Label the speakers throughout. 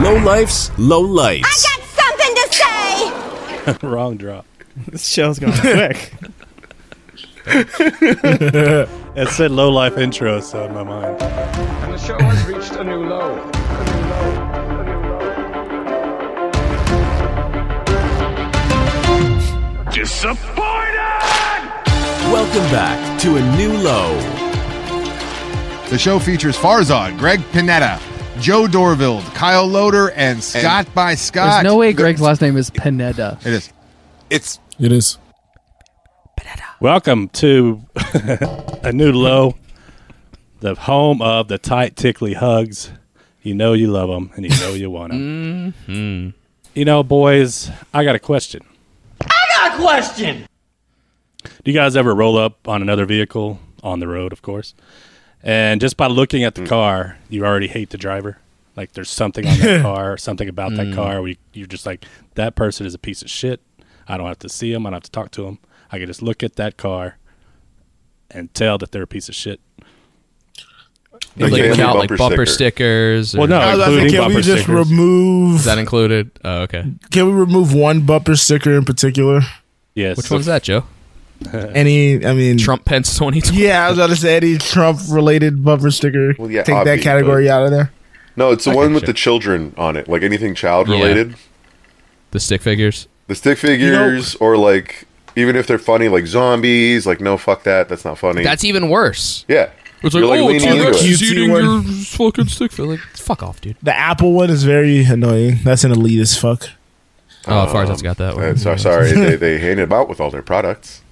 Speaker 1: Low life's low lights.
Speaker 2: got something to say.
Speaker 3: Wrong drop.
Speaker 4: This show's going quick.
Speaker 3: It said low life intro, so in my mind.
Speaker 5: and the show has reached a new low. A new low. A new low.
Speaker 1: Welcome back to a new low.
Speaker 6: The show features Farzad, Greg Panetta, Joe Dorville, Kyle Loader, and Scott by Scott.
Speaker 7: There's no way Greg's last name is Pineda.
Speaker 6: It is.
Speaker 8: It's
Speaker 9: It is.
Speaker 3: Welcome to a new low, the home of the tight, tickly hugs. You know you love them, and you know you want them.
Speaker 4: Mm-hmm.
Speaker 3: You know, boys, I got a question. I got a question. Do you guys ever roll up on another vehicle on the road, of course? And just by looking at the car, you already hate the driver. Like there's something on that car, something about that car where you, you're just like, that person is a piece of shit. I don't have to see him. I don't have to talk to him. I can just look at that car and tell that they're a piece of shit.
Speaker 8: Like
Speaker 10: Like,
Speaker 8: family
Speaker 10: count like
Speaker 8: bumper
Speaker 10: bumper
Speaker 8: sticker.
Speaker 10: stickers. or-
Speaker 3: Well, no,
Speaker 9: I was
Speaker 3: including
Speaker 9: thinking, can
Speaker 3: bumper
Speaker 9: we just
Speaker 3: stickers.
Speaker 9: remove?
Speaker 10: Is that included? Oh, okay.
Speaker 9: Can we remove one bumper sticker in particular?
Speaker 3: yes.
Speaker 10: Which one's that, Joe?
Speaker 9: Any? I mean,
Speaker 10: Trump Pence 2020.
Speaker 9: Yeah, I was about to say any Trump related bumper sticker.
Speaker 8: Well, yeah,
Speaker 9: Take that
Speaker 8: obvi,
Speaker 9: category out of there.
Speaker 8: No, it's the
Speaker 10: I
Speaker 8: one
Speaker 10: can
Speaker 8: with the
Speaker 10: check.
Speaker 8: children on it. Like anything child
Speaker 10: Yeah.
Speaker 8: related.
Speaker 10: The stick figures.
Speaker 8: The stick figures or like even if they're funny, like zombies, like no fuck that, that's not funny.
Speaker 10: That's even worse.
Speaker 8: yeah.
Speaker 10: It's like,
Speaker 8: You're, like,
Speaker 10: oh,
Speaker 8: leaning into
Speaker 10: T-Rex
Speaker 8: it.
Speaker 10: is
Speaker 9: Cutesy
Speaker 10: eating
Speaker 9: one.
Speaker 10: your fucking stick figure. Like, fuck off, dude.
Speaker 9: The Apple one is very annoying. That's an elite as fuck.
Speaker 10: Oh, Farzad's got that one.
Speaker 8: Uh, so, sorry, they they hand it out with all their products.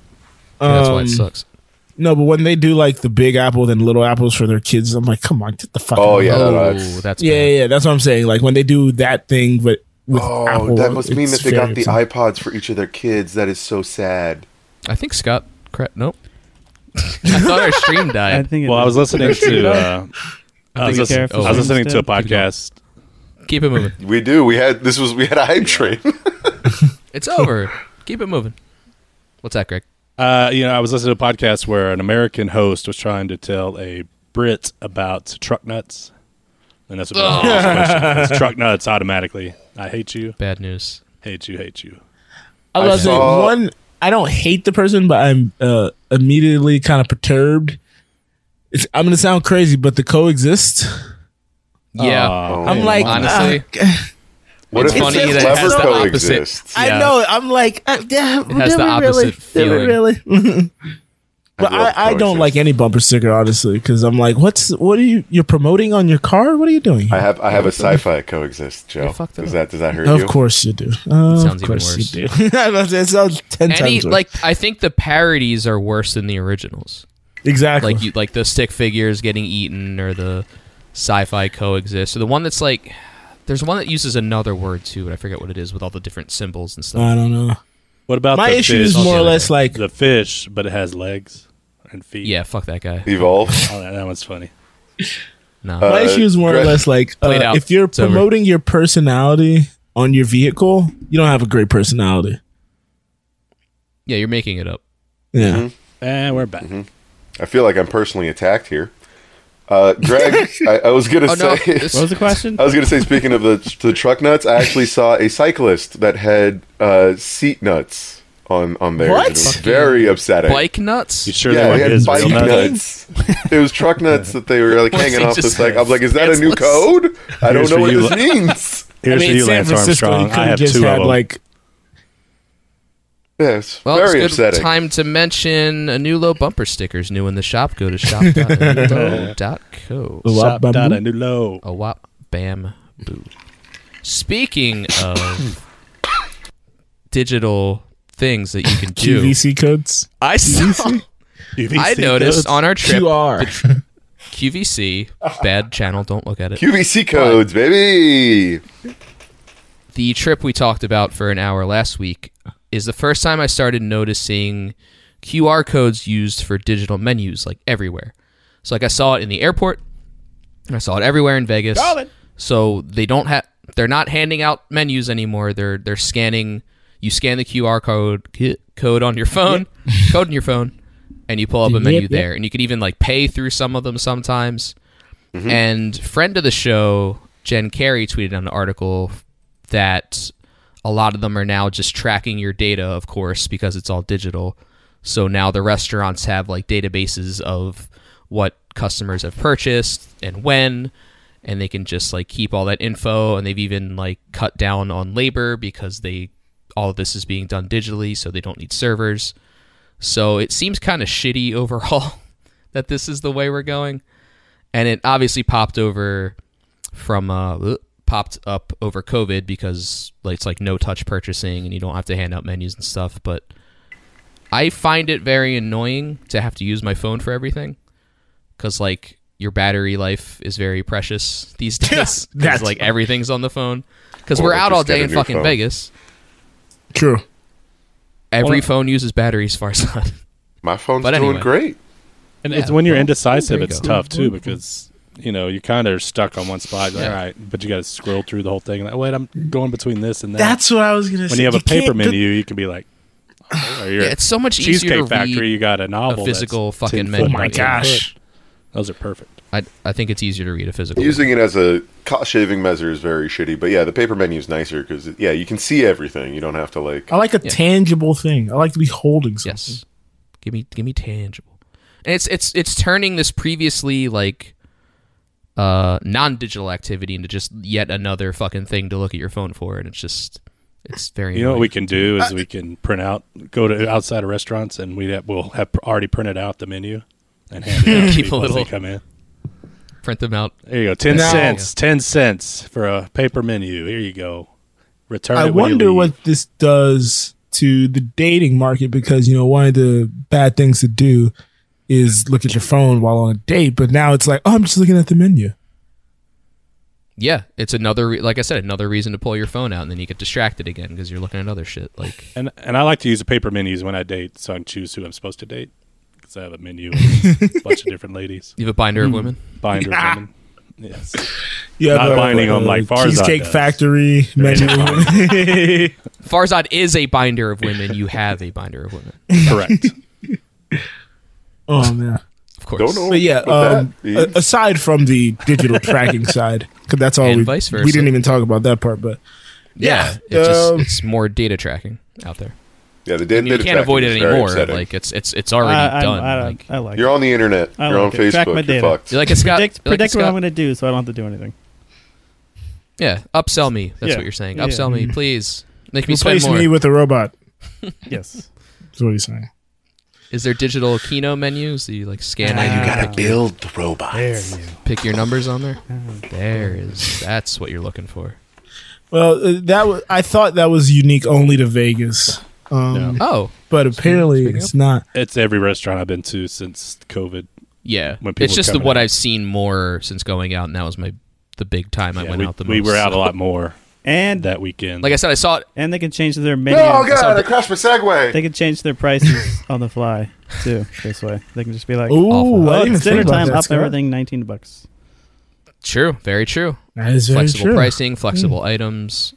Speaker 10: Yeah, that's why it
Speaker 9: Um,
Speaker 10: sucks.
Speaker 9: No, but when they do like the Big Apple then Little Apples for their kids, I'm like, come on, get the fuck.
Speaker 8: Oh,
Speaker 9: out.
Speaker 8: yeah,
Speaker 10: oh,
Speaker 8: no,
Speaker 10: that's,
Speaker 8: that's-
Speaker 9: yeah,
Speaker 10: bad.
Speaker 9: yeah, yeah. That's what I'm saying. Like when they do that thing, but with
Speaker 8: Oh,
Speaker 9: Apple,
Speaker 8: that must mean that
Speaker 9: it's
Speaker 8: they got the
Speaker 9: very-
Speaker 8: iPods for each of their kids. That is so sad.
Speaker 10: I think Scott. Crap. Nope. I thought our stream
Speaker 4: I
Speaker 10: died.
Speaker 4: think. It
Speaker 3: Well, I was listening to. Uh, I, was
Speaker 4: think it's
Speaker 3: listening,
Speaker 4: terrifying
Speaker 3: I was listening to a
Speaker 4: instead.
Speaker 3: podcast.
Speaker 10: Keep it moving.
Speaker 8: We do. We had this was we had a hype train.
Speaker 10: It's over. Keep it moving. What's that, Greg?
Speaker 3: Uh, you know, I was listening to a podcast where an American host was trying to tell a Brit about truck nuts, and that's what the question was. Truck nuts automatically. I hate you,
Speaker 10: Bad news.
Speaker 3: hate you, hate you.
Speaker 9: I was
Speaker 8: I
Speaker 9: gonna say,
Speaker 8: saw-
Speaker 9: one. I don't hate the person, but I'm uh, immediately kind of perturbed. It's, I'm gonna sound crazy, but the coexist.
Speaker 10: Yeah.
Speaker 3: Oh,
Speaker 9: I'm like,
Speaker 10: Honestly,
Speaker 9: ah,
Speaker 8: What
Speaker 10: It's
Speaker 8: if
Speaker 10: funny
Speaker 8: it's
Speaker 10: that it
Speaker 8: clever
Speaker 10: has the opposite.
Speaker 8: coexist?
Speaker 10: Yeah.
Speaker 9: I know. I'm like, uh, yeah,
Speaker 10: It has
Speaker 9: did
Speaker 10: the
Speaker 9: we really?
Speaker 10: opposite
Speaker 9: Did we really? but
Speaker 8: love
Speaker 9: I, I don't
Speaker 8: coexist.
Speaker 9: like any bumper sticker, honestly, because I'm like, what's what are you you're promoting on your car? What are you doing?
Speaker 8: I have I have a sci-fi coexist, Joe.
Speaker 10: fucked it
Speaker 8: Does
Speaker 10: up.
Speaker 8: that does that hurt
Speaker 9: of
Speaker 8: you?
Speaker 9: course you do. Of
Speaker 10: sounds even
Speaker 9: course
Speaker 10: worse.
Speaker 9: you do. I was gonna say, it sounds ten
Speaker 10: any
Speaker 9: times worse.
Speaker 10: like I think the parodies are worse than the originals.
Speaker 9: exactly.
Speaker 10: Like you, like the stick figures getting eaten or the sci-fi coexist. So the one that's like, there's one that uses another word too, but I forget what it is with all the different symbols and stuff.
Speaker 9: I don't know.
Speaker 3: What about
Speaker 9: My
Speaker 3: the
Speaker 9: issue
Speaker 3: fish?
Speaker 9: is more or less like
Speaker 3: the fish, but it has legs and feet.
Speaker 10: yeah, fuck that guy.
Speaker 8: Evolve.
Speaker 3: oh, that, that one's funny.
Speaker 10: No.
Speaker 8: Uh,
Speaker 9: My issue is more or
Speaker 8: Greg-
Speaker 9: less like uh,
Speaker 10: Played out.
Speaker 9: if you're
Speaker 10: It's over.
Speaker 9: promoting your personality on your vehicle, you don't have a great personality.
Speaker 10: yeah, you're making it up. Mm-hmm.
Speaker 9: Yeah.
Speaker 3: And we're back.
Speaker 8: Mm-hmm. I feel like I'm personally attacked here. Uh, Greg, I, I was gonna
Speaker 10: Oh no,
Speaker 8: say.
Speaker 10: this-
Speaker 4: was the question?
Speaker 8: I was gonna say. Speaking of the the truck nuts, I actually saw a cyclist that had uh, seat nuts on on there.
Speaker 9: What?
Speaker 8: It was very upsetting.
Speaker 10: bike nuts.
Speaker 3: You sure that
Speaker 8: yeah, they
Speaker 3: one
Speaker 8: had
Speaker 3: is
Speaker 8: bike
Speaker 3: real nuts?
Speaker 8: nuts. it was truck nuts that they were like
Speaker 10: What's
Speaker 8: hanging
Speaker 10: he
Speaker 8: off the
Speaker 10: just
Speaker 8: cycle. I'm like, is that a
Speaker 10: Here's
Speaker 8: new
Speaker 10: for
Speaker 8: code? I don't know
Speaker 3: you,
Speaker 8: what this
Speaker 3: La-
Speaker 8: means.
Speaker 3: Here's
Speaker 9: mean,
Speaker 3: to you, Lance Armstrong.
Speaker 9: could've
Speaker 3: I have two of them.
Speaker 9: like
Speaker 8: Yes,
Speaker 10: Well,
Speaker 8: very
Speaker 10: it's good
Speaker 8: upsetting.
Speaker 10: time to mention a new low bumper stickers new in the shop. Go to shop.nulow.co.
Speaker 9: a
Speaker 3: Shop
Speaker 9: wop bam
Speaker 3: down
Speaker 9: boo.
Speaker 3: a new low.
Speaker 10: A wop bam boo. Speaking of digital things that you can do,
Speaker 9: QVC codes.
Speaker 10: I saw, I noticed on our trip
Speaker 9: QR.
Speaker 10: QVC bad channel. Don't look at it.
Speaker 8: QVC codes, baby.
Speaker 10: the trip we talked about for an hour last week is the first time I started noticing QR codes used for digital menus like everywhere. So like I saw it in the airport, and I saw it everywhere in Vegas. So they don't have they're not handing out menus anymore. They're they're scanning you scan the QR code code on your phone, code in your phone, and you pull up a
Speaker 9: Yep,
Speaker 10: menu
Speaker 9: yep. Mm-hmm.
Speaker 10: there. And you can even like pay through some of them sometimes. And friend of the show, Jen Carey tweeted out an article that a lot of them are now just tracking your data, of course, because it's all digital. So now the restaurants have like databases of what customers have purchased and when, and they can just like keep all that info. And they've even like cut down on labor because they all of this is being done digitally, so they don't need servers. So it seems kind of shitty overall that this is the way we're going. And it obviously popped over from uh, popped up over COVID because like, it's like no touch purchasing and you don't have to hand out menus and stuff. But I find it very annoying to have to use my phone for everything because like your battery life is very precious these days. 'Cause,
Speaker 9: that's-
Speaker 10: like everything's on the phone because
Speaker 8: Or
Speaker 10: we're out
Speaker 8: just
Speaker 10: all
Speaker 8: get
Speaker 10: day
Speaker 8: a
Speaker 10: in
Speaker 8: new
Speaker 10: fucking
Speaker 8: phone.
Speaker 10: Vegas.
Speaker 9: True.
Speaker 10: Every phone uses batteries, Farzad.
Speaker 8: My phone's
Speaker 10: But
Speaker 8: doing
Speaker 10: anyway.
Speaker 8: great.
Speaker 3: And
Speaker 10: Yeah,
Speaker 3: it's when you're
Speaker 10: well, there
Speaker 3: indecisive,
Speaker 10: you
Speaker 3: it's
Speaker 10: go.
Speaker 3: tough too because you know you kind of are stuck on one spot. Like,
Speaker 10: Mm-hmm. Yeah.
Speaker 3: All right, but you got to scroll through the whole thing. Like, wait, I'm going between this and that.
Speaker 9: That's what I was gonna say.
Speaker 3: when you have a
Speaker 9: can't
Speaker 3: paper
Speaker 9: go-
Speaker 3: menu, you can be like, oh, you're
Speaker 10: Yeah,
Speaker 3: at
Speaker 10: it's so much easier to
Speaker 3: Cheesecake
Speaker 10: read
Speaker 3: Factory. You got a
Speaker 10: a
Speaker 3: novel, that's
Speaker 10: physical
Speaker 3: 10
Speaker 10: fucking
Speaker 3: foot
Speaker 10: menu.
Speaker 9: Oh my
Speaker 3: by 10
Speaker 9: gosh.
Speaker 3: foot. those are perfect.
Speaker 10: I, I think it's easier to read a physical.
Speaker 8: Using it as a cost shaving measure is very shitty, but yeah, the paper menu is nicer because yeah, you can see everything. You don't have to like.
Speaker 9: I like a
Speaker 10: Yeah.
Speaker 9: tangible thing. I like to be holding something.
Speaker 10: Yes. Give me give me tangible. And it's it's it's turning this previously like uh non-digital activity into just yet another fucking thing to look at your phone for and it's just it's very
Speaker 3: You know what
Speaker 10: annoying.
Speaker 3: we can do is we can print out, go to outside of restaurants, and we have, we'll have already printed out the menu and hand it out to
Speaker 10: Keep a
Speaker 3: people as they
Speaker 10: little-
Speaker 3: come in.
Speaker 10: print them out.
Speaker 3: There you go, ten
Speaker 9: No.
Speaker 3: cents, ten cents for a paper menu. Here you go. Return.
Speaker 9: I
Speaker 3: it when you
Speaker 9: wonder
Speaker 3: leave.
Speaker 9: what this does to the dating market because you know one of the bad things to do is look at your phone while on a date, but now it's like, oh, I'm just looking at the menu.
Speaker 10: Yeah, it's another re- like I said another reason to pull your phone out and then you get distracted again because you're looking at other shit like
Speaker 3: And and I like to use the paper menus when I date, so I can choose who I'm supposed to date because I have a menu of a bunch of different ladies.
Speaker 10: you have a binder of women.
Speaker 3: Binder of women. Yes.
Speaker 9: Yeah,
Speaker 3: Not binding on like Farzad
Speaker 9: Cheesecake
Speaker 3: does.
Speaker 9: Factory menu.
Speaker 10: Farzad is a binder of women, you have a binder of women.
Speaker 3: Correct.
Speaker 9: oh man.
Speaker 10: Of course.
Speaker 8: Don't know.
Speaker 9: But yeah,
Speaker 8: But
Speaker 9: um,
Speaker 8: that is-
Speaker 9: a- aside from the digital tracking side, because that's all
Speaker 10: And
Speaker 9: we,
Speaker 10: vice versa.
Speaker 9: we didn't even talk about that part. But
Speaker 10: Yeah,
Speaker 9: Yeah,
Speaker 10: it's just
Speaker 9: um,
Speaker 10: it's more data tracking out there.
Speaker 8: Yeah, the dead
Speaker 10: You
Speaker 8: bit
Speaker 10: can't avoid it anymore. Like
Speaker 8: Like
Speaker 10: it's it's it's already
Speaker 4: I, I,
Speaker 10: done.
Speaker 4: I, don't-
Speaker 10: like,
Speaker 4: I like
Speaker 8: you're
Speaker 4: it.
Speaker 8: on the internet.
Speaker 4: I
Speaker 8: you're on
Speaker 4: like it. Track my
Speaker 8: Facebook. You're
Speaker 4: data.
Speaker 8: fucked.
Speaker 10: you're like it's got
Speaker 4: predict
Speaker 10: you're like,
Speaker 4: predict
Speaker 10: it's
Speaker 4: what I'm
Speaker 10: got-
Speaker 4: going to do so I don't have to do anything.
Speaker 10: Yeah, upsell me. That's
Speaker 4: Yeah.
Speaker 10: what you're saying.
Speaker 4: Yeah. Mm-hmm.
Speaker 10: Upsell me, please. Make me spend
Speaker 9: replace
Speaker 10: more.
Speaker 9: me with a robot.
Speaker 4: Yes.
Speaker 9: Is what he's saying.
Speaker 10: Is there digital Kino menus? Do you like scan it? and pick,
Speaker 8: build the robot.
Speaker 10: pick your numbers on there. There is. That's what you're looking for.
Speaker 9: Well, uh, that was, I thought that was unique only to Vegas, um,
Speaker 10: Oh,
Speaker 9: but apparently
Speaker 10: Speaking
Speaker 9: it's not.
Speaker 3: it's every restaurant I've been to since COVID.
Speaker 10: yeah.
Speaker 3: When people
Speaker 10: It's just
Speaker 3: are
Speaker 10: the,
Speaker 3: coming
Speaker 10: what
Speaker 3: out.
Speaker 10: I've seen more since going out, and that was my the big time I
Speaker 3: Yeah,
Speaker 10: went
Speaker 3: we,
Speaker 10: out the most.
Speaker 3: we were out a
Speaker 10: so-
Speaker 3: lot more
Speaker 4: And
Speaker 3: that weekend.
Speaker 10: Like I said, I saw it.
Speaker 4: and they can change their
Speaker 8: No,
Speaker 4: menu.
Speaker 8: Oh, god, I crashed my Segway.
Speaker 4: They can change their prices on the fly too. This way, they can just be like,
Speaker 9: Ooh,
Speaker 4: "Well,
Speaker 9: I didn't
Speaker 4: it's
Speaker 9: think
Speaker 4: dinner
Speaker 9: about
Speaker 4: time,
Speaker 9: that,
Speaker 4: up
Speaker 9: Scott.
Speaker 4: everything, nineteen bucks."
Speaker 10: True, very true.
Speaker 9: That is very
Speaker 10: flexible
Speaker 9: true. Hmm.
Speaker 10: pricing, flexible items.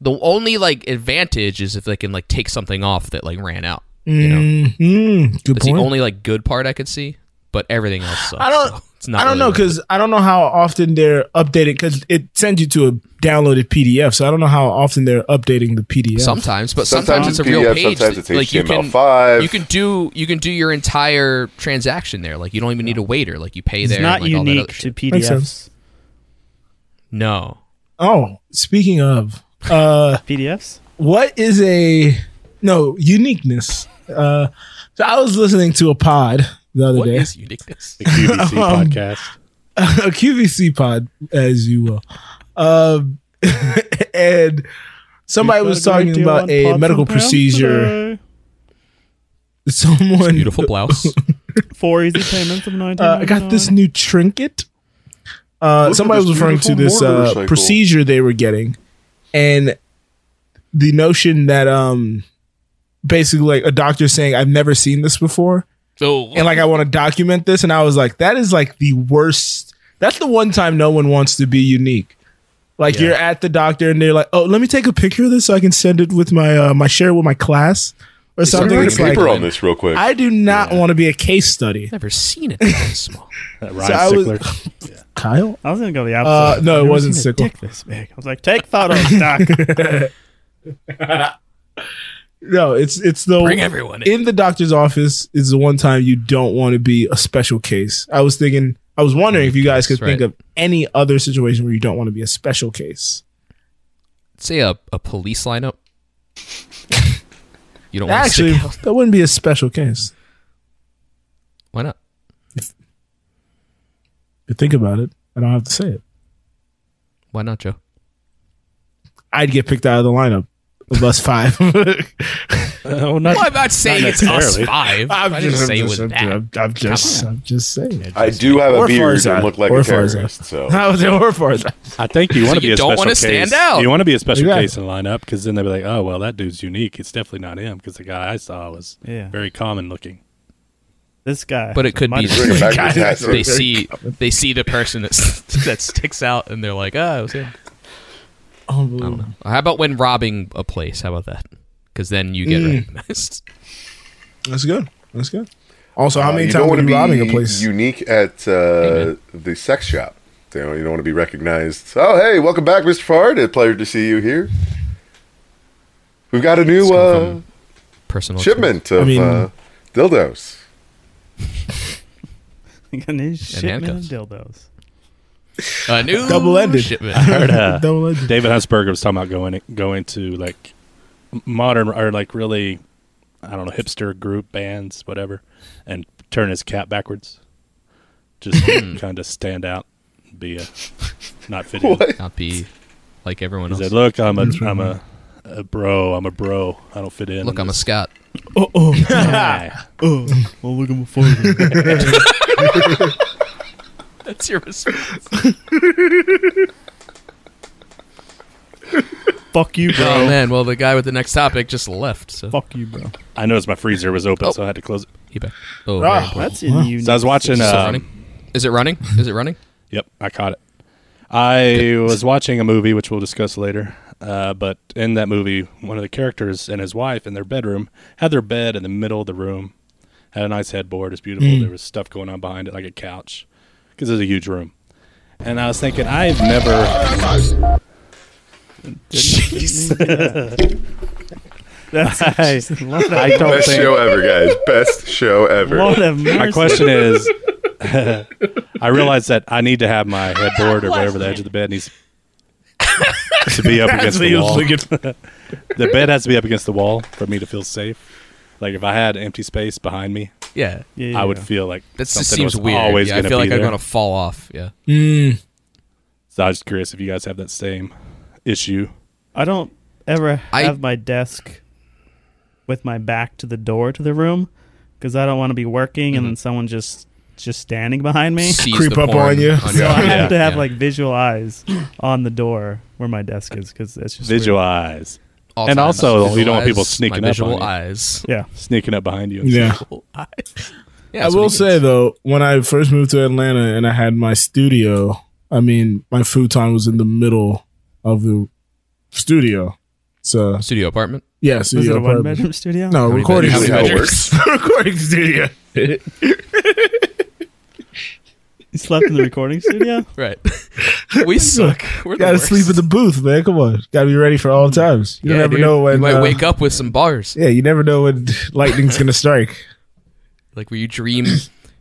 Speaker 10: The only like advantage is if they can like take something off that like ran out. You know,
Speaker 9: Mhm. Good
Speaker 10: That's
Speaker 9: point.
Speaker 10: the only like good part I could see, but everything else sucks.
Speaker 9: I don't-
Speaker 10: so it's not.
Speaker 9: I don't
Speaker 10: really
Speaker 9: know
Speaker 10: worth
Speaker 9: because I don't know how often they're updating because it sends you to a downloaded PDF, so I don't know how often they're updating the
Speaker 10: it.
Speaker 9: PDF.
Speaker 10: sometimes, but sometimes,
Speaker 8: Sometimes
Speaker 10: it's a
Speaker 8: it's
Speaker 10: real
Speaker 8: PDF,
Speaker 10: page.
Speaker 8: sometimes
Speaker 10: that-
Speaker 8: it's
Speaker 10: like you can
Speaker 8: HTML5.
Speaker 10: you can do you can do your entire transaction there. Like you don't even need a waiter. Like you pay
Speaker 4: It's
Speaker 10: there.
Speaker 4: not
Speaker 10: and, like, All that
Speaker 4: unique
Speaker 10: other
Speaker 4: to
Speaker 10: shit.
Speaker 9: Makes
Speaker 4: PDFs.
Speaker 9: sense.
Speaker 10: No,
Speaker 9: Oh, speaking of, uh,
Speaker 4: PDFs.
Speaker 9: what is a no uniqueness? Uh, so I was listening to a pod the other
Speaker 10: what
Speaker 9: day,
Speaker 10: is uniqueness?
Speaker 3: the QVC
Speaker 10: um,
Speaker 3: podcast.
Speaker 9: a QVC pod, as you will, um, and somebody was talking about a medical procedure. Someone
Speaker 10: Beautiful blouse.
Speaker 4: Four easy payments of nineteen.
Speaker 9: uh, I got this new trinket. Uh,
Speaker 8: at
Speaker 9: somebody
Speaker 8: this
Speaker 9: was referring to
Speaker 8: beautiful
Speaker 9: this
Speaker 8: mortar
Speaker 9: uh,
Speaker 8: cycle.
Speaker 9: procedure they were getting, and the notion that um, basically like a doctor saying, "I've never seen this before,"
Speaker 10: So
Speaker 9: and like I want to document this, and I was like, "That is like the worst." That's the one time no one wants to be unique. Like you're at the doctor and they're like, "Oh, let me take a picture of this so I can send it with my uh, my share with my class or
Speaker 8: I'm
Speaker 9: something."
Speaker 8: going
Speaker 9: It's
Speaker 8: to paper
Speaker 9: like,
Speaker 8: on this real quick.
Speaker 9: I do not want to be a case study.
Speaker 10: never seen it that small.
Speaker 3: That
Speaker 9: I
Speaker 3: Ryan
Speaker 9: was-
Speaker 3: Sickler.
Speaker 9: Kyle?
Speaker 4: I was gonna go the
Speaker 9: Uh,
Speaker 4: opposite.
Speaker 9: no,
Speaker 4: I've
Speaker 9: it
Speaker 4: never
Speaker 9: wasn't
Speaker 4: seen a
Speaker 9: sickle.
Speaker 4: Dick this big. I was like, take photos, Doc.
Speaker 9: No, it's it's the
Speaker 10: Bring everyone in.
Speaker 9: in the doctor's office is the one time you don't want to be a special case. I was thinking, I was wondering if you guys could
Speaker 10: That's
Speaker 9: think
Speaker 10: right.
Speaker 9: of any other situation where you don't want to be a special case.
Speaker 10: Say a, a police lineup. you don't want
Speaker 9: Actually,
Speaker 10: to stick out.
Speaker 9: that wouldn't be a special case.
Speaker 10: Why not?
Speaker 9: But think about it. I don't have to say it.
Speaker 10: Why not, Joe?
Speaker 9: I'd get picked out of the lineup of us five.
Speaker 4: oh, not
Speaker 10: Well, I'm not saying it's us five. I'm I didn't
Speaker 9: I'm
Speaker 10: say it was
Speaker 9: I'm
Speaker 10: that.
Speaker 9: I'm, I'm just, I'm just saying. it.
Speaker 8: I do have a
Speaker 9: Or
Speaker 8: beard
Speaker 9: Farzad.
Speaker 8: and look like
Speaker 9: Or
Speaker 8: a
Speaker 9: Farzad.
Speaker 8: terrorist. So
Speaker 9: How was it or for
Speaker 3: I think you want to
Speaker 10: you
Speaker 3: be a
Speaker 10: don't
Speaker 3: special
Speaker 10: wanna
Speaker 3: case.
Speaker 10: stand out.
Speaker 3: You want to be a special
Speaker 9: Exactly.
Speaker 3: case in lineup because then they'll be like, oh well, that dude's unique. It's definitely not him because the guy I saw was
Speaker 4: Yeah.
Speaker 3: very common looking.
Speaker 4: this guy.
Speaker 10: But it could be
Speaker 4: Might-
Speaker 8: bring it back to the
Speaker 10: that
Speaker 8: tattoo.
Speaker 10: they see they see the person that's, that sticks out and they're like, oh, it was him.
Speaker 9: Unbelievable.
Speaker 10: How about when robbing a place? How about that? Because then you get recognized.
Speaker 9: That's good. That's good. Also, how
Speaker 8: Uh,
Speaker 9: many
Speaker 8: you
Speaker 9: times
Speaker 8: don't
Speaker 9: are
Speaker 8: want to
Speaker 9: you
Speaker 8: be
Speaker 9: robbing a place?
Speaker 8: unique at uh, the sex shop. You, know, you don't want to be recognized. Oh, hey, welcome back, Mr. Fard. A pleasure to see you here. We've got a new
Speaker 10: come
Speaker 8: uh,
Speaker 10: Personal
Speaker 8: shipment of
Speaker 9: I mean-
Speaker 8: uh, dildos.
Speaker 4: An new shipment of
Speaker 10: handcuffs.
Speaker 4: dildos.
Speaker 10: experience. A new
Speaker 9: Double-ended.
Speaker 10: shipment.
Speaker 3: Heard, uh,
Speaker 9: Double edged.
Speaker 3: David Huntsberger was talking about going going to like modern or like really I don't know hipster group bands whatever, and turn his cap backwards, just
Speaker 10: Hmm.
Speaker 3: kind of stand out, be a not fitting.
Speaker 8: What?
Speaker 10: Not be like everyone
Speaker 3: He
Speaker 10: else.
Speaker 3: said, "Look, I'm a I'm a, a bro. I'm a bro. I don't fit in.
Speaker 10: Look, I'm a Scot.
Speaker 3: guy.
Speaker 4: Well, look at my photo.
Speaker 10: That's your response.
Speaker 4: Fuck you, bro.
Speaker 10: Oh man, well the guy with the next topic just left. So
Speaker 4: Fuck you, bro.
Speaker 3: I noticed my freezer was open,
Speaker 10: Oh.
Speaker 3: so I had to close it.
Speaker 10: he back.
Speaker 3: Ah,
Speaker 10: Oh, very important.
Speaker 4: That's in you.
Speaker 3: So I was watching.
Speaker 10: Is it
Speaker 3: Uh,
Speaker 10: running? Is it running? Is it running?
Speaker 3: Yep, I caught it. I was watching a movie, which we'll discuss later. Uh, but in that movie, one of the characters and his wife in their bedroom had their bed in the middle of the room, had a nice headboard. It's beautiful. There was stuff going on behind it, like a couch, because it's a huge room. And I was thinking, I've never.
Speaker 4: That's
Speaker 3: I,
Speaker 4: Lord have,
Speaker 10: Oh,
Speaker 3: I don't
Speaker 8: Best
Speaker 3: think.
Speaker 8: show ever, guys. Best show ever.
Speaker 4: Lord have
Speaker 3: My
Speaker 4: mercy.
Speaker 3: question is, I realize that I need to have my headboard or whatever the edge of the bed needs to be up against the wall. the bed has to be up against the wall for me to feel safe. Like if I had empty space behind me,
Speaker 10: Yeah.
Speaker 4: Yeah, yeah,
Speaker 3: I would
Speaker 4: yeah.
Speaker 3: feel like
Speaker 10: That just
Speaker 3: something
Speaker 10: seems
Speaker 3: was
Speaker 10: weird.
Speaker 3: always
Speaker 10: yeah, I
Speaker 3: going to
Speaker 10: feel
Speaker 3: be
Speaker 10: like
Speaker 3: there.
Speaker 10: I'm gonna fall off. Yeah.
Speaker 3: So I was curious if you guys have that same issue.
Speaker 4: I don't ever
Speaker 10: I-
Speaker 4: have my desk with my back to the door to the room because I don't want to be working and then someone just just standing behind me. So
Speaker 10: Seize
Speaker 9: Creep
Speaker 10: the
Speaker 9: up
Speaker 10: porn
Speaker 9: on you.
Speaker 10: your-
Speaker 4: I have to
Speaker 10: Yeah.
Speaker 4: have
Speaker 10: Yeah.
Speaker 4: like visual eyes on the door where my desk is because that's just weird.
Speaker 3: Visualize
Speaker 10: All
Speaker 3: And
Speaker 10: times.
Speaker 3: also, you don't want
Speaker 10: Visualize
Speaker 3: people sneaking
Speaker 10: my
Speaker 3: up
Speaker 10: visual
Speaker 3: on you.
Speaker 10: eyes.
Speaker 4: Yeah,
Speaker 3: sneaking up behind you. and
Speaker 9: Yeah.
Speaker 10: Yeah,
Speaker 9: I
Speaker 10: that's
Speaker 9: will
Speaker 10: what he
Speaker 9: say
Speaker 10: gets.
Speaker 9: though, when I first moved to Atlanta and I had my studio, I mean, my futon was in the middle of the studio. So
Speaker 10: studio apartment.
Speaker 9: yeah,
Speaker 4: was it
Speaker 9: studio
Speaker 4: a one
Speaker 9: apartment.
Speaker 4: bedroom studio?
Speaker 9: No,
Speaker 10: many
Speaker 9: recording
Speaker 10: bedrooms?
Speaker 8: Usually how
Speaker 9: studio.
Speaker 8: it
Speaker 10: measures.
Speaker 8: works.
Speaker 9: recording studio.
Speaker 4: you slept in the recording studio.
Speaker 10: Right. we suck. We're the
Speaker 9: Gotta
Speaker 10: worst.
Speaker 9: sleep in the booth, man. Come on, gotta be ready for all times. You
Speaker 10: Yeah,
Speaker 9: never
Speaker 10: dude.
Speaker 9: know when.
Speaker 10: you might
Speaker 9: uh,
Speaker 10: wake up with some bars.
Speaker 9: Yeah, you never know when lightning's gonna strike.
Speaker 10: Like where you dream.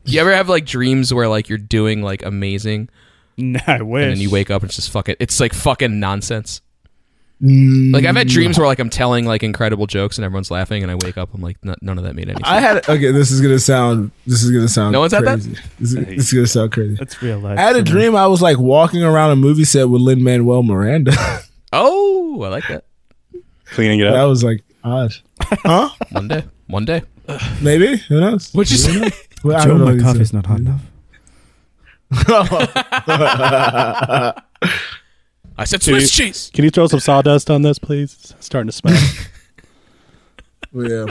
Speaker 10: You ever have like dreams where like you're doing like amazing
Speaker 4: No, I wish.
Speaker 10: and then you wake up and it's just fucking it's like fucking nonsense. Like I've had dreams where like I'm telling like incredible jokes and everyone's laughing and I wake up I'm like "N- none of that made any sense.
Speaker 9: I had okay. This is gonna sound. This is gonna sound.
Speaker 10: No one's had that?
Speaker 9: crazy. This is, this is gonna sound crazy.
Speaker 4: That's real life.
Speaker 9: I had a
Speaker 4: for me.
Speaker 9: dream I was like walking around a movie set with Lin Manuel Miranda.
Speaker 10: oh, I like that.
Speaker 3: Cleaning it
Speaker 9: that
Speaker 3: up.
Speaker 9: was like odd. Huh?
Speaker 10: One day. One day.
Speaker 9: Maybe? Who knows?
Speaker 10: What'd you say?
Speaker 9: Well, I
Speaker 4: Joe,
Speaker 9: don't know
Speaker 4: my
Speaker 9: these
Speaker 4: coffee's not
Speaker 9: things.
Speaker 4: hot enough.
Speaker 10: I said Swiss cheese.
Speaker 3: Can you throw some sawdust on this, please? It's starting to smell.
Speaker 9: But yeah.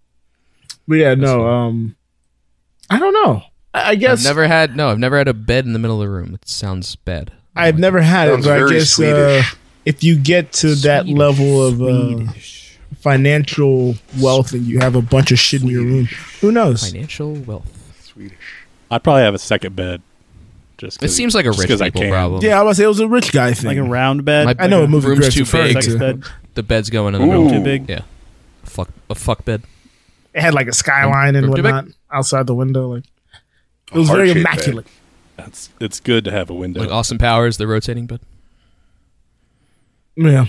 Speaker 9: But yeah, no. Um, I don't know. I I guess
Speaker 10: I've never had no, I've never had a bed in the middle of the room. It sounds bad.
Speaker 9: I've never had it,
Speaker 8: Sounds
Speaker 9: but I
Speaker 8: very
Speaker 9: guess uh,
Speaker 8: Swedish.
Speaker 9: if you get to that
Speaker 10: Swedish.
Speaker 9: level of uh, financial wealth and you have a bunch of shit in your room, who knows?
Speaker 10: Financial wealth.
Speaker 3: I'd probably have a second bed Just 'cause-
Speaker 10: It seems like a
Speaker 3: just
Speaker 10: rich
Speaker 3: 'cause I
Speaker 10: people
Speaker 3: can.
Speaker 10: problem.
Speaker 9: Yeah, I was. It was a rich guy thing.
Speaker 4: like a round bed.
Speaker 10: Like-
Speaker 9: I know
Speaker 4: like
Speaker 9: a movie
Speaker 10: room's
Speaker 9: director
Speaker 10: too
Speaker 9: said
Speaker 10: big.
Speaker 9: it's
Speaker 4: a
Speaker 9: a-
Speaker 4: bed.
Speaker 10: The bed's going in the
Speaker 8: Ooh.
Speaker 10: room.
Speaker 4: Too big.
Speaker 10: Yeah. Fuck a fuck bed.
Speaker 9: It had like a skyline and
Speaker 10: Room too big.
Speaker 9: whatnot outside the window. Like it was
Speaker 8: A eh?
Speaker 9: very
Speaker 8: heart-shaped bed.
Speaker 9: immaculate.
Speaker 3: That's it's good to have a window.
Speaker 10: Like Austin Powers, the rotating bed.
Speaker 9: Yeah,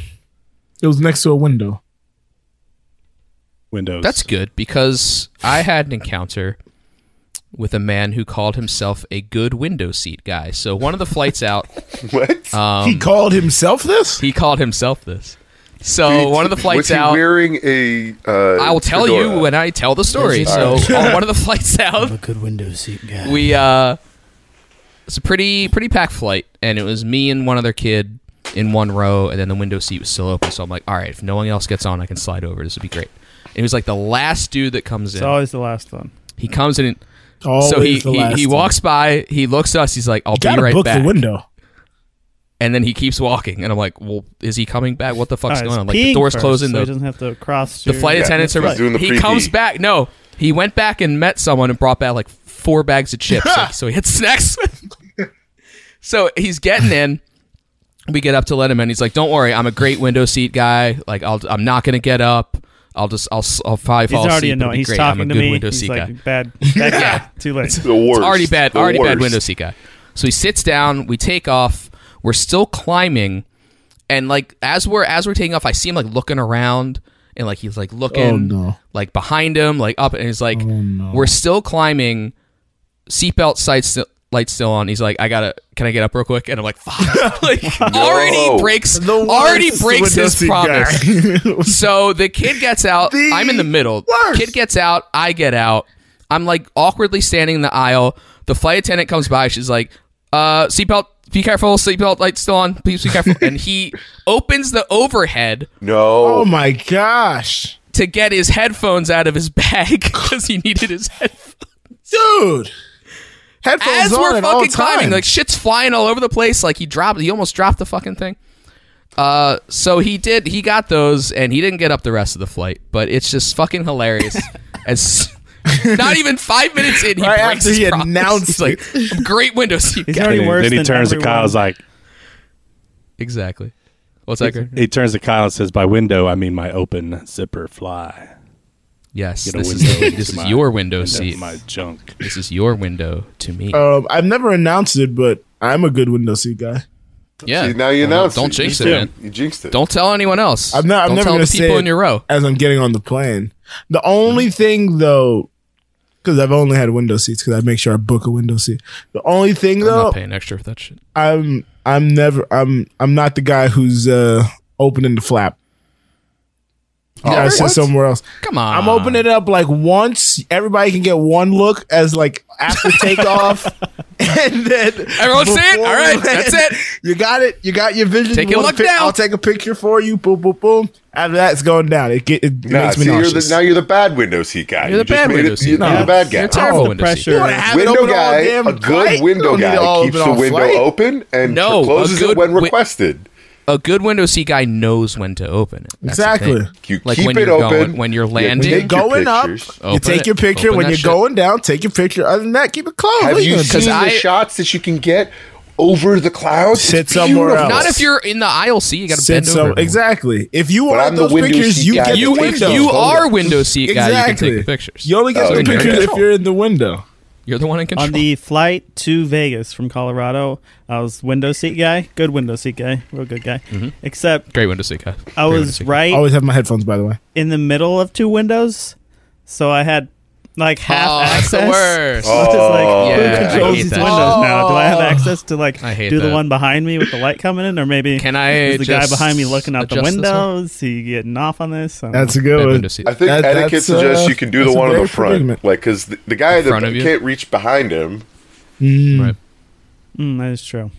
Speaker 9: it was next to a window.
Speaker 3: Windows.
Speaker 10: That's good because I had an encounter with a man who called himself a good window seat guy. So one of the flights out,
Speaker 8: What?
Speaker 9: he called himself this.
Speaker 10: he called himself this. So
Speaker 8: Did-
Speaker 10: Oh, one of the
Speaker 8: was
Speaker 10: flights
Speaker 8: he
Speaker 10: out,
Speaker 8: Wearing a. Uh,
Speaker 10: I will tell you
Speaker 8: fedora?
Speaker 10: when I tell the story. So on one of the flights out,
Speaker 4: good window seat guy.
Speaker 10: we uh it's a pretty pretty packed flight and it was me and one other kid in one row and then the window seat was still open so i'm like all right if no one else gets on i can slide over this would be great and he was like the last dude that comes
Speaker 4: It's
Speaker 10: in
Speaker 4: always the last one.
Speaker 10: he comes in and
Speaker 9: Always
Speaker 10: so he,
Speaker 9: the
Speaker 10: he,
Speaker 9: last
Speaker 10: he
Speaker 9: one.
Speaker 10: walks by he looks at us he's like i'll be
Speaker 9: Gotta
Speaker 10: right
Speaker 9: book
Speaker 10: back
Speaker 9: the window.
Speaker 10: and then he keeps walking and i'm like well is he coming back what the fuck's
Speaker 4: Oh,
Speaker 10: going
Speaker 4: it's
Speaker 10: on like the
Speaker 4: peeing
Speaker 10: door's
Speaker 4: first,
Speaker 10: closing
Speaker 4: So he
Speaker 10: the,
Speaker 4: doesn't have to cross.
Speaker 10: the
Speaker 4: through-
Speaker 10: flight attendants
Speaker 8: he's
Speaker 10: are
Speaker 8: doing the
Speaker 10: he
Speaker 8: pre-pee.
Speaker 10: comes back no he went back and met someone and brought back like four bags of chips like, so he had snacks so he's getting in we get up to let him in he's like don't worry i'm a great window seat guy like I'll, i'm not gonna get up i'll just i'll, s- I'll probably
Speaker 4: He's
Speaker 10: fall
Speaker 4: already
Speaker 10: asleep it'll
Speaker 4: annoying.
Speaker 10: be
Speaker 4: He's
Speaker 10: great.
Speaker 4: talking
Speaker 10: i'm a
Speaker 4: to
Speaker 10: good
Speaker 4: me.
Speaker 10: window
Speaker 4: He's
Speaker 10: seat
Speaker 4: like
Speaker 10: guy
Speaker 4: bad. Bad guy. Too late.
Speaker 8: The worst.
Speaker 10: it's already bad,
Speaker 8: The
Speaker 10: already bad
Speaker 8: worst.
Speaker 10: window seat guy. So he sits down. We take off. We're still climbing, and like as we're as we're taking off, I see him like looking around, and like he's like looking,
Speaker 9: Oh, no. Oh,
Speaker 10: like behind him, like up, and he's like, "We're still climbing." Seatbelt sights still. Lights still on. He's like, I gotta. Can I get up real quick? And I'm like, fuck. like, already breaks. Already breaks his promise.
Speaker 9: promise.
Speaker 10: So the kid gets out.
Speaker 9: The
Speaker 10: I'm in the middle.
Speaker 9: worst.
Speaker 10: Kid gets out. I get out. I'm like awkwardly standing in the aisle. The flight attendant comes by. She's like, uh, seatbelt, be careful. Seatbelt light still on. Please be careful. and he opens the overhead
Speaker 8: No.
Speaker 9: oh my gosh,
Speaker 10: to get his headphones out of his bag because he needed his headphones.
Speaker 9: dude! Headphones
Speaker 10: As
Speaker 9: on
Speaker 10: we're
Speaker 9: at all
Speaker 10: fucking climbing,
Speaker 9: times.
Speaker 10: like shit's flying all over the place. Like he dropped, he almost dropped the fucking thing. Uh, so he did. He got those, and he didn't get up the rest of the flight. But it's just fucking hilarious. As not even five minutes in, he
Speaker 9: Right
Speaker 10: breaks
Speaker 9: after
Speaker 10: his
Speaker 9: he
Speaker 10: promise.
Speaker 9: announced
Speaker 10: He's like, "Great window seat."
Speaker 4: He's
Speaker 10: guy."
Speaker 4: already
Speaker 3: And
Speaker 4: worse
Speaker 3: then he
Speaker 4: than
Speaker 3: turns to
Speaker 4: everyone.
Speaker 3: Kyle's like
Speaker 10: Exactly. What's that? Greg?
Speaker 3: he turns to Kyle and says, "By window, I mean my open zipper fly.
Speaker 10: Yes,
Speaker 3: Get a
Speaker 10: this is,
Speaker 3: window into
Speaker 10: this is
Speaker 3: my-
Speaker 10: your window
Speaker 3: into
Speaker 10: seat.
Speaker 3: my junk."
Speaker 10: This is your window to me.
Speaker 9: um, I've never announced it, but I'm a good window seat guy.
Speaker 10: yeah.
Speaker 8: See, now you announced
Speaker 10: Don't
Speaker 8: it.
Speaker 10: jinx
Speaker 8: You
Speaker 10: it,
Speaker 8: did.
Speaker 10: man.
Speaker 8: You jinxed it.
Speaker 10: Don't tell anyone else.
Speaker 9: I'm not. I'm
Speaker 10: Don't
Speaker 9: never
Speaker 10: tell
Speaker 9: going to
Speaker 10: the
Speaker 9: say
Speaker 10: people
Speaker 9: it
Speaker 10: in your row.
Speaker 9: as I'm getting on the plane. The only thing though, because I've only had window seats, because I make sure I book a window seat. The only thing
Speaker 10: I'm
Speaker 9: though,
Speaker 10: not paying extra for that shit.
Speaker 9: I'm I'm never I'm I'm not the guy who's uh opening the flap. Yeah, I
Speaker 10: Never?
Speaker 9: sit somewhere else.
Speaker 10: Come on.
Speaker 9: I'm opening it up like once. Everybody can get one look as like after takeoff, and then
Speaker 10: Everyone see it?
Speaker 9: before
Speaker 10: All
Speaker 9: we
Speaker 10: right, that's it.
Speaker 9: You got it. You got your vision.
Speaker 10: Take
Speaker 9: You
Speaker 10: your look
Speaker 9: want a pic-
Speaker 10: down.
Speaker 9: I'll take a picture for you. Boom, boom, boom. After that, it's going down. It, get, it
Speaker 8: Nah,
Speaker 9: makes me
Speaker 8: see, you're
Speaker 9: nauseous.
Speaker 8: the, now you're the bad window seat guy. You
Speaker 10: You're the
Speaker 8: just
Speaker 10: bad
Speaker 8: made
Speaker 10: window
Speaker 8: it-
Speaker 10: seat
Speaker 8: You're
Speaker 10: guy.
Speaker 8: the bad guy.
Speaker 10: You're terrible
Speaker 4: the
Speaker 10: window
Speaker 4: pressure.
Speaker 10: seat.
Speaker 9: You wanna have it
Speaker 8: window
Speaker 9: open all
Speaker 8: guy,
Speaker 9: damn
Speaker 8: a
Speaker 9: flight?
Speaker 8: good
Speaker 9: You
Speaker 8: window
Speaker 9: don't need it all
Speaker 8: guy
Speaker 9: open
Speaker 8: keeps the
Speaker 9: on
Speaker 8: window
Speaker 9: flight.
Speaker 8: open and
Speaker 10: No, a
Speaker 8: closes it
Speaker 10: good
Speaker 8: when
Speaker 10: wi-
Speaker 8: requested.
Speaker 10: a good window seat guy knows when to open it. That's the
Speaker 9: Exactly.
Speaker 10: thing.
Speaker 8: You
Speaker 10: Like
Speaker 8: keep
Speaker 10: when
Speaker 8: it
Speaker 10: you're
Speaker 8: open
Speaker 10: going- when you're
Speaker 8: you
Speaker 10: landing.
Speaker 8: take
Speaker 9: You're Oh,
Speaker 8: your
Speaker 9: going up.
Speaker 8: pictures.
Speaker 9: You
Speaker 10: Open
Speaker 9: take
Speaker 10: it.
Speaker 9: your picture
Speaker 10: Open
Speaker 9: when
Speaker 10: that
Speaker 9: you're
Speaker 10: shit.
Speaker 9: going down. Take your picture. Other than that, keep it closed.
Speaker 8: Have
Speaker 9: What are
Speaker 8: you
Speaker 9: gonna do?
Speaker 8: seen the
Speaker 10: I-
Speaker 8: shots that you can get over the clouds?
Speaker 9: Sit
Speaker 8: It's
Speaker 9: somewhere
Speaker 8: beautiful.
Speaker 9: else.
Speaker 10: Not if you're in the aisle seat. You got to
Speaker 9: Sit
Speaker 10: bend
Speaker 9: some-
Speaker 10: over.
Speaker 9: exactly. If you want
Speaker 8: I'm the
Speaker 9: those
Speaker 8: window
Speaker 9: pictures,
Speaker 8: seat
Speaker 9: you
Speaker 8: guy
Speaker 9: get
Speaker 8: that
Speaker 9: the
Speaker 10: You,
Speaker 8: takes
Speaker 10: if
Speaker 9: window.
Speaker 8: those
Speaker 10: you
Speaker 8: photos.
Speaker 10: are window seat guy, you can
Speaker 9: Exactly.
Speaker 10: take the pictures.
Speaker 9: You only get
Speaker 8: Oh,
Speaker 9: the
Speaker 8: you're in
Speaker 9: pictures if
Speaker 8: control.
Speaker 9: you're in the window.
Speaker 10: You're the one in control.
Speaker 4: On the flight to Vegas from Colorado, I was window seat guy. Good window seat guy. Real good guy. Except
Speaker 10: Great window seat guy.
Speaker 4: I
Speaker 10: Great Mm-hmm. window
Speaker 4: was
Speaker 10: seat guy.
Speaker 4: right
Speaker 9: Always have my headphones, by the way.
Speaker 4: in the middle of two windows, so I had like half
Speaker 10: Oh, that's
Speaker 4: access.
Speaker 10: the worst.
Speaker 4: So it's just
Speaker 8: Oh,
Speaker 4: like, who
Speaker 10: yeah, I
Speaker 4: controls
Speaker 10: hate
Speaker 4: these
Speaker 10: that. Oh.
Speaker 4: windows now? Do I have access to like
Speaker 10: I hate
Speaker 4: do the
Speaker 10: that.
Speaker 4: one behind me with the light coming in, or maybe
Speaker 10: Can I
Speaker 4: is the guy
Speaker 10: just
Speaker 4: behind me looking out the
Speaker 10: adjust this one?
Speaker 4: windows? Is he getting off on this? Um, I don't
Speaker 9: That's a
Speaker 4: know.
Speaker 9: good
Speaker 10: Bad
Speaker 9: one.
Speaker 10: window seat.
Speaker 8: I think
Speaker 9: That-
Speaker 8: etiquette
Speaker 9: that's,
Speaker 8: suggests
Speaker 9: uh,
Speaker 8: you can do the
Speaker 9: that's a
Speaker 8: one on
Speaker 9: very
Speaker 8: the front,
Speaker 9: predicament.
Speaker 8: like because the, the guy that
Speaker 10: front of you?
Speaker 8: can't reach behind him.
Speaker 9: Hmm.
Speaker 10: Right.
Speaker 4: Mm, that is true.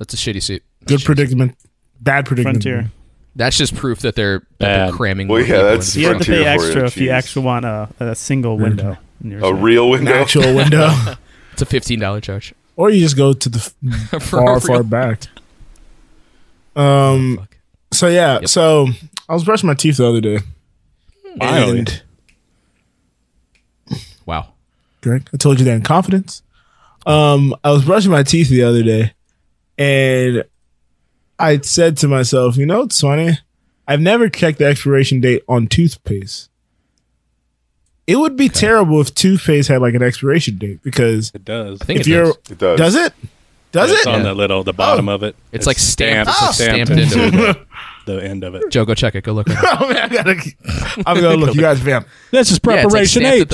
Speaker 10: That's a shitty seat.
Speaker 9: Good predicament. Bad predicament.
Speaker 4: Frontier.
Speaker 10: That's just proof that they're, that they're
Speaker 3: Bad.
Speaker 10: cramming.
Speaker 8: Well,
Speaker 10: more
Speaker 8: yeah,
Speaker 10: people
Speaker 8: that's-
Speaker 10: in.
Speaker 4: You have to
Speaker 8: Frontier
Speaker 4: pay
Speaker 8: for
Speaker 4: extra
Speaker 8: you,
Speaker 4: if you
Speaker 8: jeez.
Speaker 4: actually want a, a single window. in your
Speaker 8: A
Speaker 4: seat.
Speaker 8: real
Speaker 9: An
Speaker 8: window.
Speaker 9: actual window.
Speaker 10: It's a fifteen dollar charge.
Speaker 9: or you just go to the f-
Speaker 10: For
Speaker 9: far,
Speaker 10: real.
Speaker 9: far back. Um.
Speaker 10: Fuck.
Speaker 9: So yeah.
Speaker 10: Yep.
Speaker 9: So I was brushing my teeth the other day.
Speaker 3: Finally.
Speaker 9: And
Speaker 10: Wow.
Speaker 9: Greg, I told you that in confidence. Um, I was brushing my teeth the other day, and I said to myself, "You know, it's funny. I've never checked the expiration date on toothpaste. It would be terrible if toothpaste had like an expiration date because
Speaker 3: It does.
Speaker 10: I think
Speaker 9: if
Speaker 10: it
Speaker 9: you're
Speaker 10: does.
Speaker 8: It does.
Speaker 9: does it does
Speaker 3: it's
Speaker 9: it
Speaker 3: on the little the bottom of it.
Speaker 10: Oh. It's like stamped- it's like stamped
Speaker 3: into
Speaker 10: into
Speaker 3: the, the end of it.
Speaker 10: Joe, go check it. Go look. At it.
Speaker 9: Oh, man, I gotta, I'm gonna look. You guys, vamp.
Speaker 3: This is
Speaker 10: Yeah, it's like
Speaker 3: preparation H.
Speaker 10: stamped at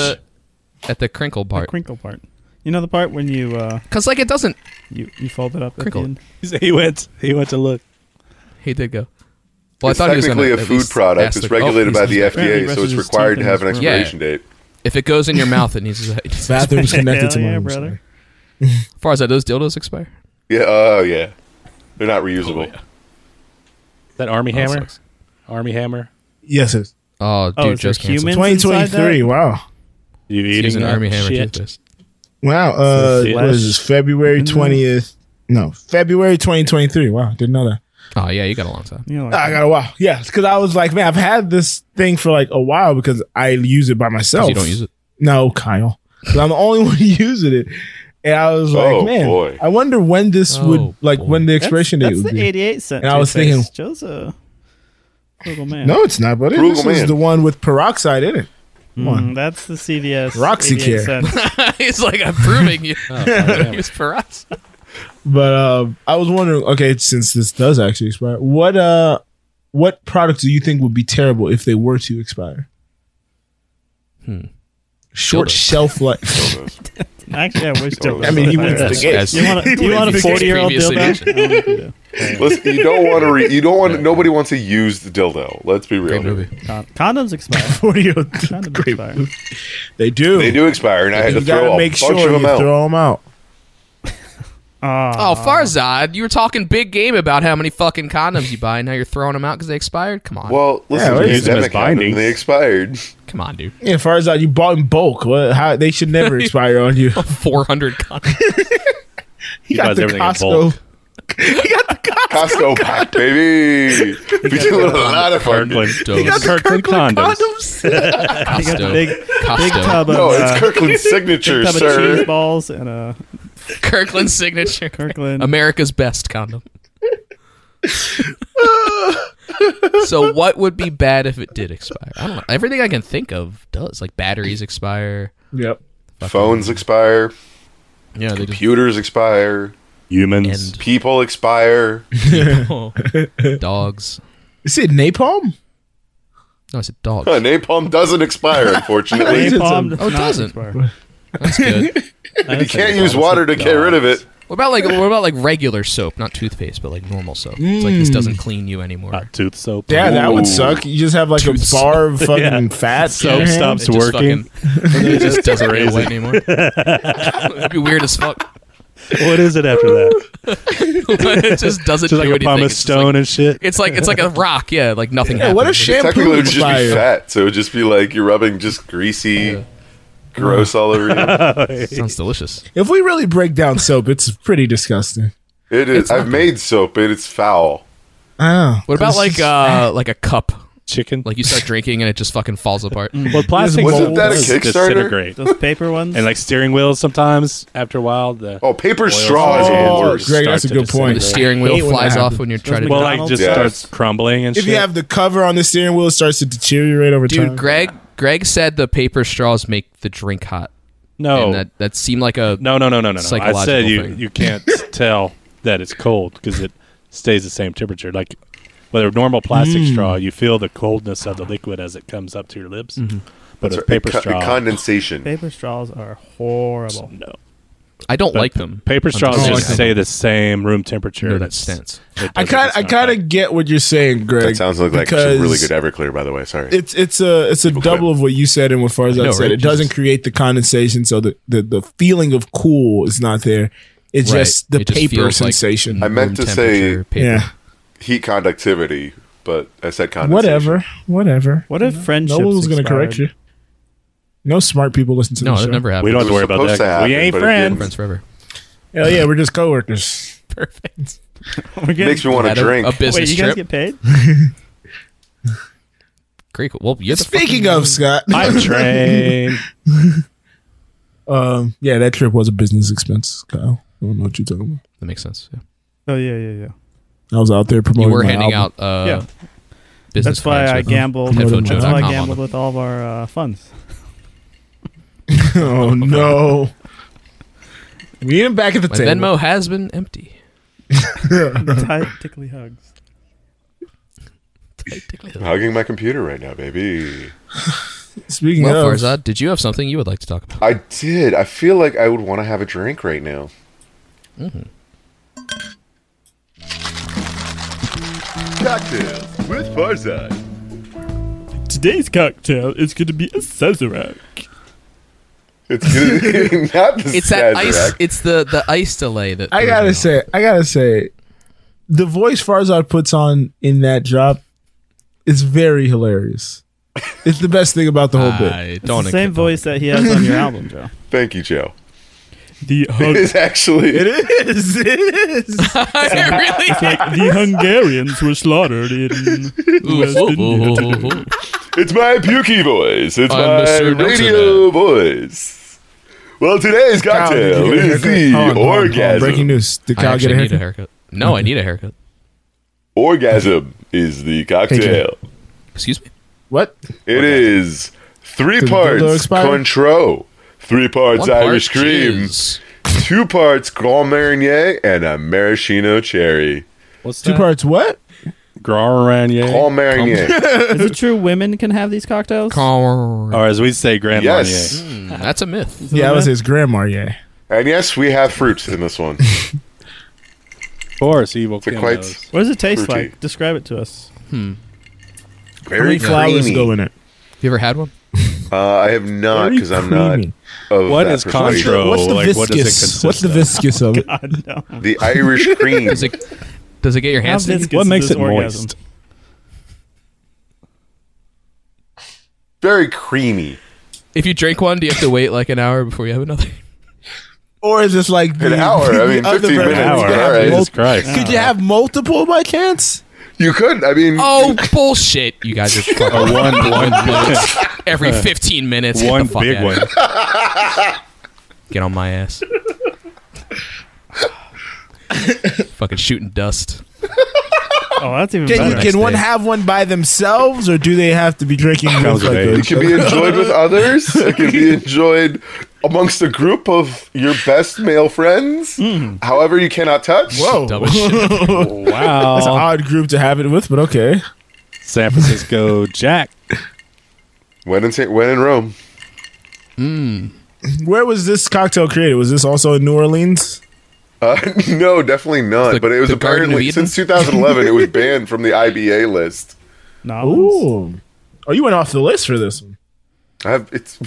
Speaker 10: the, at the crinkle part.
Speaker 4: crinkle part. You know the part when you uh,
Speaker 10: Because like it doesn't.
Speaker 4: you, you fold it up
Speaker 10: Crinkle.
Speaker 4: at the end?
Speaker 3: he went. He went to look.
Speaker 10: He did go. Well,
Speaker 8: it's
Speaker 10: I thought he was
Speaker 8: technically
Speaker 10: gonna
Speaker 8: a
Speaker 10: at
Speaker 8: food
Speaker 10: least ask
Speaker 8: product. It's
Speaker 10: the- oh,
Speaker 8: regulated by
Speaker 10: he's-
Speaker 8: the FDA, so
Speaker 4: brushes
Speaker 8: it's
Speaker 4: his
Speaker 8: required to
Speaker 4: teeth
Speaker 8: have an
Speaker 4: in his room.
Speaker 8: expiration date.
Speaker 10: If it goes in your mouth, it needs. it needs- As
Speaker 9: Bathroom's connected
Speaker 4: Hell
Speaker 9: to
Speaker 4: yeah,
Speaker 9: mine.
Speaker 4: brother.
Speaker 9: Brother.
Speaker 10: far as that, those dildos expire.
Speaker 8: Yeah. Oh yeah. They're not reusable.
Speaker 3: That army
Speaker 10: Oh, that
Speaker 3: hammer.
Speaker 10: sucks.
Speaker 3: Army hammer.
Speaker 9: Yes, it's
Speaker 10: Oh,
Speaker 4: Oh,
Speaker 10: dude,
Speaker 4: is there
Speaker 10: just canceled.
Speaker 4: humans inside
Speaker 9: 2023.
Speaker 4: that?
Speaker 9: Wow.
Speaker 3: You
Speaker 10: He's
Speaker 3: eating
Speaker 10: using
Speaker 3: that
Speaker 10: army hammer
Speaker 3: shit?
Speaker 10: toothpaste.
Speaker 9: Wow. Uh,
Speaker 3: It's a
Speaker 9: what is this? February
Speaker 4: Mm.
Speaker 9: 20th. No, February 2023. Wow. Didn't know that.
Speaker 10: Oh yeah, you got a long time.
Speaker 4: You know, like,
Speaker 9: Ah, I got a wow. Yeah. Cause I was like, man, I've had this thing for like a while because I use it by
Speaker 10: 'Cause
Speaker 9: myself.
Speaker 10: You don't use it.
Speaker 9: No, Kyle. 'Cause I'm the only one using it. And I was like,
Speaker 8: Oh,
Speaker 9: man,
Speaker 8: boy.
Speaker 9: I wonder when this
Speaker 10: Oh,
Speaker 9: would, like,
Speaker 10: boy.
Speaker 9: when the
Speaker 4: that's,
Speaker 9: expiration date
Speaker 4: that's
Speaker 9: would
Speaker 4: the
Speaker 9: be.
Speaker 4: 88 cent.
Speaker 9: And I was
Speaker 4: toothpaste.
Speaker 9: thinking-
Speaker 4: Joe's a little man.
Speaker 9: No, it's not, but it,
Speaker 8: Frugal
Speaker 9: this is
Speaker 8: man.
Speaker 9: the one with peroxide in it. Come on.
Speaker 4: Mm, that's the CVS.
Speaker 9: Roxy
Speaker 4: 88
Speaker 9: Care.
Speaker 4: cents.
Speaker 10: He's like, I'm proving you. Use for us.
Speaker 9: But um, I was wondering, okay, since this does actually expire, what uh, what products do you think would be terrible if they were to expire? Short Hmm.
Speaker 10: Dildos.
Speaker 9: shelf life.
Speaker 4: Actually, I wish Joe.
Speaker 9: I mean, he wins the game.
Speaker 10: As-
Speaker 4: You want, a, you want a
Speaker 10: Previously
Speaker 4: 40 year old dildo?
Speaker 10: mentioned.
Speaker 4: I don't think you do.
Speaker 8: Listen, you don't want to. Re- you don't want. Nobody wants a used dildo. Let's be real.
Speaker 10: Great
Speaker 8: here.
Speaker 10: movie.
Speaker 4: Con- Condoms expire.
Speaker 9: Forty-year-old
Speaker 4: Condoms
Speaker 9: grape.
Speaker 4: expire.
Speaker 9: They do.
Speaker 8: They do expire, and I had
Speaker 9: You
Speaker 8: to throw
Speaker 9: gotta
Speaker 8: a
Speaker 9: make
Speaker 8: bunch
Speaker 9: sure
Speaker 8: of them
Speaker 9: you
Speaker 8: out.
Speaker 9: throw them out.
Speaker 4: Uh,
Speaker 10: Oh, Farzad, you were talking big game about how many fucking condoms you buy, and now you're throwing them out because they expired. Come on,
Speaker 8: well, listen,
Speaker 9: Yeah,
Speaker 8: the
Speaker 9: we use
Speaker 3: them as
Speaker 8: pandemic happened, and
Speaker 3: bindings.
Speaker 8: they expired.
Speaker 10: come on, dude.
Speaker 9: Yeah, as far as out, you bought in bulk. What, how, they should never expire on you.
Speaker 10: Four hundred condoms.
Speaker 9: He
Speaker 3: buys everything in bulk.
Speaker 9: he got the Costco.
Speaker 8: Costco pack, baby. We're doing a lot of fun.
Speaker 3: Kirkland,
Speaker 10: He got the
Speaker 3: Kirkland condoms.
Speaker 4: You got the
Speaker 10: Costo.
Speaker 4: big, big
Speaker 10: Costo.
Speaker 4: tub of,
Speaker 8: No,
Speaker 4: uh,
Speaker 8: it's Kirkland's signature,
Speaker 4: tub of cheese
Speaker 8: sir.
Speaker 4: balls and uh, a
Speaker 10: Kirkland signature.
Speaker 4: Kirkland.
Speaker 10: America's best condom. so what would be bad if it did expire? I don't know. Everything I can think of does. Like batteries expire.
Speaker 9: Yep.
Speaker 8: Phones expire.
Speaker 10: Yeah, they just
Speaker 8: Computers expire.
Speaker 3: Humans.
Speaker 8: People expire.
Speaker 10: and dogs.
Speaker 9: Is it napalm?
Speaker 10: No, I said dogs.
Speaker 8: Huh, napalm doesn't expire, unfortunately.
Speaker 9: It's a-
Speaker 4: Napalm does
Speaker 10: Oh, it
Speaker 4: not
Speaker 10: doesn't.
Speaker 4: expire.
Speaker 10: That's good.
Speaker 8: you can't use water to get rid of it.
Speaker 10: What about like what about like regular soap, not toothpaste, but like normal soap? It's like
Speaker 3: Mm.
Speaker 10: this doesn't clean you anymore.
Speaker 3: Hot tooth soap.
Speaker 9: Yeah, that
Speaker 8: Ooh.
Speaker 9: would suck. You just have like
Speaker 10: Dude,
Speaker 9: a bar of fucking fat.
Speaker 3: Soap
Speaker 9: in your hand.
Speaker 3: stops
Speaker 10: It just
Speaker 3: working.
Speaker 10: fucking- it just doesn't get
Speaker 3: Crazy.
Speaker 10: wet anymore. That'd be weird as fuck.
Speaker 3: What is it after that?
Speaker 10: it just doesn't
Speaker 3: It's just
Speaker 10: do
Speaker 3: like a
Speaker 10: anything.
Speaker 3: pumice
Speaker 10: It's just
Speaker 3: stone
Speaker 10: like-
Speaker 3: and shit.
Speaker 10: It's like it's like a rock, yeah. Like nothing
Speaker 9: Yeah,
Speaker 10: happens.
Speaker 9: what if shampoo
Speaker 8: Technically, it would just be
Speaker 9: expired?
Speaker 8: fat, so it would just be like you're rubbing just greasy, gross all over you.
Speaker 10: Sounds delicious.
Speaker 9: If we really break down soap, it's pretty disgusting.
Speaker 8: It is. I've made soap, and it's foul.
Speaker 9: Oh,
Speaker 10: What about like uh like a cup?
Speaker 3: Chicken.
Speaker 10: Like you start drinking and it just fucking falls apart.
Speaker 3: well, plastic
Speaker 8: Wasn't
Speaker 3: molds
Speaker 8: that a Kickstarter?
Speaker 3: disintegrate.
Speaker 4: Those paper ones.
Speaker 3: And like steering wheels, sometimes after a while, the
Speaker 8: Oh, paper straws are
Speaker 9: Oh,
Speaker 8: the worst.
Speaker 9: Greg, that's a
Speaker 3: Start to
Speaker 9: good point.
Speaker 10: The
Speaker 3: disintegrate.
Speaker 10: steering
Speaker 9: hate
Speaker 10: wheel
Speaker 9: when
Speaker 10: flies
Speaker 9: that
Speaker 10: off
Speaker 9: happens.
Speaker 10: when you're trying to.
Speaker 3: well,
Speaker 10: drink.
Speaker 3: like just
Speaker 8: Yeah.
Speaker 3: starts crumbling and
Speaker 9: if
Speaker 3: shit.
Speaker 9: you have the cover on the steering wheel, it starts to deteriorate over time.
Speaker 10: Dude, Greg, Greg said the paper straws make the drink hot,
Speaker 3: no,
Speaker 10: and that that seemed like a
Speaker 3: Oh. no, no, no, no, no, no. I
Speaker 10: Psychological
Speaker 3: said you
Speaker 10: thing.
Speaker 3: you can't tell that it's cold because it stays the same temperature. Like with a normal plastic
Speaker 9: Mm.
Speaker 3: straw, you feel the coldness of the liquid as it comes up to your lips.
Speaker 9: Mm-hmm.
Speaker 3: But a paper
Speaker 8: Con-
Speaker 3: straw,
Speaker 8: condensation.
Speaker 4: paper straws are horrible.
Speaker 3: no.
Speaker 10: I don't like them.
Speaker 3: Paper
Speaker 10: I'm
Speaker 3: straws
Speaker 9: just
Speaker 3: just
Speaker 9: saying.
Speaker 3: stay the same room temperature.
Speaker 10: Oh, No, that
Speaker 3: It's-
Speaker 10: stance.
Speaker 3: it
Speaker 9: I
Speaker 3: doesn't-
Speaker 9: kind
Speaker 3: it's
Speaker 9: I
Speaker 3: not
Speaker 9: kind
Speaker 3: bad.
Speaker 9: of get what you're saying, Greg.
Speaker 8: That sounds like, like some
Speaker 9: because
Speaker 8: really good Everclear, by the way. Sorry.
Speaker 9: It's it's a it's a double of what you said and what Farzad
Speaker 10: I know,
Speaker 9: said.
Speaker 10: right?
Speaker 9: It doesn't
Speaker 10: Jesus.
Speaker 9: create the condensation, so the, the the feeling of cool is not there. It's
Speaker 10: Right.
Speaker 9: just the
Speaker 10: It just
Speaker 9: paper
Speaker 10: feels like-
Speaker 9: sensation.
Speaker 8: I meant to
Speaker 10: Room
Speaker 8: say
Speaker 10: temperature paper.
Speaker 9: yeah,
Speaker 8: heat conductivity, but I said condensation.
Speaker 9: whatever, whatever.
Speaker 4: What if
Speaker 9: No
Speaker 4: friendships?
Speaker 9: one was going to
Speaker 4: expired?
Speaker 9: correct you. No smart people listen to
Speaker 10: No,
Speaker 9: this
Speaker 10: that
Speaker 9: show.
Speaker 10: never happened.
Speaker 3: We don't have to
Speaker 8: It was
Speaker 3: worry about
Speaker 8: supposed
Speaker 3: that.
Speaker 8: to happen,
Speaker 3: we ain't
Speaker 8: but it
Speaker 3: friends.
Speaker 8: didn't.
Speaker 10: friends forever.
Speaker 9: Hell yeah, we're just coworkers.
Speaker 10: Perfect.
Speaker 4: We're getting,
Speaker 8: Makes me want to
Speaker 10: Had a-
Speaker 8: drink.
Speaker 10: a business
Speaker 4: Wait, you guys get
Speaker 10: trip.
Speaker 4: paid?
Speaker 10: Great. Well, you're the
Speaker 9: Speaking of Scott,
Speaker 3: I train.
Speaker 9: Um, yeah, that trip was a business expense, Kyle. I don't know what you're talking about.
Speaker 10: That makes sense. Yeah.
Speaker 4: Oh yeah, yeah, yeah.
Speaker 9: I was out there promoting.
Speaker 10: You were
Speaker 9: my
Speaker 10: handing
Speaker 9: album.
Speaker 10: out. Uh,
Speaker 4: Yeah.
Speaker 10: Business
Speaker 4: That's why
Speaker 10: cards
Speaker 4: I
Speaker 10: with
Speaker 4: gambled.
Speaker 10: Headphone
Speaker 4: That's why I
Speaker 10: Joe.com on
Speaker 4: gambled
Speaker 10: them.
Speaker 4: with all of our uh, funds.
Speaker 9: oh no. We ain't back at the
Speaker 10: My
Speaker 9: table.
Speaker 10: Venmo has been empty.
Speaker 4: Tight, tickly hugs.
Speaker 8: Hugging my computer right now, baby.
Speaker 9: Speaking
Speaker 10: Well,
Speaker 9: of,
Speaker 10: Farzad, did you have something you would like to talk about?
Speaker 8: I did. I feel like I would want to have a drink right now. Mm-hmm. Cocktails with Farzad.
Speaker 4: Today's cocktail is going to be a Sazerac.
Speaker 8: It's good. not the
Speaker 10: It's that
Speaker 8: Sazerac.
Speaker 10: ice. It's the the ice delay that
Speaker 9: I gotta say, I gotta say, the voice Farzad puts on in that job is very hilarious. It's the best thing about the whole bit.
Speaker 10: I don't
Speaker 4: It's the same
Speaker 10: accept-
Speaker 4: voice that he has on your album, Joe.
Speaker 8: Thank you, Joe.
Speaker 4: The
Speaker 8: It is actually. It is.
Speaker 9: is. It is.
Speaker 10: I really.
Speaker 4: the Hungarians were slaughtered in West
Speaker 8: It's my pukey voice. It's
Speaker 10: I'm
Speaker 8: my
Speaker 10: Mr. Nelson
Speaker 8: radio voice. Well, today's
Speaker 9: Kyle, did
Speaker 8: cocktail
Speaker 9: you get a
Speaker 8: is
Speaker 9: haircut?
Speaker 8: the
Speaker 9: Hold on, hold on, hold on.
Speaker 8: orgasm.
Speaker 9: Breaking news. Did
Speaker 10: I
Speaker 9: Kyle get
Speaker 10: actually
Speaker 9: a
Speaker 10: need a
Speaker 9: haircut?
Speaker 10: haircut. No, I need a haircut.
Speaker 8: Orgasm is the cocktail.
Speaker 10: Excuse me.
Speaker 9: What?
Speaker 8: It is three
Speaker 9: Does the dildo
Speaker 8: parts
Speaker 9: expire?
Speaker 8: Cointreau, three parts
Speaker 10: One
Speaker 8: Irish
Speaker 10: part
Speaker 8: cream,
Speaker 10: jizz.
Speaker 8: two parts Grand Marnier, and a maraschino cherry.
Speaker 3: What's
Speaker 9: Two
Speaker 10: Uh,
Speaker 3: that?
Speaker 9: parts what?
Speaker 3: Grand Marnier,
Speaker 8: Grand Marnier.
Speaker 4: Is it true women can have these cocktails?
Speaker 10: Car-
Speaker 3: or as we say, Grand
Speaker 8: yes.
Speaker 10: Mm, That's a myth.
Speaker 9: Yeah, I was his grandma, yeah.
Speaker 8: And yes, we have fruit in this one.
Speaker 3: Marnier. Of course, evil
Speaker 8: The
Speaker 3: Kim
Speaker 8: quite-
Speaker 3: knows.
Speaker 4: What does it taste
Speaker 8: Fruity.
Speaker 4: like? Describe it to us.
Speaker 9: How many
Speaker 8: Very
Speaker 9: flowers
Speaker 8: creamy.
Speaker 9: go in it?
Speaker 10: You ever had one?
Speaker 8: Uh, I have not
Speaker 9: Very
Speaker 8: because I'm not.
Speaker 9: creamy.
Speaker 8: Of
Speaker 3: What
Speaker 8: that
Speaker 3: is
Speaker 8: persuasion.
Speaker 3: Cointreau? Oh,
Speaker 9: What's the
Speaker 3: like,
Speaker 9: viscous?
Speaker 3: what does it consist
Speaker 9: What's the
Speaker 3: of?
Speaker 9: viscous of it?
Speaker 4: I know.
Speaker 8: The Irish cream.
Speaker 10: Does it, does it get your hands sticky?
Speaker 4: viscous is
Speaker 3: makes
Speaker 4: this
Speaker 3: it
Speaker 4: orgasm?
Speaker 3: moist?
Speaker 8: Very creamy.
Speaker 10: If you drink one, do you have to wait like an hour before you have another?
Speaker 9: Or is this like the,
Speaker 8: An hour. I mean,
Speaker 9: the other
Speaker 8: 15
Speaker 9: version?
Speaker 8: minutes. All
Speaker 9: Could you have
Speaker 8: right.
Speaker 9: mul-
Speaker 3: Jesus Christ.
Speaker 9: Could you have multiple by chance?
Speaker 8: You could. I mean,
Speaker 10: Oh bullshit! You guys are fucking
Speaker 3: One, one,
Speaker 10: every 15 minutes. get
Speaker 3: one
Speaker 10: the fuck
Speaker 3: big
Speaker 10: outta
Speaker 3: one.
Speaker 10: here. Get on my ass. fucking shooting dust.
Speaker 4: Oh, that's even
Speaker 9: Can,
Speaker 4: better.
Speaker 9: you, can one
Speaker 10: Next day.
Speaker 9: have one by themselves, or do they have to be drinking
Speaker 3: Comes
Speaker 9: with like
Speaker 3: with
Speaker 9: a,
Speaker 8: it can be enjoyed with others. It can be enjoyed amongst a group of your best male friends. However, you cannot touch.
Speaker 9: Whoa,
Speaker 10: Dumb as shit.
Speaker 9: that's an
Speaker 3: Wow.
Speaker 9: odd group to have it with, but okay.
Speaker 3: San Francisco Jack.
Speaker 8: When in Sa- when in Rome,
Speaker 9: Where was this cocktail created? Was this also in New Orleans?
Speaker 8: uh, no, definitely not.
Speaker 10: The-
Speaker 8: but it was
Speaker 10: the Garden of
Speaker 8: apparently
Speaker 10: Eden?
Speaker 8: since 2011, it was banned from the IBA list.
Speaker 4: Novels?
Speaker 9: oh, you went off the list for this one.
Speaker 8: I have it's.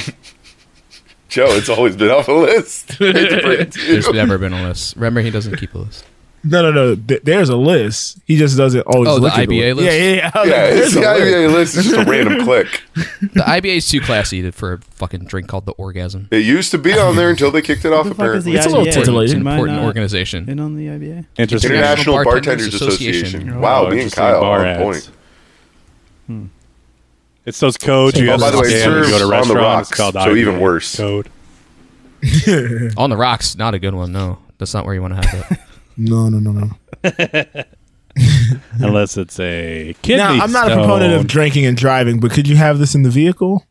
Speaker 8: Joe, it's always been off the list. Hate to break it to you.
Speaker 10: There's never been a list. Remember, he doesn't keep a list.
Speaker 9: No, no, no. Th- there's a list. He just doesn't always.
Speaker 10: Oh, the
Speaker 9: look at
Speaker 10: IBA
Speaker 9: list.
Speaker 10: list?
Speaker 9: Yeah, yeah, yeah. I was
Speaker 8: Yeah,
Speaker 9: like,
Speaker 8: it's
Speaker 9: there's
Speaker 8: the
Speaker 9: a list.
Speaker 8: IBA list. It's just a random click.
Speaker 10: The IBA is too classy to- for a fucking drink called the Orgasm.
Speaker 8: It used to be on there until they kicked it off.
Speaker 4: the fuck is
Speaker 8: Apparently,
Speaker 4: the
Speaker 9: It's a little
Speaker 4: IBA?
Speaker 9: titillating.
Speaker 10: It's an
Speaker 4: Am I
Speaker 10: important
Speaker 4: not
Speaker 10: organization.
Speaker 4: In on the IBA?
Speaker 3: Interesting. Oh,
Speaker 8: International
Speaker 10: International
Speaker 8: Bartenders,
Speaker 10: Bartenders
Speaker 8: Association.
Speaker 10: Association.
Speaker 8: Wow, me and
Speaker 3: interesting
Speaker 8: Kyle
Speaker 3: bar
Speaker 8: are on
Speaker 3: ads. Hmm.
Speaker 8: point.
Speaker 3: It's those codes you
Speaker 10: Oh,
Speaker 3: have
Speaker 10: by
Speaker 3: to
Speaker 10: the way,
Speaker 3: scan when you
Speaker 10: serves
Speaker 3: go to
Speaker 8: on the
Speaker 3: restaurants.
Speaker 8: rocks,
Speaker 3: it's called
Speaker 8: so even
Speaker 3: IBA
Speaker 8: worse.
Speaker 3: Code.
Speaker 10: On the Rocks, not a good one. No, that's not where you want to have that.
Speaker 9: No, no, no, no.
Speaker 3: Unless it's a kidney
Speaker 9: Now, I'm not a proponent of
Speaker 3: stone.
Speaker 9: drinking and driving, but could you have this in the vehicle?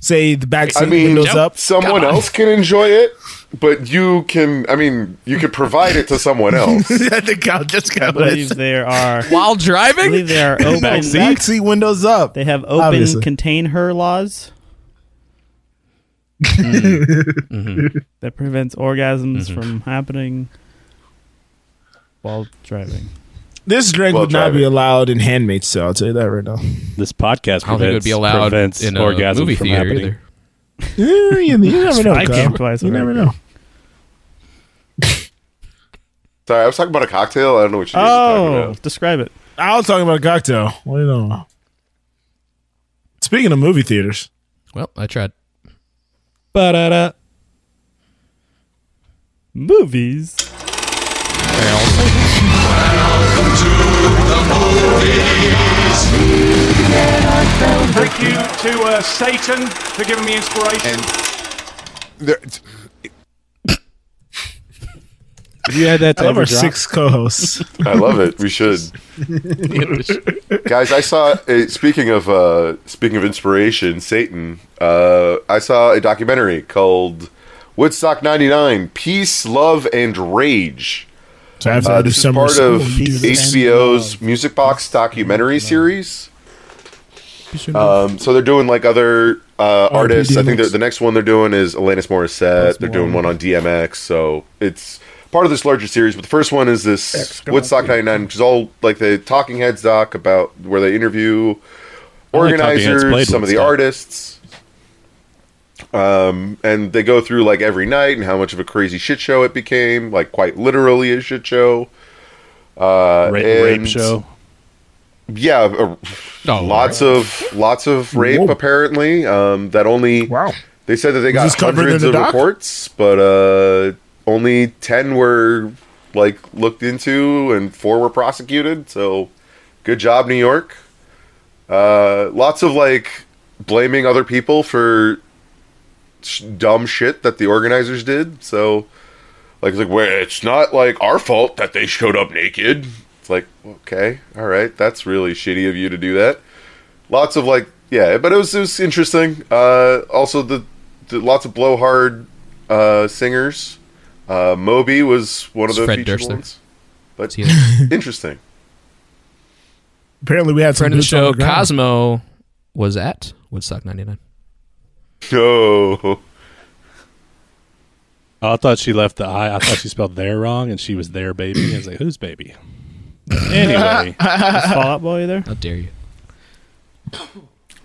Speaker 9: Say the back seat
Speaker 8: I mean,
Speaker 9: windows up.
Speaker 8: someone else can enjoy it, but you can. I mean, you could provide it to someone else.
Speaker 9: I think I'll just go.
Speaker 4: I believe there are.
Speaker 10: While
Speaker 4: I
Speaker 10: driving,
Speaker 4: believe there are
Speaker 9: Back
Speaker 4: open.
Speaker 9: seat? windows up.
Speaker 4: They have open
Speaker 9: Obviously.
Speaker 4: contain her laws. Mm-hmm. That prevents orgasms from happening while driving.
Speaker 9: This drink
Speaker 8: While
Speaker 9: would not
Speaker 8: driving.
Speaker 9: be allowed in Handmaid's Tale. I'll tell you that right now.
Speaker 3: This podcast
Speaker 10: I don't think it would
Speaker 3: prevents,
Speaker 10: be allowed
Speaker 3: prevents
Speaker 10: in a
Speaker 3: orgasm
Speaker 10: movie
Speaker 3: from
Speaker 10: theater
Speaker 3: happening.
Speaker 10: either.
Speaker 9: Eh, you, you never know.
Speaker 4: I
Speaker 9: Kyle.
Speaker 4: came twice
Speaker 9: You never
Speaker 4: already.
Speaker 9: know.
Speaker 8: Sorry, I was talking about a cocktail. I don't know what you guys are talking
Speaker 4: Oh,
Speaker 8: about.
Speaker 4: describe it.
Speaker 9: I was talking about a cocktail. What do you know? about? Speaking of movie theaters,
Speaker 10: Well, I tried.
Speaker 9: ba-da-da.
Speaker 4: Movies.
Speaker 11: Thank you to uh, Satan for giving me inspiration.
Speaker 8: And there,
Speaker 3: You had that
Speaker 9: I
Speaker 3: to
Speaker 9: love
Speaker 3: every
Speaker 9: our
Speaker 3: drop?
Speaker 9: six co-hosts.
Speaker 8: I love it. We should, guys. I saw. Uh, speaking of uh, speaking of inspiration, Satan. Uh, I saw a documentary called Woodstock '99: Peace, Love, and Rage.
Speaker 9: So after
Speaker 8: Uh,
Speaker 9: I do
Speaker 8: this is
Speaker 9: summer
Speaker 8: part
Speaker 9: school,
Speaker 8: of
Speaker 9: we do this.
Speaker 8: HBO's Music Box documentary series. Um, so they're doing like other uh, artists. I think they're-
Speaker 9: DMX.
Speaker 8: the next one they're doing is Alanis Morissette. They're doing one on DMX. So it's part of this larger series. But the first one is this Woodstock '99, which is all like the Talking Heads doc about where they interview
Speaker 3: Only Talking Heads
Speaker 8: organizers,
Speaker 3: played
Speaker 8: some of the
Speaker 3: Woodstock.
Speaker 8: artists. Um, and they go through like every night and how much of a crazy shit show it became, like quite literally a shit show. Uh,
Speaker 3: Ra-
Speaker 8: and-
Speaker 3: rape show.
Speaker 8: yeah, uh,
Speaker 10: Oh,
Speaker 8: lots of lots of rape
Speaker 9: Whoa.
Speaker 8: apparently. Um, that only
Speaker 9: Wow.
Speaker 8: they said that they got
Speaker 9: this covered in
Speaker 8: hundreds
Speaker 9: the
Speaker 8: of
Speaker 9: doc?
Speaker 8: reports, but uh, only ten were like looked into, and four were prosecuted. So, good job, New York. Uh, lots of like blaming other people for sh- dumb shit that the organizers did. So, like, it's like, well, it's not like our fault that they showed up naked. It's like, okay, all right, that's really shitty of you to do that. Lots of like, yeah, but it was it was interesting. Uh, also, the, the lots of blowhard uh, singers. Uh, Moby was one of
Speaker 10: It's
Speaker 8: the
Speaker 10: Fred
Speaker 8: featured
Speaker 10: Durst there.
Speaker 8: ones. But
Speaker 10: See you later.
Speaker 8: interesting.
Speaker 9: Apparently, we had some
Speaker 10: Friend of the
Speaker 9: boots on
Speaker 10: show,
Speaker 9: ground.
Speaker 10: Cosmo, was at Woodstock 99.
Speaker 8: No.
Speaker 3: Oh, I thought she left the I. I thought she spelled there wrong, and she was their baby. I was like, who's baby? Anyway,
Speaker 4: Fallout Boy there.
Speaker 10: How dare you? I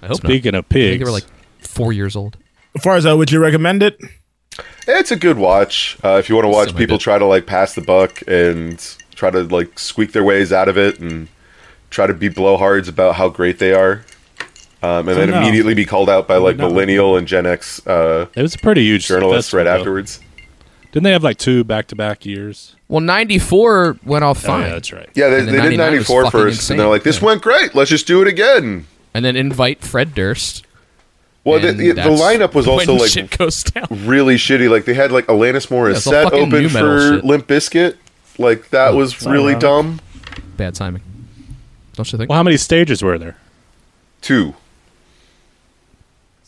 Speaker 10: hope not.
Speaker 3: speaking of
Speaker 10: I think
Speaker 3: pigs,
Speaker 10: they were like four years old.
Speaker 9: As far as that, would you recommend it?
Speaker 8: It's a good watch uh, if you want to watch
Speaker 10: Semi-bit.
Speaker 8: people try to like pass the buck and try to like squeak their ways out of it and try to be blowhards about how great they are, um, and then
Speaker 4: no.
Speaker 8: immediately be called out by like millennial and Gen X uh,
Speaker 3: it was a pretty huge
Speaker 8: journalists
Speaker 3: festival,
Speaker 8: right
Speaker 3: though.
Speaker 8: afterwards.
Speaker 3: Didn't they have like two back to back years?
Speaker 10: Well, 94 went off
Speaker 3: Oh,
Speaker 10: fine.
Speaker 3: yeah, that's right.
Speaker 8: Yeah, they,
Speaker 10: And then
Speaker 8: they did
Speaker 10: 99 was
Speaker 8: 94
Speaker 10: fucking
Speaker 8: first,
Speaker 10: insane.
Speaker 8: and they're like, "This
Speaker 10: Yeah.
Speaker 8: went great. Let's just do it again."
Speaker 10: And then invite Fred Durst.
Speaker 8: Well, the,
Speaker 10: and
Speaker 8: the, the
Speaker 10: that's
Speaker 8: lineup was also
Speaker 10: when
Speaker 8: like
Speaker 10: shit goes down.
Speaker 8: really shitty. Like they had like Alanis
Speaker 10: it's all
Speaker 8: Morissette
Speaker 10: fucking
Speaker 8: open
Speaker 10: nu metal
Speaker 8: for
Speaker 10: shit. Oh,
Speaker 8: Limp Bizkit. Like that was
Speaker 4: sorry,
Speaker 8: really
Speaker 4: Rob.
Speaker 8: dumb.
Speaker 10: Bad timing. Don't you think?
Speaker 3: Well, how many stages were there?
Speaker 8: Two.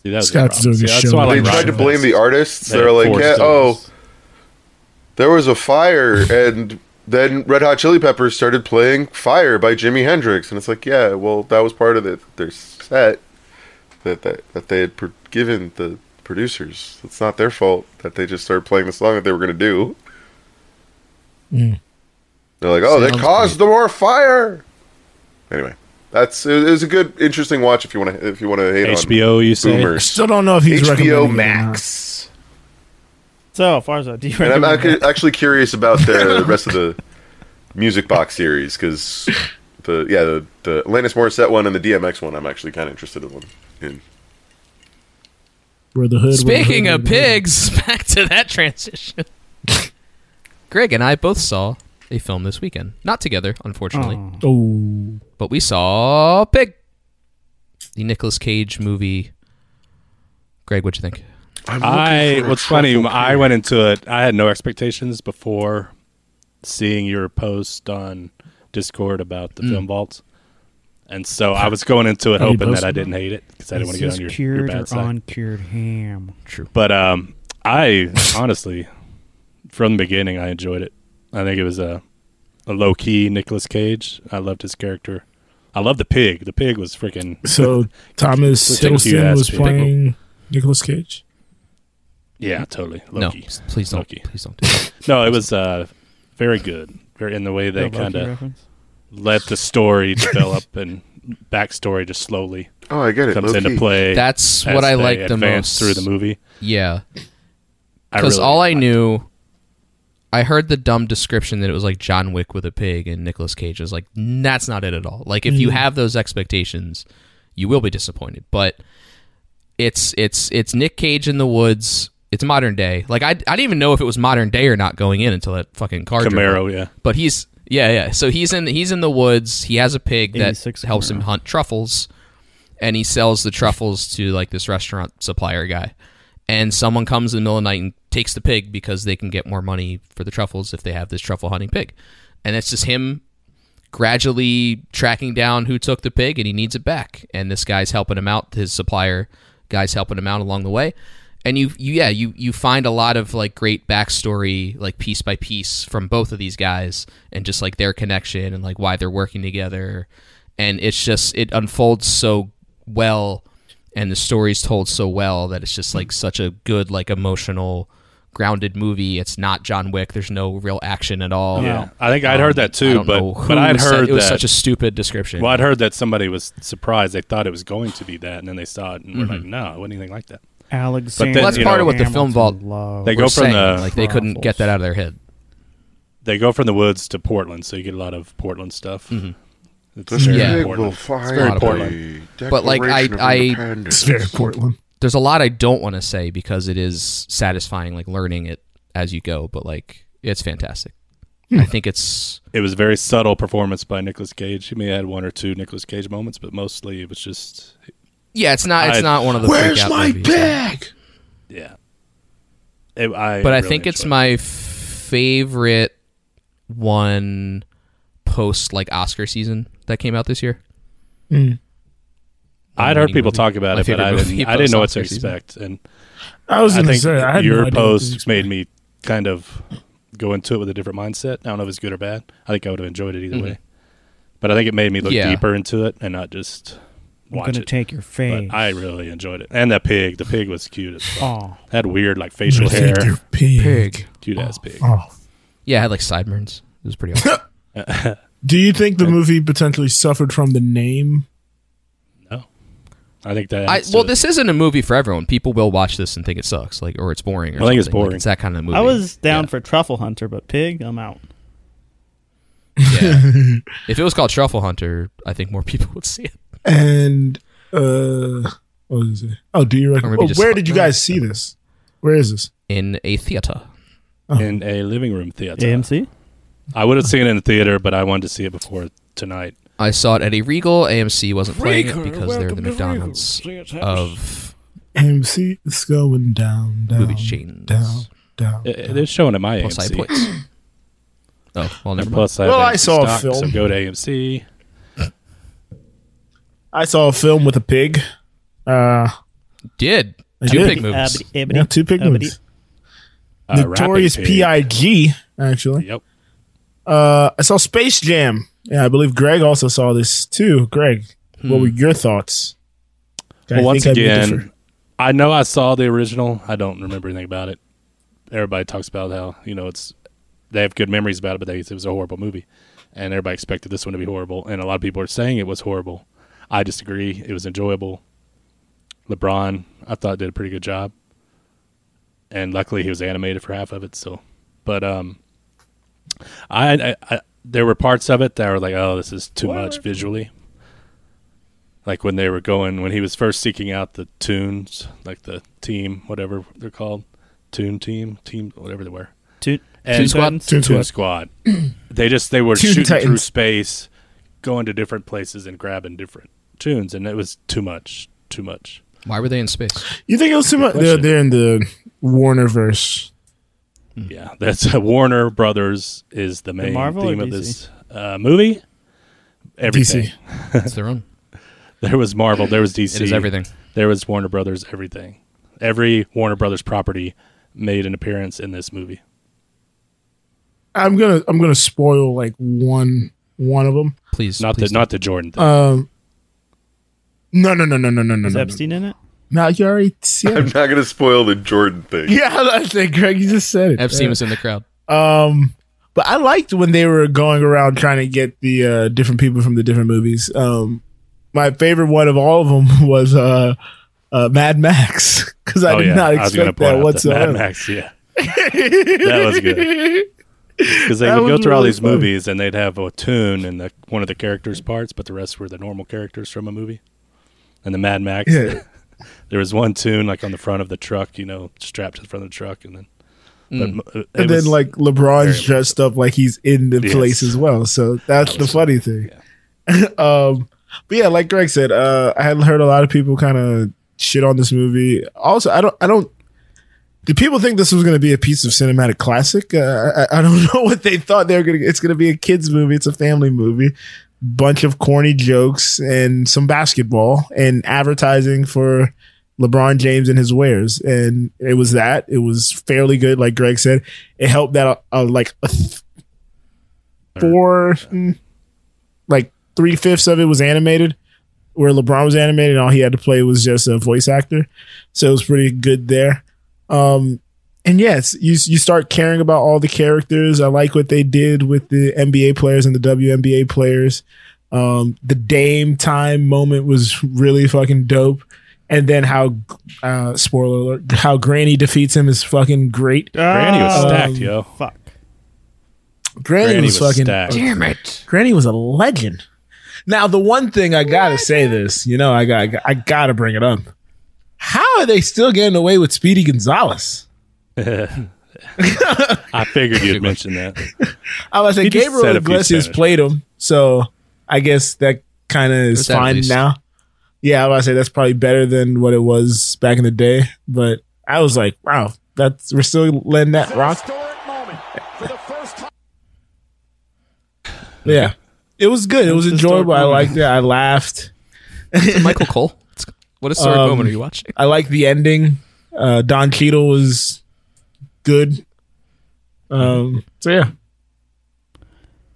Speaker 3: See, that was the
Speaker 9: Scott's
Speaker 3: problem.
Speaker 9: doing
Speaker 3: See,
Speaker 9: a
Speaker 3: that's
Speaker 9: show.
Speaker 3: why I
Speaker 8: they
Speaker 3: like
Speaker 8: tried
Speaker 3: rock
Speaker 8: to blame the
Speaker 3: bands.
Speaker 8: artists.
Speaker 3: They
Speaker 8: They're
Speaker 3: had
Speaker 8: like,
Speaker 3: four
Speaker 8: yeah, oh,
Speaker 3: stages.
Speaker 8: there was a fire, and then Red Hot Chili Peppers started playing "Fire" by Jimi Hendrix, and it's like, yeah, well, that was part of the, their set that that, that they had pro- given the producers. It's not their fault that they just started playing the song that they were going to do.
Speaker 3: Mm.
Speaker 8: They're like, oh, that
Speaker 10: Sounds
Speaker 8: caused the more fire. Anyway, that's it was a good, interesting watch if you want to if you want to hate on
Speaker 3: HBO. You say
Speaker 9: I
Speaker 8: boomers.
Speaker 9: still don't know if he's
Speaker 8: HBO
Speaker 9: recommending it or not.
Speaker 8: Max.
Speaker 4: So Farzo, do you
Speaker 8: And I'm
Speaker 4: recommend?
Speaker 8: ac- actually curious about the rest of the music box series because the yeah the, the Alanis Morissette one and the DMX one I'm actually kind of interested in. in.
Speaker 9: Where the hood. where the
Speaker 10: Speaking
Speaker 9: hood,
Speaker 10: of
Speaker 9: where the hood.
Speaker 10: pigs, back to that transition. Greg and I both saw a film this weekend. Not together, unfortunately,
Speaker 9: Oh,
Speaker 10: but we saw Pig, the Nicolas Cage movie. Greg, what'd you think?
Speaker 3: I what's funny, I went into it. I had no expectations before seeing your post on Discord about the film vault, and so I was going into it
Speaker 9: Oh, you
Speaker 3: hoping that
Speaker 9: posted
Speaker 3: I didn't hate it because I didn't want to get on your, your
Speaker 4: cured
Speaker 3: bad
Speaker 4: or
Speaker 3: side.
Speaker 4: uncured ham.
Speaker 3: But um, I honestly, from the beginning, I enjoyed it. I think it was a, a low key Nicolas Cage. I loved his character. I love the pig. The pig was freaking
Speaker 9: so Thomas
Speaker 3: Thank you,
Speaker 9: Hiddleston was
Speaker 3: Aspie.
Speaker 9: playing Nicolas Cage.
Speaker 3: yeah, totally
Speaker 10: no,
Speaker 3: Loki.
Speaker 10: s- please don't.
Speaker 3: Loki.
Speaker 10: Please don't. Do that.
Speaker 3: No, it was uh, very good. Very in the way they
Speaker 4: Low-key
Speaker 3: kind of
Speaker 4: reference.
Speaker 3: let the story develop and backstory just slowly
Speaker 8: Oh, I get it.
Speaker 3: comes into
Speaker 8: low-key.
Speaker 3: play.
Speaker 10: That's
Speaker 3: as
Speaker 10: what I
Speaker 3: they
Speaker 10: like the
Speaker 3: advance
Speaker 10: most
Speaker 3: through the movie.
Speaker 10: Yeah,
Speaker 3: I
Speaker 10: because
Speaker 3: really
Speaker 10: all I
Speaker 3: liked it.
Speaker 10: knew, I heard the dumb description that it was like John Wick with a pig and Nicolas Cage. I was like, "N- that's not it at all. Like, if you have those expectations, you will be disappointed. But it's it's it's Nick Cage in the woods. It's modern day. Like I, I didn't even know if it was modern day or not going in until that fucking car. drove up.
Speaker 3: Camaro. Yeah,
Speaker 10: But he's yeah, yeah. So he's in he's in the woods. He has a pig that
Speaker 4: 86
Speaker 10: helps him
Speaker 4: Camaro.
Speaker 10: hunt truffles, and he sells the truffles to like this restaurant supplier guy. and someone comes in the middle of the night and takes the pig because they can get more money for the truffles if they have this truffle hunting pig. And it's just him gradually tracking down who took the pig and he needs it back. And this guy's helping him out, his supplier guy's helping him out along the way. And you, you yeah, you you find a lot of like great backstory, like piece by piece from both of these guys and just like their connection and like why they're working together. And it's just it unfolds so well and the story's told so well that it's just like such a good like emotional grounded movie it's not john wick there's no real action at all
Speaker 3: Yeah. I think I'd heard that too,
Speaker 10: Um, I don't
Speaker 3: but-
Speaker 10: know
Speaker 3: but
Speaker 10: who
Speaker 3: I'd
Speaker 10: said-
Speaker 3: heard
Speaker 10: it was
Speaker 3: that-
Speaker 10: such a stupid description
Speaker 3: Well, I'd heard that somebody was surprised. They thought it was going to be that, and then they saw it and were like,
Speaker 10: Mm-hmm.
Speaker 3: "No, it wasn't anything like that."
Speaker 4: Alexander.
Speaker 3: But then,
Speaker 10: that's
Speaker 3: you
Speaker 10: part
Speaker 3: know,
Speaker 10: of what the film vault
Speaker 4: Hamilton Lowe.
Speaker 3: They
Speaker 10: were
Speaker 3: go from
Speaker 10: saying.
Speaker 3: the-
Speaker 10: like they couldn't
Speaker 4: Truffles.
Speaker 10: get that out of their head
Speaker 3: They go from the woods to Portland, so you get a lot of Portland stuff.
Speaker 10: Mm-hmm.
Speaker 3: It's very
Speaker 10: Yeah.
Speaker 3: important.
Speaker 8: find
Speaker 10: very
Speaker 3: Portland.
Speaker 8: the
Speaker 10: But, like, I-
Speaker 8: Declaration of
Speaker 10: I-
Speaker 8: Independence.
Speaker 9: It's very Portland.
Speaker 10: there's a lot i don't want to say because it is satisfying like learning it as you go but like it's fantastic
Speaker 9: Hmm.
Speaker 10: i think it's
Speaker 3: It was a very subtle performance by Nicolas Cage. He may have had one or two Nicolas Cage moments, but mostly it was just
Speaker 10: yeah it's not it's
Speaker 3: I-
Speaker 10: not one of the freak
Speaker 9: Where's
Speaker 10: out
Speaker 9: my
Speaker 10: movies, yeah.
Speaker 9: bag?
Speaker 3: yeah. It- I
Speaker 10: but I
Speaker 3: really
Speaker 10: think it's
Speaker 3: enjoyed it.
Speaker 10: my favorite one post like Oscar season that came out this year.
Speaker 3: I'd heard
Speaker 10: winning
Speaker 3: people
Speaker 10: movie.
Speaker 3: talk about
Speaker 10: My
Speaker 3: it, but
Speaker 10: favorite
Speaker 3: I
Speaker 10: movie
Speaker 3: didn't, I didn't know what to
Speaker 10: post-Oscar season.
Speaker 3: expect, and
Speaker 9: I was
Speaker 3: I
Speaker 9: gonna
Speaker 3: think
Speaker 9: say I had
Speaker 3: your
Speaker 9: no idea what to
Speaker 3: post
Speaker 9: expect.
Speaker 3: made me kind of go into it with a different mindset. I don't know if it's good or bad. I think I would have enjoyed it either way, but I think it made me look
Speaker 10: Mm-hmm. Yeah.
Speaker 3: deeper into it and not just
Speaker 4: I'm
Speaker 3: watch
Speaker 4: gonna
Speaker 3: it.
Speaker 4: take your face.
Speaker 3: but I really enjoyed it, and that pig. The pig was cute. As fuck.
Speaker 4: oh,
Speaker 3: Had weird like facial
Speaker 9: Take your
Speaker 3: hair,
Speaker 9: pig.
Speaker 3: cute ass pig.
Speaker 9: Oh.
Speaker 10: Yeah, I had like sideburns. It was pretty awesome.
Speaker 9: Do you think the movie potentially suffered from the name?
Speaker 3: I think that.
Speaker 10: I,
Speaker 3: adds to
Speaker 10: well,
Speaker 3: it.
Speaker 10: this isn't a movie for everyone. People will watch this and think it sucks, like or it's boring. Or
Speaker 3: I think it's
Speaker 10: something. Like,
Speaker 3: boring.
Speaker 10: it's that kind of movie.
Speaker 4: I was down
Speaker 10: Yeah.
Speaker 4: for Truffle Hunter, but Pig, I'm out.
Speaker 10: Yeah. if it was called Truffle Hunter, I think more people would see it.
Speaker 9: And uh, what was it? Oh, do you
Speaker 10: Or
Speaker 9: reckon?
Speaker 10: maybe
Speaker 9: Oh,
Speaker 10: just
Speaker 9: where
Speaker 10: fuck
Speaker 9: did you
Speaker 10: that.
Speaker 9: guys see this? Where is this?
Speaker 10: in a theater.
Speaker 3: in a living room theater.
Speaker 4: AMC.
Speaker 3: I would have seen it in the theater, but I wanted to see it before tonight.
Speaker 10: I saw it at a Regal. AMC wasn't playing it because they're the McDonald's of
Speaker 9: MC is going down, down,
Speaker 10: movie chains.
Speaker 9: down, down.
Speaker 3: It, it is Uh, showing at my
Speaker 10: Plus side
Speaker 3: AMC.
Speaker 10: points. Oh well, never
Speaker 3: And
Speaker 10: mind.
Speaker 3: plus, I
Speaker 9: Well,
Speaker 3: have
Speaker 9: I
Speaker 3: AMC
Speaker 9: saw a
Speaker 3: stock,
Speaker 9: film.
Speaker 3: So go to AMC.
Speaker 9: I saw a film with a pig. Uh,
Speaker 10: Did
Speaker 9: I
Speaker 10: two
Speaker 9: did.
Speaker 10: big movies?
Speaker 4: Abdi- abdi-
Speaker 9: yeah, two pig
Speaker 4: abdi-
Speaker 9: movies.
Speaker 3: Uh,
Speaker 9: Notorious
Speaker 3: Rapping Pig.
Speaker 9: P.I.G. Actually,
Speaker 3: Yep.
Speaker 9: uh, I saw Space Jam. Yeah, I believe Greg also saw this too. Greg, what
Speaker 3: Hmm.
Speaker 9: were your thoughts? I
Speaker 3: Well, once
Speaker 9: think I may
Speaker 3: again,
Speaker 9: differ.
Speaker 3: I know I saw the original. I don't remember anything about it. Everybody talks about how you know it's they have good memories about it, but they, it was a horrible movie, and everybody expected this one to be horrible. And a lot of people are saying it was horrible. I disagree. It was enjoyable. LeBron, I thought, did a pretty good job, and luckily he was animated for half of it. So, but um, I, I, I there were parts of it that were like, oh, this is too much visually. Like when they were going, when he was first seeking out the tunes, like the team, whatever they're called, tune team, team, whatever they were,
Speaker 4: Two,
Speaker 3: And-
Speaker 4: two
Speaker 3: Squad?
Speaker 4: Titans?
Speaker 9: Toon
Speaker 3: Toon
Speaker 9: Squad.
Speaker 3: Squad. they just they were
Speaker 9: Toon
Speaker 3: shooting through
Speaker 9: Titans.
Speaker 3: space, going to different places and grabbing different tunes, and it was too much, too much.
Speaker 10: Why were they in space?
Speaker 9: you think it was too much? They're,
Speaker 3: question.
Speaker 9: they're in the Warner verse.
Speaker 3: Yeah, that's uh, Warner Brothers is the main
Speaker 4: Marvel or
Speaker 3: theme of
Speaker 4: DC?
Speaker 3: this uh, movie. Everything.
Speaker 9: DC.
Speaker 10: It's their own.
Speaker 3: There was Marvel. There was DC.
Speaker 10: It is everything.
Speaker 3: There was Warner Brothers. Everything. Every Warner Brothers property made an appearance in this movie.
Speaker 9: I'm gonna I'm gonna spoil like one one of them.
Speaker 10: Please,
Speaker 3: Not the
Speaker 10: please
Speaker 3: not the Jordan thing.
Speaker 9: Um, no no no no no no no.
Speaker 4: Is
Speaker 9: no,
Speaker 4: Epstein in it?
Speaker 9: No, you already see
Speaker 8: I'm
Speaker 9: it.
Speaker 8: not gonna spoil the Jordan thing.
Speaker 9: Yeah, that's it, Greg. You just said it.
Speaker 10: don't. Epstein was in the crowd.
Speaker 9: Um, but I liked when they were going around trying to get the uh, different people from the different movies. Um, my favorite one of all of them was uh, uh, Mad Max because I
Speaker 3: oh
Speaker 9: did
Speaker 3: yeah,
Speaker 9: not
Speaker 3: I was gonna
Speaker 9: expect
Speaker 3: point
Speaker 9: that
Speaker 3: out
Speaker 9: whatsoever.
Speaker 3: Mad Max. Yeah, that was good. Because they
Speaker 9: That
Speaker 3: would go
Speaker 9: was
Speaker 3: through all
Speaker 9: really
Speaker 3: these
Speaker 9: funny.
Speaker 3: movies and they'd have a tune and the, one of the characters' parts, but the rest were the normal characters from a movie. And the Mad Max,
Speaker 9: Yeah.
Speaker 3: there was one tune like on the front of the truck, you know, strapped to the front of the truck, and then.
Speaker 10: Mm.
Speaker 3: But, uh, it
Speaker 9: And
Speaker 3: was-
Speaker 9: then like LeBron's
Speaker 3: very
Speaker 9: dressed up like he's in the
Speaker 3: Yes.
Speaker 9: place as well. So that's the funny thing. um, but yeah, like Greg said, uh, I had heard a lot of people kind of shit on this movie. Also, I don't, I don't, Did people think this was going to be a piece of cinematic classic? Uh, I, I don't know what they thought they were going to. It's going to be a kids movie. It's a family movie. Bunch of corny jokes and some basketball and advertising for LeBron James and his wares. And it was that. It was fairly good, like Greg said. It helped that uh, uh, like a th- four, mm, like three fifths of it was animated, where LeBron was animated and all he had to play was just a voice actor. So it was pretty good there. Um, and yes, you you start caring about all the characters. I like what they did with the NBA players and the WNBA players. Um, the Dame time moment was really fucking dope. And then how, uh, spoiler alert, how Granny defeats him is fucking great.
Speaker 3: Granny was
Speaker 9: Um,
Speaker 3: stacked, yo.
Speaker 4: Fuck.
Speaker 9: Granny,
Speaker 3: Granny
Speaker 9: was,
Speaker 3: was
Speaker 9: fucking.
Speaker 3: stacked.
Speaker 10: Damn it.
Speaker 9: Granny was a legend. Now the one thing I gotta say this, you know, I got I gotta bring it up. How are they still getting away with Speedy Gonzalez?
Speaker 3: I figured you'd mention that.
Speaker 9: I was say
Speaker 3: He just said
Speaker 9: Gabriel
Speaker 3: a few
Speaker 9: Iglesias
Speaker 3: sentences.
Speaker 9: played him, so I guess that kind of is
Speaker 10: That's at
Speaker 9: fine
Speaker 10: least.
Speaker 9: now. Yeah, I was say that's probably better than what it was back in the day. But I was like, wow, that's we're still letting that rock. Yeah, it was good. It was enjoyable. I liked it. I laughed.
Speaker 10: Is it Michael Cole? It's- What a sort
Speaker 9: Um,
Speaker 10: moment are you watching?
Speaker 9: I like the ending. Uh, Don Cheadle was good. Um, so yeah,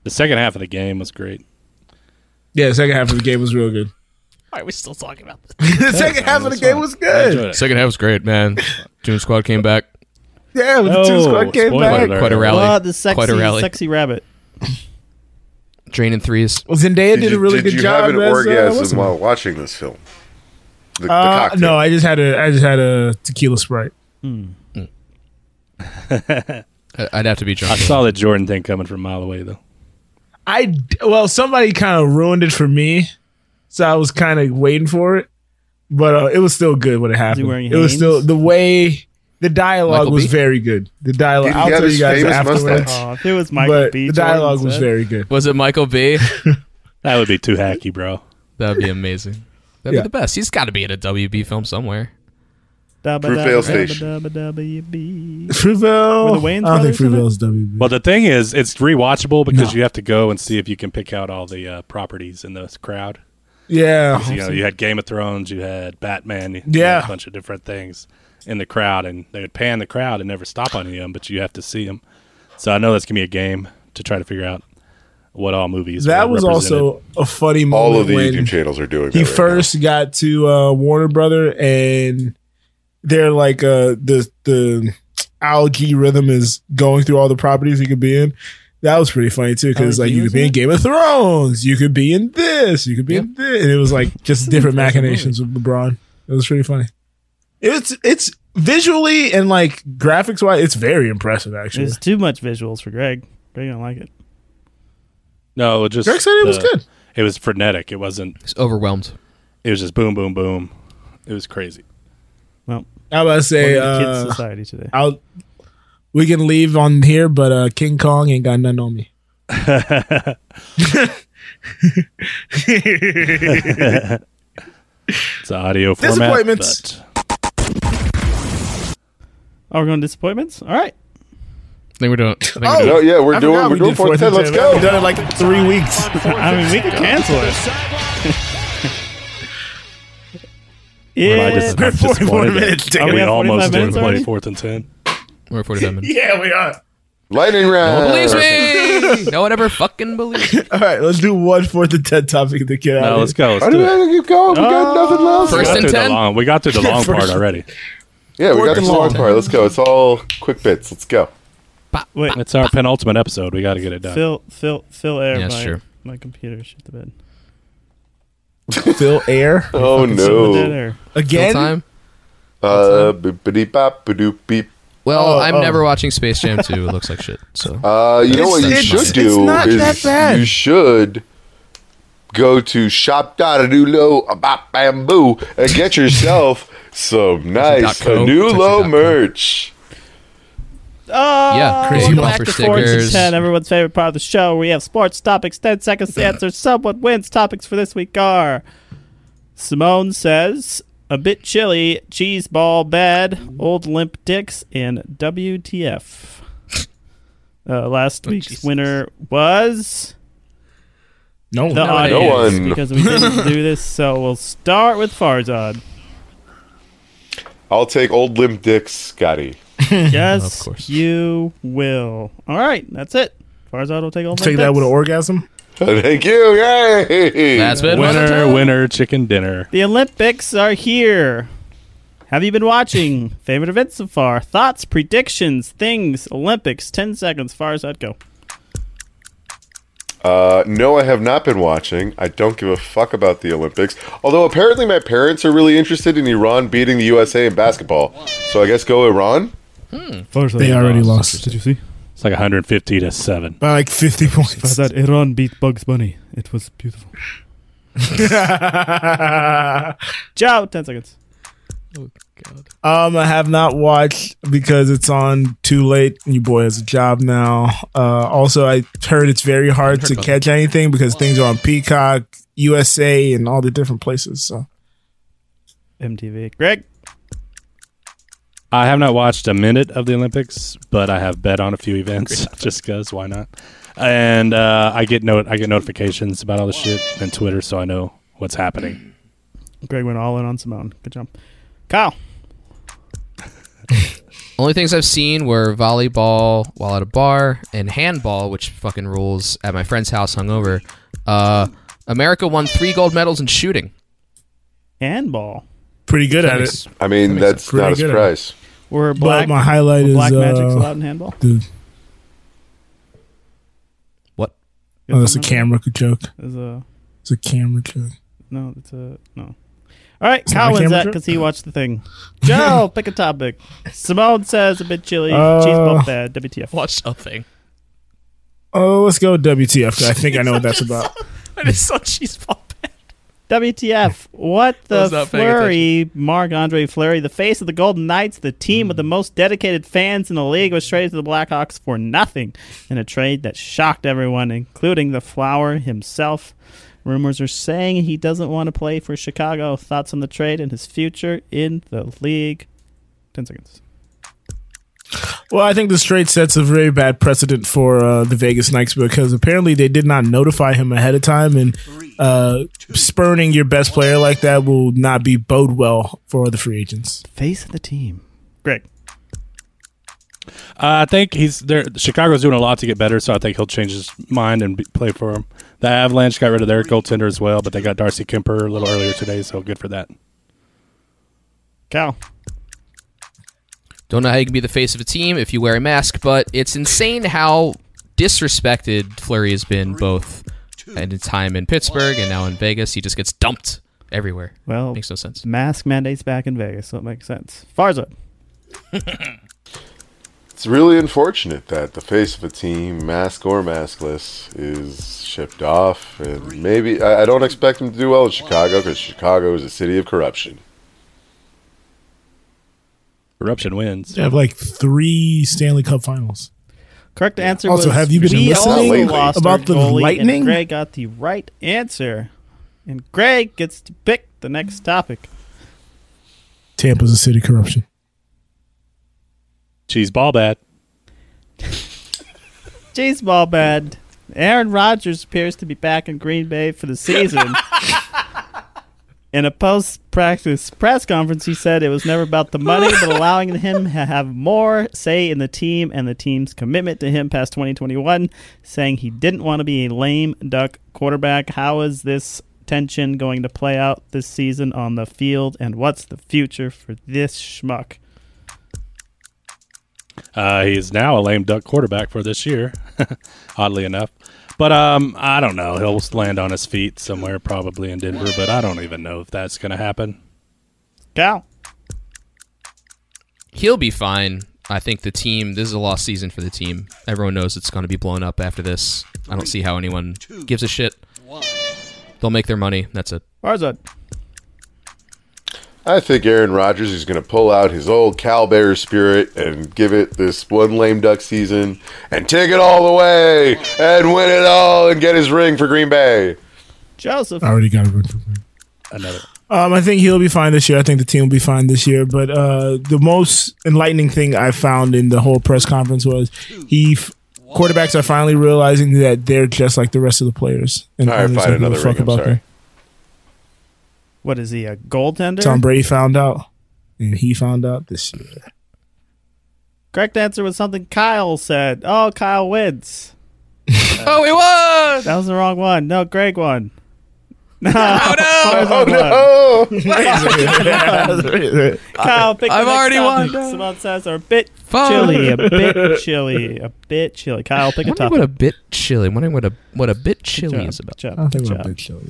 Speaker 3: The second half of the game was great.
Speaker 9: yeah. The second half of the game was real good.
Speaker 10: Why are we still talking about this?
Speaker 9: the second half of the game was
Speaker 3: I
Speaker 9: good.
Speaker 3: enjoyed it.
Speaker 10: Second half was great, man. Doom Squad came back.
Speaker 9: Yeah, with the two
Speaker 3: Oh,
Speaker 9: squad came
Speaker 3: spoiler
Speaker 9: back.
Speaker 3: alert.
Speaker 10: Quite a rally.
Speaker 4: Oh, the sexy,
Speaker 10: Quite a rally.
Speaker 4: sexy rabbit.
Speaker 10: Draining threes.
Speaker 9: Well, Zendaya did,
Speaker 8: you,
Speaker 9: a really good
Speaker 8: you
Speaker 9: job.
Speaker 8: have an
Speaker 9: as, uh, what's
Speaker 8: orgasm
Speaker 9: it-
Speaker 8: while watching this film? The, the
Speaker 9: Uh,
Speaker 8: cocktail.
Speaker 9: no, I just had a I just had a tequila sprite.
Speaker 10: I- I'd have to be drunk.
Speaker 3: I saw the Jordan thing coming from a mile away, though.
Speaker 9: I d- well, somebody kind of ruined it for me, so I was kind of waiting for it, but uh, it was still good when it happened.
Speaker 4: wearing
Speaker 9: it was
Speaker 4: Hanes?
Speaker 9: still the way the dialogue
Speaker 10: Michael
Speaker 9: was
Speaker 10: B?
Speaker 9: very good. The dialogue.
Speaker 8: Did he
Speaker 9: I'll
Speaker 8: have
Speaker 9: tell
Speaker 8: his
Speaker 9: you guys
Speaker 8: famous
Speaker 9: afterwards.
Speaker 8: mustache?
Speaker 4: Oh, if it was Michael
Speaker 9: But
Speaker 4: B.
Speaker 9: the
Speaker 4: Jordan
Speaker 9: dialogue was
Speaker 4: said.
Speaker 9: very good.
Speaker 10: Was it Michael B?
Speaker 3: That would be too hacky, bro.
Speaker 10: That'd be amazing. That'd
Speaker 9: Yeah.
Speaker 10: be the best. He's got to be in a WB film somewhere.
Speaker 4: Dabba
Speaker 8: Fruitvale
Speaker 4: dabba dabba
Speaker 8: Station.
Speaker 4: dabba dabba yabba.
Speaker 9: Fruitvale.
Speaker 4: Were the Wayans
Speaker 9: I
Speaker 4: brothers
Speaker 9: don't think
Speaker 4: in it?
Speaker 9: Fruitvale's WB.
Speaker 3: Well, the thing is, it's rewatchable because
Speaker 9: No.
Speaker 3: you have to go and see if you can pick out all the uh, properties in this crowd.
Speaker 9: yeah,
Speaker 3: You know, you had Game of Thrones, you had Batman, you
Speaker 9: Yeah.
Speaker 3: had a bunch of different things in the crowd, and they would pan the crowd and never stop on any of them, but you have to see them. So I know that's gonna be a game to try to figure out what all movies.
Speaker 9: that
Speaker 3: were
Speaker 9: was
Speaker 3: represented.
Speaker 9: also a funny moment.
Speaker 8: All of the
Speaker 9: when,
Speaker 8: YouTube channels are doing.
Speaker 9: he
Speaker 8: that right
Speaker 9: first got to uh, Warner Brother, and they're like uh, the the algae rhythm is going through all the properties he could be in. That was pretty funny too, because like
Speaker 4: Algae,
Speaker 9: you could be in
Speaker 4: isn't
Speaker 9: Game of Thrones, you could be in this, you could be in this, and it was like just different machinations with LeBron. It was pretty funny. It's it's visually and like graphics wise, it's very impressive actually.
Speaker 4: There's too much visuals for Greg. Greg don't like it.
Speaker 3: no, it just
Speaker 9: Greg said it was
Speaker 3: the-
Speaker 9: good.
Speaker 3: It was frenetic. It wasn't.
Speaker 10: He's overwhelmed.
Speaker 3: It was just boom, boom, boom. It was crazy.
Speaker 4: Well,
Speaker 9: I was about to say,
Speaker 4: we're in the kids
Speaker 9: uh,
Speaker 4: society today.
Speaker 9: I'll, we can leave on here, but uh, King Kong ain't got nothing on me.
Speaker 3: It's an audio format.
Speaker 9: Disappointments.
Speaker 3: but-
Speaker 4: Oh, we're going to disappointments. All right.
Speaker 10: I think we're doing. I think we're
Speaker 8: now.
Speaker 10: doing
Speaker 8: No, Oh, yeah, we're
Speaker 9: I
Speaker 8: doing.
Speaker 9: forgot
Speaker 8: We're
Speaker 9: we
Speaker 8: doing
Speaker 9: did
Speaker 8: fourth
Speaker 9: fourth
Speaker 8: ten.
Speaker 9: and
Speaker 8: Let's
Speaker 9: ten.
Speaker 8: go.
Speaker 9: We've done it like three weeks.
Speaker 4: I mean, we could cancel it.
Speaker 3: I
Speaker 4: Yeah.
Speaker 3: just, I'm disappointed that
Speaker 4: Are we
Speaker 3: We
Speaker 4: at 45
Speaker 3: almost didn't
Speaker 4: minutes
Speaker 3: play
Speaker 4: already?
Speaker 3: fourth and ten.
Speaker 10: we're 45 minutes.
Speaker 9: Yeah, we are.
Speaker 8: Lightning round.
Speaker 10: No one believes me. No one ever fucking believes. me.
Speaker 9: All right, let's do one fourth and ten topic to get out.
Speaker 3: No,
Speaker 9: of
Speaker 3: let's
Speaker 9: here.
Speaker 3: go. Let's
Speaker 8: Why do
Speaker 3: do
Speaker 8: we
Speaker 3: it.
Speaker 8: have to keep going? We got nothing left.
Speaker 3: We
Speaker 10: First
Speaker 3: got
Speaker 10: and
Speaker 3: through the
Speaker 10: 10?
Speaker 3: long. We got through the long
Speaker 9: First
Speaker 3: part
Speaker 9: and-
Speaker 3: already.
Speaker 8: Yeah, we
Speaker 9: Fourth
Speaker 8: got the
Speaker 9: and
Speaker 8: long
Speaker 9: long.
Speaker 8: part. Let's go. It's all quick bits. Let's go.
Speaker 4: Wait,
Speaker 3: It's our penultimate episode. We got to get it done.
Speaker 4: Phil, Phil, Phil, air.
Speaker 10: Yeah,
Speaker 4: my,
Speaker 10: that's true.
Speaker 4: my computer shit the bed.
Speaker 9: Phil Air
Speaker 8: Oh
Speaker 4: Phil dead
Speaker 8: no.
Speaker 4: air.
Speaker 10: Still
Speaker 9: again.
Speaker 10: time.
Speaker 8: Uh, biddy bop, badoo beep.
Speaker 10: Well,
Speaker 9: Oh,
Speaker 10: I'm
Speaker 9: oh.
Speaker 10: never watching Space Jam 2. It looks like shit. So
Speaker 8: Uh, you know
Speaker 9: It's-
Speaker 8: what you
Speaker 9: it's-
Speaker 8: should
Speaker 9: it's
Speaker 8: do
Speaker 9: not
Speaker 8: is
Speaker 9: that bad.
Speaker 8: you should go to shop lo about bamboo and get yourself some nice
Speaker 10: Dot co. Texas dot
Speaker 8: Anulo
Speaker 10: co.
Speaker 8: merch.
Speaker 4: Oh,
Speaker 10: Yeah, crazy
Speaker 4: welcome
Speaker 10: bumper
Speaker 4: back to Sports in
Speaker 10: stickers.
Speaker 4: 10, everyone's favorite part of the show. We have sports topics, 10 seconds to answer. Someone wins. Topics for this week are Simone says, a bit chilly, cheese ball bad, old limp dicks, and WTF. Uh, last
Speaker 9: Oh,
Speaker 4: week's
Speaker 10: Jesus.
Speaker 4: winner was
Speaker 9: No,
Speaker 4: the
Speaker 10: No
Speaker 4: audience
Speaker 8: one.
Speaker 4: because we didn't do this. So we'll start with Farzad.
Speaker 8: I'll take old limp dicks, Scotty.
Speaker 4: Yes,
Speaker 10: course.
Speaker 4: you will. All right, that's it. Farzad will take all.
Speaker 9: take that with an orgasm.
Speaker 8: Thank you. Yay.
Speaker 10: That's been
Speaker 3: Winner, winner, chicken dinner.
Speaker 4: The Olympics are here. Have you been watching? Favorite events so far? Thoughts, predictions, things, Olympics. 10 seconds, far as I'd go.
Speaker 8: Uh, no, I have not been watching. I don't give a fuck about the Olympics. Although apparently my parents are really interested in Iran beating the USA in basketball. So I guess go Iran.
Speaker 9: They already lost
Speaker 4: you see?
Speaker 3: It's like 150 to seven.
Speaker 9: by like fifty points.
Speaker 4: that Iran beat Bugs Bunny. It was beautiful. Ciao, 10 seconds.
Speaker 9: Um, I have not watched because it's on too late. Your boy has a job now. Uh, also, I heard it's very hard to catch anything because things are on Peacock, USA, and all the different places. So
Speaker 4: MTV. Greg,
Speaker 3: I have not watched a minute of the Olympics, but I have bet on a few events just because why not? And uh, I get no I get notifications about all the shit and Twitter, so I know what's happening.
Speaker 4: Greg went all in on Simone. Good job. Kyle,
Speaker 10: Only things I've seen were volleyball while at a bar and handball, which fucking rules at my friend's house hungover. Uh, America won three gold medals in shooting.
Speaker 4: handball.
Speaker 9: pretty good at
Speaker 10: makes-
Speaker 9: it.
Speaker 8: I mean,
Speaker 10: That
Speaker 8: that's
Speaker 10: makes
Speaker 8: not a
Speaker 9: pretty good.
Speaker 8: surprise.
Speaker 4: We're black,
Speaker 9: But my highlight
Speaker 4: were
Speaker 9: is
Speaker 4: black magic's
Speaker 9: uh,
Speaker 4: allowed in handball.
Speaker 9: the,
Speaker 10: What?
Speaker 9: oh, that's a camera joke.
Speaker 4: There's a-
Speaker 9: It's a camera joke.
Speaker 4: uh, No, it's a no. All right,
Speaker 9: It's
Speaker 4: Kyle
Speaker 9: not a
Speaker 4: wins
Speaker 9: camera
Speaker 4: that
Speaker 9: trip?
Speaker 4: because he watched the thing. Joe, pick a topic. Simone says a bit chilly.
Speaker 9: Uh,
Speaker 4: cheese bump bad. WTF?
Speaker 10: Watch something.
Speaker 9: Oh, let's go WTF. I think I know what that's about.
Speaker 10: I just saw she's popping.
Speaker 4: WTF? What
Speaker 10: I
Speaker 4: the
Speaker 10: was not paying
Speaker 4: flurry? Mark Andre Fleury, the face of the Golden Knights, the
Speaker 10: Hmm.
Speaker 4: team with the most dedicated fans in the league, was traded to the Blackhawks for nothing in a trade that shocked everyone, including the flower himself. Rumors are saying he doesn't want to play for Chicago. Thoughts on the trade and his future in the league? Ten seconds.
Speaker 9: Well, I think the straight sets a very bad precedent for uh, the Vegas Knights because apparently they did not notify him ahead of time, and uh, spurning your best player like that will not be bode well for the free agents.
Speaker 4: Face of the team. Greg.
Speaker 3: Uh, I think he's there. Chicago's doing a lot to get better, so I think he'll change his mind and be, play for him. The Avalanche got rid of their goaltender as well, but they got Darcy Kemper a little earlier today, so good for that.
Speaker 4: Cal.
Speaker 10: Don't know how you can be the face of a team if you wear a mask, but it's insane how disrespected Flurry has been both at his time in Pittsburgh and now in Vegas. He just gets dumped everywhere.
Speaker 4: Well,
Speaker 10: Makes no sense.
Speaker 4: mask mandates back in Vegas, so it makes sense. Farza.
Speaker 8: It's really unfortunate that the face of a team, mask or maskless, is shipped off. And maybe I, I don't expect him to do well in Chicago because Chicago is a city of corruption.
Speaker 3: Corruption wins.
Speaker 9: They have like three Stanley Cup finals.
Speaker 4: Correct answer
Speaker 9: Also,
Speaker 4: was
Speaker 9: have you been
Speaker 4: we
Speaker 9: listening
Speaker 4: also
Speaker 8: lately
Speaker 4: lost
Speaker 9: about
Speaker 4: our
Speaker 9: the
Speaker 4: goalie,
Speaker 9: Lightning?
Speaker 4: And Greg got the right answer. And Greg gets to pick the next topic.
Speaker 9: Tampa's a city corruption.
Speaker 3: Cheese ball bat.
Speaker 4: Jeez, ball bad. Aaron Rodgers appears to be back in Green Bay for the season. in a post-practice press conference, he said it was never about the money, but allowing him to have more say in the team and the team's commitment to him past 2021, saying he didn't want to be a lame duck quarterback. How is this tension going to play out this season on the field, and what's the future for this schmuck?
Speaker 3: Uh, he's now a lame duck quarterback for this year, oddly enough. But um, I don't know. He'll land on his feet somewhere, probably in Denver. But I don't even know if that's going to happen.
Speaker 4: Cal,
Speaker 10: He'll be fine. I think the team, this is a lost season for the team. Everyone knows it's going to be blown up after this. I don't see how anyone gives a shit. They'll make their money. That's it.
Speaker 4: Farzad,
Speaker 8: I think Aaron Rodgers is going to pull out his old Cal Bear spirit and give it this one lame duck season and take it all the way and win it all and get his ring for Green Bay.
Speaker 4: Joseph,
Speaker 9: Uh, I already got a run for him.
Speaker 3: Another
Speaker 9: Um, I think he'll be fine this year. I think the team will be fine this year. But uh, the most enlightening thing I found in the whole press conference was he f- quarterbacks are finally realizing that they're just like the rest of the players.
Speaker 8: All right, find
Speaker 9: owners don't give a
Speaker 8: another
Speaker 9: fuck
Speaker 8: ring. I'm sorry.
Speaker 9: them.
Speaker 4: What is he, a goaltender?
Speaker 9: Tom Brady found out, and he found out this year.
Speaker 4: Correct answer was something Kyle said. Oh, Kyle wins.
Speaker 10: Oh, we won!
Speaker 4: That was the wrong one. No, Greg won. No.
Speaker 8: Oh
Speaker 4: Farzad won.
Speaker 8: no!
Speaker 4: Kyle, pick the
Speaker 10: I've
Speaker 4: next
Speaker 10: already
Speaker 4: topic.
Speaker 10: won.
Speaker 4: Simone says are a bit
Speaker 10: Fine.
Speaker 4: chilly, a bit chilly, a bit chilly. Kyle, pick a
Speaker 10: wondering what
Speaker 4: topic.
Speaker 10: a bit chilly. I'm wondering what a what a bit chilly is about.
Speaker 4: Good
Speaker 9: I
Speaker 4: job.
Speaker 9: don't
Speaker 4: Good
Speaker 9: think we're a
Speaker 4: job.
Speaker 9: big show.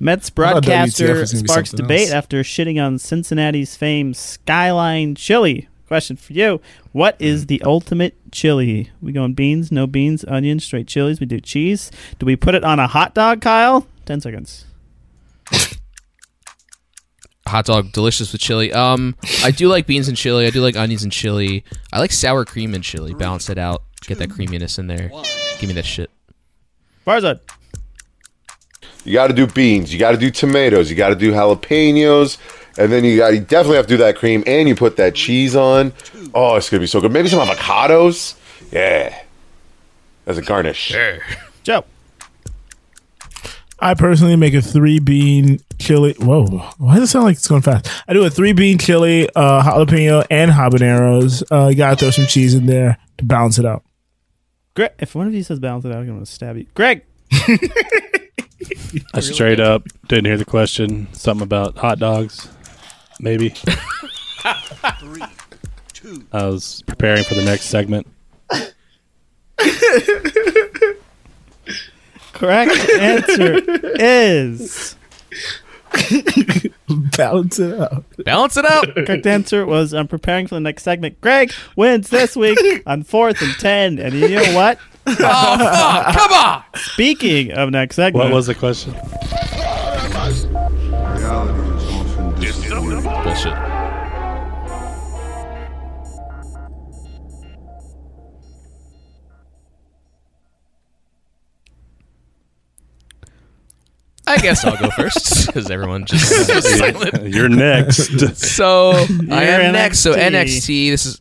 Speaker 4: Mets
Speaker 9: thought WTF
Speaker 4: broadcaster
Speaker 9: was gonna be
Speaker 4: sparks
Speaker 9: something
Speaker 4: debate
Speaker 9: else.
Speaker 4: after shitting on Cincinnati's famed skyline chili. Question for you: What is
Speaker 9: Mm.
Speaker 4: the ultimate chili? We going beans, no beans, onions, straight chilies. We do cheese. Do we put it on a hot dog, Kyle? Ten seconds.
Speaker 10: Hot dog, delicious with chili. Um, I do like beans and chili. I do like onions and chili. I like sour cream and chili. Balance it out. Get that creaminess in there. Give me that shit.
Speaker 4: Farzad,
Speaker 8: You got to do beans. You got to do tomatoes. You got to do jalapenos, and then you got you definitely have to do that cream, and you put that cheese on. Oh, it's gonna be so good. Maybe some avocados. Yeah, as a garnish.
Speaker 4: Joe,
Speaker 9: I personally make a three bean chili. Whoa, why does it sound like it's going fast? I do a three bean chili, uh, jalapeno, and habaneros. Uh, you gotta throw some cheese in there to balance it out.
Speaker 4: Greg. If one of you says balance it out, I'm gonna stab you. Greg,
Speaker 3: I straight up didn't hear the question. Something about hot dogs, maybe. I was preparing for the next segment.
Speaker 4: correct answer is.
Speaker 9: Balance it out.
Speaker 10: Balance it out.
Speaker 4: Correct answer was I'm preparing for the next segment. Greg wins this week on fourth and ten. And you know what?
Speaker 10: Come on.
Speaker 4: Speaking of next segment,
Speaker 3: What was the question?
Speaker 10: Bullshit. I guess I'll go first because everyone just was silent.
Speaker 3: You're next.
Speaker 10: So I
Speaker 4: You're
Speaker 10: am next. So
Speaker 4: NXT.
Speaker 10: NXT. This is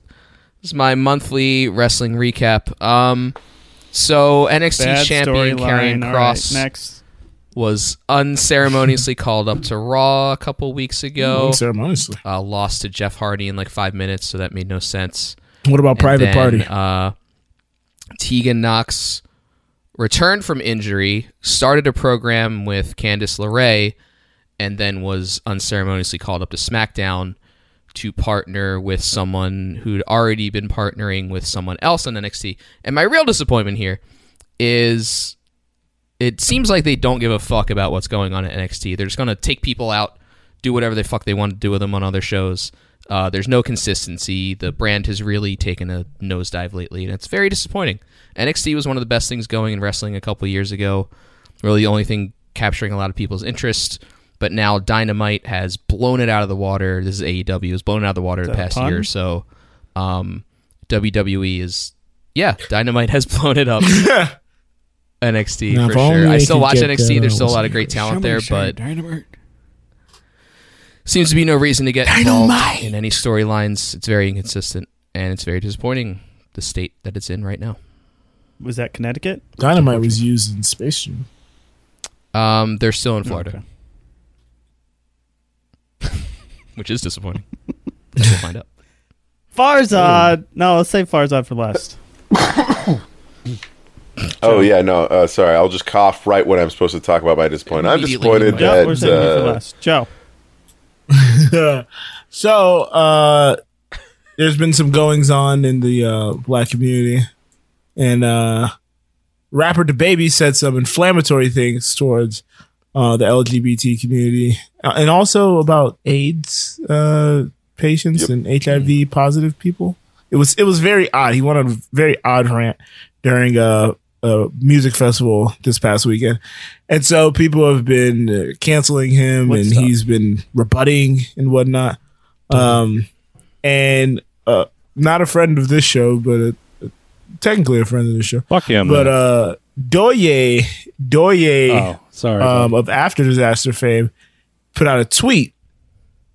Speaker 10: this is my monthly wrestling recap. Um, so NXT
Speaker 4: bad
Speaker 10: champion Karrion
Speaker 4: storyline? All right,
Speaker 10: Cross
Speaker 4: next.
Speaker 10: was unceremoniously called up to Raw a couple weeks ago.
Speaker 9: Unceremoniously.
Speaker 10: Uh, lost to Jeff Hardy in like five minutes, so that made no sense.
Speaker 9: What about private
Speaker 10: And
Speaker 9: party?
Speaker 10: then, Uh, Tegan Knox returned from injury, started a program with Candice LeRae, and then was unceremoniously called up to SmackDown to partner with someone who'd already been partnering with someone else on NXT. And my real disappointment here is it seems like they don't give a fuck about what's going on at NXT. They're just going to take people out, do whatever the fuck they want to do with them on other shows. Uh, there's no consistency. The brand has really taken a nosedive lately, and it's very disappointing. NXT was one of the best things going in wrestling a couple years ago. Really, the only thing capturing a lot of people's interest. But now Dynamite has blown it out of the water. This is AEW has blown it out of the water the
Speaker 4: that a
Speaker 10: past
Speaker 4: pun?
Speaker 10: year or so. Um, WWE is, yeah, Dynamite has blown it up. NXT
Speaker 9: Now,
Speaker 10: for
Speaker 9: if only
Speaker 10: sure. I
Speaker 9: they
Speaker 10: still
Speaker 9: could
Speaker 10: watch
Speaker 9: get,
Speaker 10: NXT.
Speaker 9: uh,
Speaker 10: There's still a
Speaker 9: what's
Speaker 10: lot of
Speaker 9: it,
Speaker 10: great talent there, but
Speaker 9: Dynamite.
Speaker 10: seems to be no reason to get involved in any storylines. It's very inconsistent and it's very disappointing the state that it's in right now.
Speaker 4: Was that Connecticut?
Speaker 9: Dynamite was used in Space Jam.
Speaker 10: Um, they're still
Speaker 9: Oh,
Speaker 10: in Florida, which is disappointing. we'll find out.
Speaker 4: Farzad. No, let's save Farzad for last.
Speaker 8: Oh yeah, no, uh, sorry. I'll just cough right when I'm supposed to talk about my disappointment. I'm
Speaker 10: Immediately
Speaker 8: disappointed
Speaker 10: you
Speaker 4: Yep, we're
Speaker 8: that
Speaker 4: saving you for
Speaker 8: uh,
Speaker 4: last. Joe.
Speaker 9: so uh there's been some goings on in the uh black community and uh rapper the baby said some inflammatory things towards uh the lgbt community uh, and also about aids uh patients and hiv positive people it was it was very odd he went on a very odd rant during a, a music festival this past weekend and so people have been uh, canceling him
Speaker 4: What's
Speaker 9: and
Speaker 4: up?
Speaker 9: he's been rebutting and whatnot um and uh not a friend of this show but a, technically a friend of the show
Speaker 3: Fuck him.
Speaker 9: but uh doye doye
Speaker 3: oh, sorry.
Speaker 9: uh, um, of After Disaster fame put out a tweet,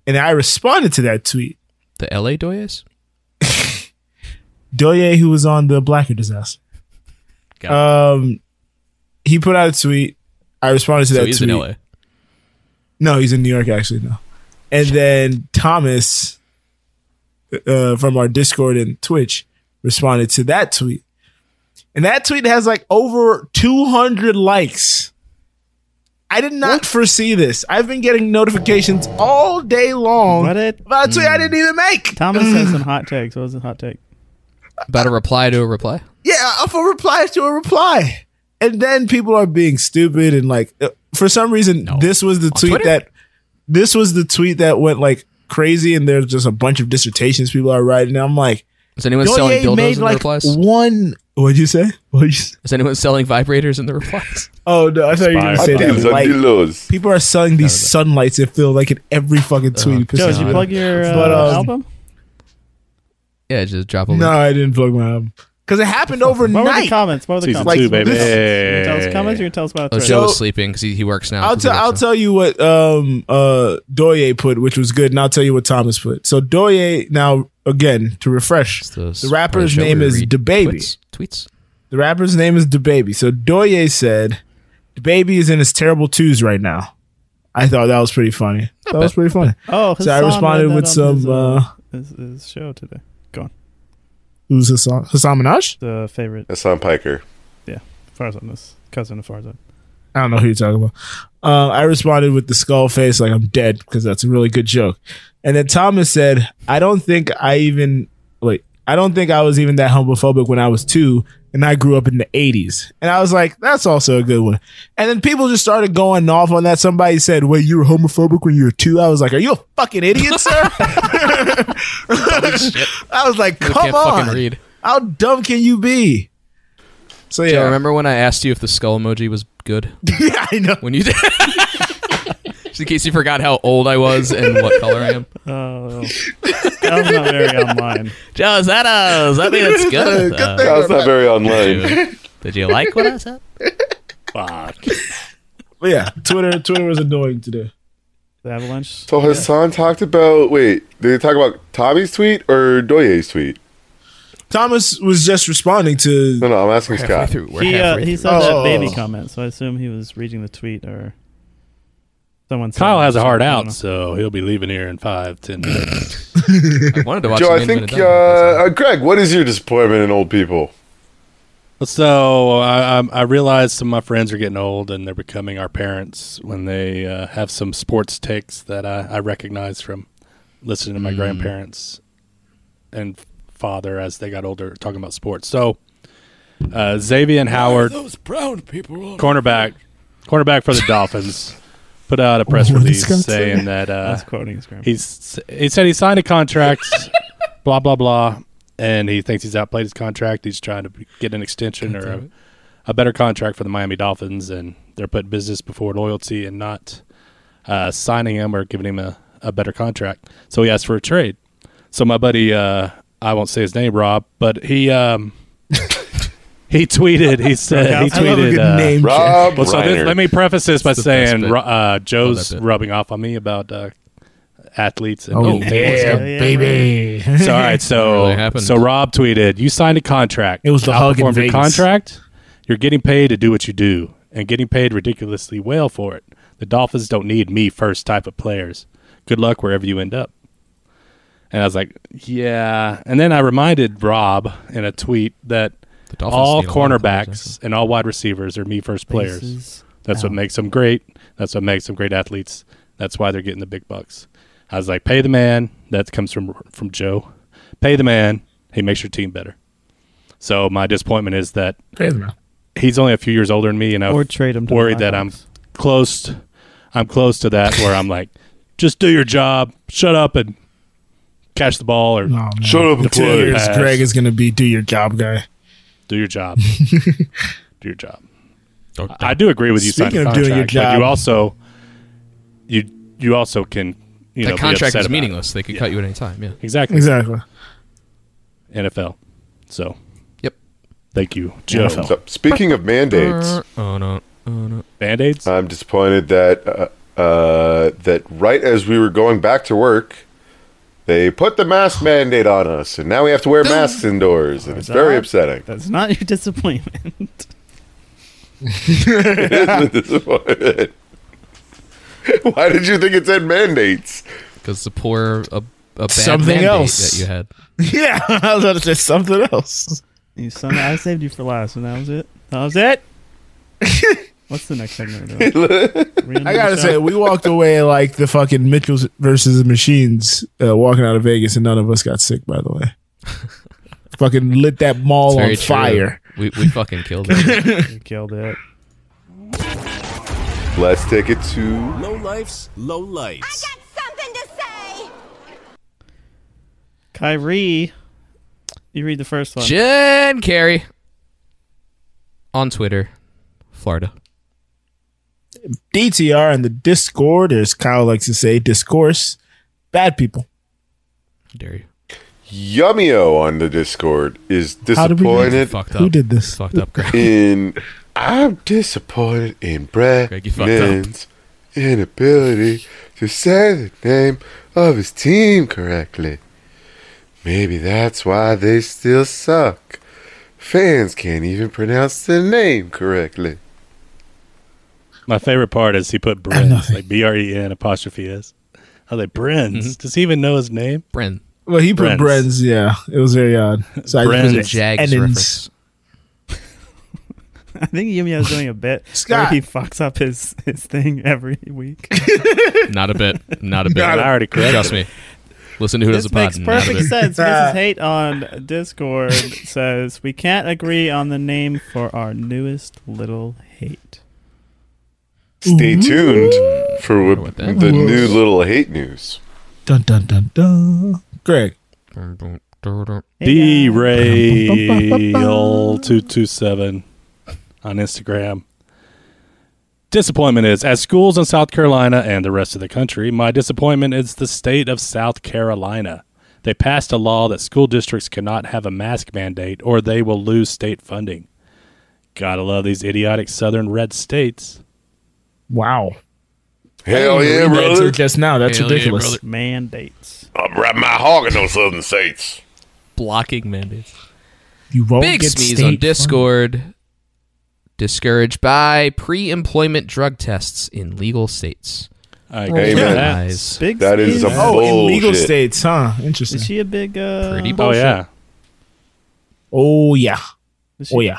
Speaker 9: and I responded to that tweet.
Speaker 10: The L.A. Doyes.
Speaker 9: Doye, who was on the Blacker disaster,
Speaker 10: Got it.
Speaker 9: um, he put out a tweet. I responded to
Speaker 10: so
Speaker 9: that
Speaker 10: he's
Speaker 9: tweet.
Speaker 10: in L.A.
Speaker 9: No, he's in New York actually. No, and then Thomas uh, from our Discord and Twitch responded to that tweet, and that tweet has like over 200 likes. I did not foresee this. I've been getting notifications all day long
Speaker 4: What it?
Speaker 9: about a tweet I didn't even make.
Speaker 4: Thomas has some hot takes. What was the hot take?
Speaker 10: About a reply to a reply.
Speaker 9: Yeah, of a reply to a reply. And then people are being stupid and like uh, for some reason this was the tweet
Speaker 10: Twitter?
Speaker 9: that this was the tweet that went like crazy and there's just a bunch of dissertations people are writing. And I'm like,
Speaker 10: Is anyone selling
Speaker 9: Doye
Speaker 10: dildos
Speaker 9: made
Speaker 10: in
Speaker 9: like
Speaker 10: the replies?
Speaker 9: one what'd you say? What'd you say?
Speaker 10: Is anyone selling vibrators in the replies?
Speaker 9: Oh no, I thought you were gonna
Speaker 3: Spy.
Speaker 9: say
Speaker 8: Hot deals
Speaker 9: that
Speaker 8: on
Speaker 9: light.
Speaker 8: deals.
Speaker 9: People are selling these sunlights, it feels like in every fucking
Speaker 10: Uh,
Speaker 9: tweet. It pisses
Speaker 4: Joe,
Speaker 9: me
Speaker 4: did you
Speaker 9: off.
Speaker 4: plug your uh,
Speaker 9: But, um,
Speaker 4: album?
Speaker 10: yeah, just drop a link.
Speaker 9: no, I didn't plug my album. Because it happened
Speaker 4: What were the
Speaker 9: overnight.
Speaker 4: comments? What were the
Speaker 3: Season
Speaker 4: comments?
Speaker 3: two, baby.
Speaker 4: You gonna tell us comments. You're gonna tell us about
Speaker 10: Oh,
Speaker 4: it.
Speaker 10: Joe
Speaker 9: So-
Speaker 10: was sleeping because he, he works now.
Speaker 9: I'll
Speaker 10: He
Speaker 9: tell I'll
Speaker 10: works now.
Speaker 9: tell you what um uh Doye put, which was good, and I'll tell you what Thomas put. So Doye now again to refresh,
Speaker 10: It's those-
Speaker 9: the rapper's
Speaker 10: Joe
Speaker 9: name
Speaker 10: who
Speaker 9: is
Speaker 10: read
Speaker 9: the baby.
Speaker 10: Tweets. tweets.
Speaker 9: The rapper's name is the baby. So Doye said, "The baby is in his terrible twos right now." I thought that was pretty funny. That was pretty funny.
Speaker 4: Oh,
Speaker 9: So I
Speaker 4: Hassan
Speaker 9: responded
Speaker 4: read that
Speaker 9: with
Speaker 4: on his,
Speaker 9: some. Uh,
Speaker 4: his, his show today. Go on.
Speaker 9: who's Hassan? Hassan Minaj?
Speaker 4: The favorite,
Speaker 8: Hassan Piker.
Speaker 4: Farzan, this cousin of Farzan.
Speaker 9: I don't know who you're talking about. Uh, I responded with the skull face, like I'm dead, because that's a really good joke. And then Thomas said, I don't think I even, wait, I don't think I was even that homophobic when I was two, and I grew up in the 80s. And I was like, that's also a good one. And then people just started going off on that. Somebody said, wait, you were homophobic when you were two? I was like, are you a fucking idiot, sir? I was like,
Speaker 10: Who
Speaker 9: come
Speaker 10: can't
Speaker 9: on.
Speaker 10: fucking read.
Speaker 9: How dumb can you be? So, yeah.
Speaker 10: Joe, remember when I asked you if the skull emoji was good?
Speaker 9: yeah, I know.
Speaker 10: When you did. Just in case you forgot how old I was and what color I am.
Speaker 4: Oh, that was not very online.
Speaker 10: Joe, is that, uh, does that mean it's good? Uh,
Speaker 8: That was not very online.
Speaker 10: did, you, did you like what I said?
Speaker 3: Fuck.
Speaker 9: But yeah, Twitter Twitter was annoying today.
Speaker 4: The Avalanche.
Speaker 8: So Hassan talked about wait, did they talk about Tommy's tweet or Doye's tweet?
Speaker 9: Thomas was just responding to
Speaker 8: No, no, I'm asking
Speaker 10: Halfway
Speaker 8: Scott.
Speaker 10: through. We're
Speaker 4: He uh,
Speaker 10: halfway
Speaker 4: he
Speaker 10: through.
Speaker 4: saw
Speaker 9: Oh.
Speaker 4: that baby comment, so I assume he was reading the tweet or someone. said
Speaker 3: Kyle
Speaker 4: it.
Speaker 3: has a hard
Speaker 4: I don't
Speaker 3: out,
Speaker 4: know.
Speaker 3: so he'll be leaving here in five, ten minutes.
Speaker 10: I wanted to watch
Speaker 8: Joe,
Speaker 10: the
Speaker 8: I
Speaker 10: main
Speaker 8: think uh,
Speaker 10: event of that.
Speaker 8: uh, Greg, what is your disappointment in old people?
Speaker 3: so I, I, I realize some of my friends are getting old and they're becoming our parents when they uh, have some sports takes that I, I recognize from listening to my grandparents and father as they got older talking about sports. So uh, Xavier and Howard, those brown people, cornerback, cornerback for the Dolphins, put out a press
Speaker 9: What is
Speaker 3: release
Speaker 9: Scott saying?
Speaker 3: saying that uh,
Speaker 4: That's quoting his grandma.
Speaker 3: he's he said he signed a contract, blah blah blah, and he thinks he's outplayed his contract. He's trying to get an extension or a, a better contract for the Miami Dolphins, and they're putting business before loyalty and not uh, signing him or giving him a, a better contract. So he asked for a trade. So my buddy, uh, I won't say his name, Rob, but he um, he tweeted. He said he
Speaker 9: I love a
Speaker 3: tweeted.
Speaker 9: good
Speaker 3: uh,
Speaker 9: name. check.
Speaker 8: Rob
Speaker 3: well, so this,
Speaker 8: Reiner.
Speaker 3: let me preface this by
Speaker 10: It's the best
Speaker 3: saying
Speaker 10: bit.
Speaker 3: ru- uh, Joe's
Speaker 10: bit.
Speaker 3: rubbing off on me about uh, athletes. And
Speaker 9: Oh,
Speaker 3: being famous.
Speaker 9: yeah,
Speaker 4: yeah,
Speaker 9: baby.
Speaker 3: So, all right, so
Speaker 10: Really happened.
Speaker 3: so Rob tweeted, "You signed a contract.
Speaker 9: It was the hug in
Speaker 3: Outperformed your
Speaker 9: Vegas.
Speaker 3: contract. You're getting paid to do what you do, and getting paid ridiculously well for it. The Dolphins don't need me first type of players. Good luck wherever you end up." And I was like, "Yeah." And then I reminded Rob in a tweet that
Speaker 10: The Dolphins
Speaker 3: all
Speaker 10: need a lot of players,
Speaker 3: cornerbacks and all wide receivers are me first players.
Speaker 4: Faces
Speaker 3: That's what
Speaker 4: out.
Speaker 3: makes them great. That's what makes them great athletes. That's why they're getting the big bucks. I was like, pay the man. That comes from from Joe. Pay the man. He makes your team better. So my disappointment is that he's only a few years older than me, and I'm
Speaker 4: Or trade him to the
Speaker 3: worried that I'm
Speaker 4: Blackhawks.
Speaker 3: close. I'm close to that where I'm like, just do your job, shut up, and catch the ball or
Speaker 9: Oh,
Speaker 8: Shut up and
Speaker 9: Two
Speaker 8: play.
Speaker 9: years,
Speaker 3: Pass.
Speaker 9: Greg is gonna be do your job, guy.
Speaker 3: do your job. do your job. I do agree with you.
Speaker 9: Speaking
Speaker 3: signing
Speaker 9: of
Speaker 3: a
Speaker 9: doing your
Speaker 3: contract, but
Speaker 9: job-
Speaker 3: you also you you also can you know
Speaker 10: That
Speaker 3: be
Speaker 10: contract
Speaker 3: upset
Speaker 10: is
Speaker 3: about it.
Speaker 10: meaningless. They could cut you at any time. Yeah.
Speaker 3: Exactly.
Speaker 9: Exactly.
Speaker 3: NFL. So.
Speaker 10: Yep.
Speaker 3: Thank you, Joe.
Speaker 8: So, speaking of mandates,
Speaker 10: Oh no. Oh no.
Speaker 3: Band aids.
Speaker 8: I'm disappointed that uh, uh, that right as we were going back to work, they put the mask mandate on us, and now we have to wear masks indoors, and it's very upsetting.
Speaker 4: That's not your disappointment.
Speaker 8: It is a disappointment. Why did you think it said mandates?
Speaker 10: Because the poor a, a bad
Speaker 9: Something
Speaker 10: mandate
Speaker 9: else.
Speaker 10: that you had.
Speaker 9: Yeah, I was about to say something else.
Speaker 4: You son, I saved you for last, and that was it. That was it. What's the next segment? We're doing? Random
Speaker 9: I gotta
Speaker 4: shout-
Speaker 9: say, we walked away like the fucking Mitchells versus the Machines uh, walking out of Vegas, and none of us got sick. By the way, fucking lit that mall on
Speaker 10: Very true.
Speaker 9: fire.
Speaker 10: We, we fucking killed it.
Speaker 4: you killed it.
Speaker 8: Let's take it to
Speaker 1: Low Life's Low Lights.
Speaker 2: Got something to say.
Speaker 4: Kyrie, you read the first one.
Speaker 10: Jen Carey on Twitter, Florida.
Speaker 9: DTR and the Discord, as Kyle likes to say, discourse. Bad people.
Speaker 10: How dare you?
Speaker 8: Yummyo on the Discord. Is
Speaker 9: How did we get
Speaker 8: disappointed
Speaker 10: Fucked up.
Speaker 9: Who did this?
Speaker 10: Fucked up, Greg.
Speaker 8: in. I'm disappointed in
Speaker 10: Greg, you fucked up.
Speaker 8: Bregman's inability to say the name of his team correctly. Maybe that's why they still suck. Fans can't even pronounce the name correctly.
Speaker 3: My favorite part is he put Brenz, like B R E N apostrophe S. I was like, Brenz?
Speaker 10: Mm-hmm.
Speaker 3: Does he even know his name?
Speaker 10: Bren.
Speaker 9: Well, he put
Speaker 3: Brens.
Speaker 9: Brens. Yeah, it was very odd. So I
Speaker 3: Brens.
Speaker 10: There's
Speaker 9: just
Speaker 10: a
Speaker 9: put
Speaker 10: Jags
Speaker 9: Ennin's.
Speaker 10: reference.
Speaker 4: I think Yumi is doing a bit
Speaker 9: Scott.
Speaker 4: where he fucks up his, his thing every week.
Speaker 10: Not a bit. Not a bit.
Speaker 3: I already corrected
Speaker 10: Trust me. Listen to who does
Speaker 4: this
Speaker 10: a pod.
Speaker 4: makes
Speaker 10: Not a
Speaker 4: perfect
Speaker 10: bit.
Speaker 4: sense.
Speaker 9: Uh,
Speaker 4: Mrs. Hate on Discord says we can't agree on the name for our newest little hate. Mm-hmm.
Speaker 8: Stay tuned for what
Speaker 10: what that
Speaker 8: the new little hate news.
Speaker 9: Dun dun dun dun. Greg.
Speaker 4: Hey,
Speaker 3: D
Speaker 4: guys.
Speaker 3: Rail two two seven on Instagram. Disappointment is as schools in South Carolina and the rest of the country. My disappointment is the state of South Carolina. They passed a law that school districts cannot have a mask mandate, or they will lose state funding. Gotta love these idiotic Southern red states.
Speaker 9: Wow.
Speaker 8: Hell
Speaker 9: I
Speaker 8: yeah,
Speaker 9: didn't read that
Speaker 8: brother.
Speaker 9: until Just now. That's
Speaker 10: Hell yeah,
Speaker 9: ridiculous.
Speaker 10: brother.
Speaker 4: mandates.
Speaker 8: I'm wrapping my hog in those southern states.
Speaker 10: Blocking mandates.
Speaker 9: you won't
Speaker 10: Big
Speaker 9: get
Speaker 10: sneeze
Speaker 9: state
Speaker 10: on
Speaker 9: funding.
Speaker 10: Discord. Discouraged by pre-employment drug tests in legal states.
Speaker 3: I
Speaker 8: Hey,
Speaker 3: agree with
Speaker 8: man.
Speaker 3: that.
Speaker 10: Eyes.
Speaker 4: Big
Speaker 8: That is
Speaker 4: sneeze.
Speaker 8: a
Speaker 9: Oh, in legal
Speaker 8: Bullshit.
Speaker 9: states, huh?
Speaker 4: Is
Speaker 9: Interesting.
Speaker 4: she a big uh
Speaker 10: Pretty
Speaker 3: Oh
Speaker 10: bullshit.
Speaker 3: yeah.
Speaker 9: Oh yeah.
Speaker 4: is she-
Speaker 9: Oh yeah.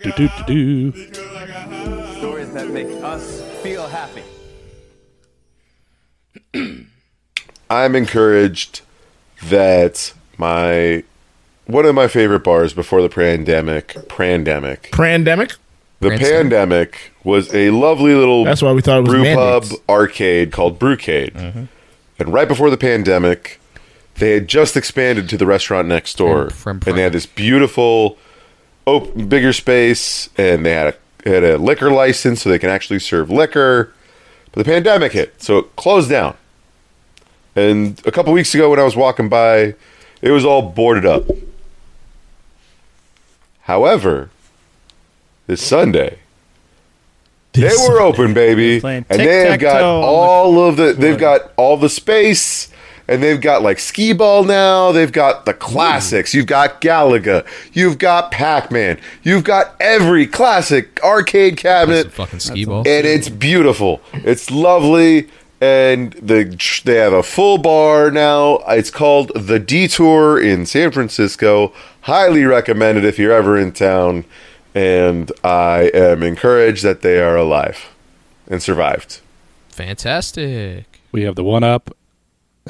Speaker 3: Do, do, do, do.
Speaker 5: Stories that make us feel happy.
Speaker 8: I'm encouraged that my one of my favorite bars before the pandemic, pandemic,
Speaker 9: Pandemic.
Speaker 8: the
Speaker 10: Grandstand.
Speaker 8: pandemic was a lovely little
Speaker 9: That's why we thought it was
Speaker 8: brew
Speaker 9: mandates. Mm-hmm.
Speaker 8: pub arcade called Brewcade. And right before the pandemic, they had just expanded to the restaurant next door,
Speaker 10: From- from
Speaker 8: and they had this beautiful, op- bigger space, and they had a had a liquor license, so they can actually serve liquor. But the pandemic hit, so it closed down. And a couple weeks ago, when I was walking by, it was all boarded up. However, this Sunday, they
Speaker 9: This-
Speaker 8: were open, baby,
Speaker 4: Playing
Speaker 8: and they've got
Speaker 4: tic-tac-toe on
Speaker 8: all of the they've got all the space, and they've got like skee ball now. They've got the classics. You've got Galaga. You've got Pac Man. You've got every classic arcade
Speaker 10: That's a
Speaker 8: cabinet,
Speaker 10: fucking skee ball.
Speaker 8: and it's beautiful. It's lovely, and the they have a full bar now. It's called the Detour in San Francisco. Highly recommended if you're ever in town, and I am encouraged that they are alive and survived.
Speaker 10: Fantastic.
Speaker 3: We have the one up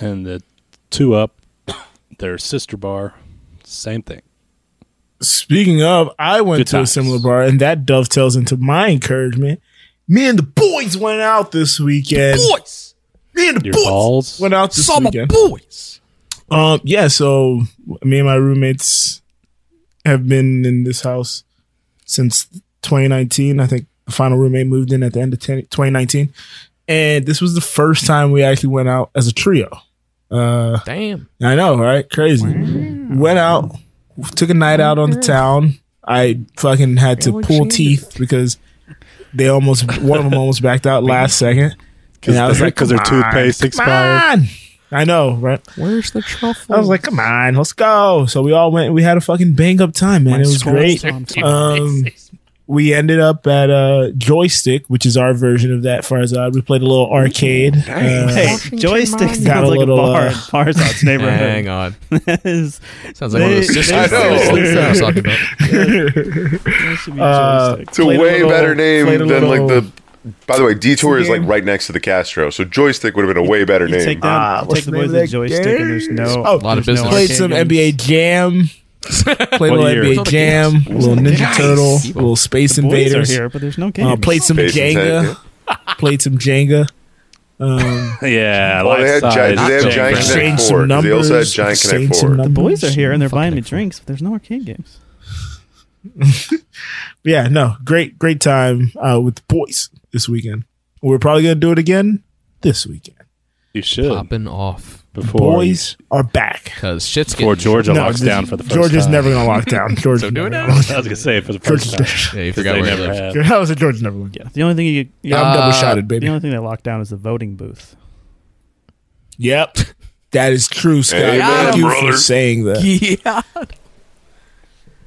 Speaker 3: and the two up. Their sister bar, same thing.
Speaker 9: Speaking of, I went
Speaker 3: Good
Speaker 9: to
Speaker 3: times.
Speaker 9: a similar bar, and that dovetails into my encouragement. Me and the boys went out this weekend.
Speaker 10: Boys.
Speaker 9: Me and the
Speaker 3: Your
Speaker 9: boys
Speaker 3: balls?
Speaker 9: went out this weekend.
Speaker 10: boys.
Speaker 9: Um, yeah, so me and my roommates have been in this house since 2019. I think the final roommate moved in at the end of 10, 2019. And this was the first time we actually went out as a trio.
Speaker 10: Damn.
Speaker 9: I know, right? Crazy. Went out, took a night out on the town. I fucking had to pull teeth because they almost, one of them almost backed out last second.
Speaker 3: Because
Speaker 9: And I was like,
Speaker 3: their
Speaker 9: "Come on,
Speaker 3: toothpaste
Speaker 9: come
Speaker 3: expired.
Speaker 9: on." I know, right?
Speaker 10: Where's the truffle?
Speaker 9: I was like, come on, let's go. So we all went and we had a fucking bang up time, man. it was great. Um, we ended up at uh, Joystick, which is our version of that Farzad. We played a little arcade. Uh,
Speaker 4: Hey, joystick
Speaker 9: Got a
Speaker 4: sounds like
Speaker 9: little,
Speaker 4: a bar
Speaker 9: uh,
Speaker 4: in Farzad's
Speaker 10: Hang
Speaker 4: neighborhood.
Speaker 10: on.
Speaker 4: That is-
Speaker 10: Sounds like one of those
Speaker 4: They-
Speaker 10: sisters.
Speaker 4: they-
Speaker 10: that I was talking about.
Speaker 4: that should be
Speaker 9: Uh,
Speaker 4: joystick.
Speaker 8: It's a
Speaker 9: Played a
Speaker 8: way
Speaker 9: little-
Speaker 8: better name
Speaker 9: played a
Speaker 8: than
Speaker 9: little-
Speaker 8: like the. By the way, Detour is like
Speaker 9: game.
Speaker 8: right next to the Castro, so Joystick would have been a way better
Speaker 4: You take
Speaker 8: name.
Speaker 4: down,
Speaker 9: Ah,
Speaker 4: you
Speaker 9: what's
Speaker 4: take the
Speaker 9: the
Speaker 4: boys
Speaker 9: name
Speaker 4: the
Speaker 9: of that
Speaker 4: joystick,
Speaker 9: game?
Speaker 4: and there's no.
Speaker 9: Oh,
Speaker 10: Lot of
Speaker 4: there's
Speaker 10: business.
Speaker 9: played
Speaker 4: arcade
Speaker 9: some
Speaker 4: games.
Speaker 9: NBA Jam. Played a
Speaker 3: What
Speaker 9: little
Speaker 3: year?
Speaker 9: NBA
Speaker 10: Those are the
Speaker 9: Jam,
Speaker 10: games.
Speaker 9: a little Ninja Turtle, a little Space
Speaker 4: Boys
Speaker 9: Invaders.
Speaker 4: are here, but there's no game.
Speaker 9: Uh, played some
Speaker 8: Space
Speaker 9: Jenga.
Speaker 8: Invaders,
Speaker 9: Played some Jenga. Um,
Speaker 3: Yeah,
Speaker 8: Well, they had
Speaker 3: life-size
Speaker 8: giant- they
Speaker 3: Jenga.
Speaker 8: had giant Connect
Speaker 9: exchanged
Speaker 8: Four,
Speaker 9: some
Speaker 8: 'cause they
Speaker 9: numbers.
Speaker 8: also had Giant
Speaker 9: exchanged
Speaker 8: Connect
Speaker 9: some
Speaker 8: Four.
Speaker 4: the
Speaker 9: numbers.
Speaker 4: boys are here, and they're buying me drinks, but there's no arcade games.
Speaker 9: yeah, no, great, great time uh, with the boys this weekend. We're probably gonna do it again this weekend.
Speaker 3: You should
Speaker 10: Popping off.
Speaker 3: before
Speaker 9: boys are back.
Speaker 10: Because shit's
Speaker 3: before
Speaker 10: getting...
Speaker 3: Georgia
Speaker 9: No,
Speaker 3: locks
Speaker 9: this-
Speaker 3: down for the first
Speaker 9: Georgia's
Speaker 3: time.
Speaker 9: never gonna lock down. Georgia.
Speaker 10: So do it now.
Speaker 3: I was gonna say for the first time.
Speaker 9: Georgia.
Speaker 10: Yeah, you
Speaker 3: 'Cause
Speaker 10: forgot
Speaker 3: they
Speaker 10: where
Speaker 3: never
Speaker 10: never
Speaker 3: have.
Speaker 9: That was a Georgia never win.
Speaker 4: Yeah, the only thing you could,
Speaker 9: Yeah, I'm
Speaker 10: Uh,
Speaker 9: double shotted,
Speaker 4: the
Speaker 9: baby.
Speaker 4: only thing they locked down is the voting booth.
Speaker 9: Yep, that is true, Scott.
Speaker 8: Amen,
Speaker 9: Thank you
Speaker 8: brother.
Speaker 9: for saying that.
Speaker 10: Yeah.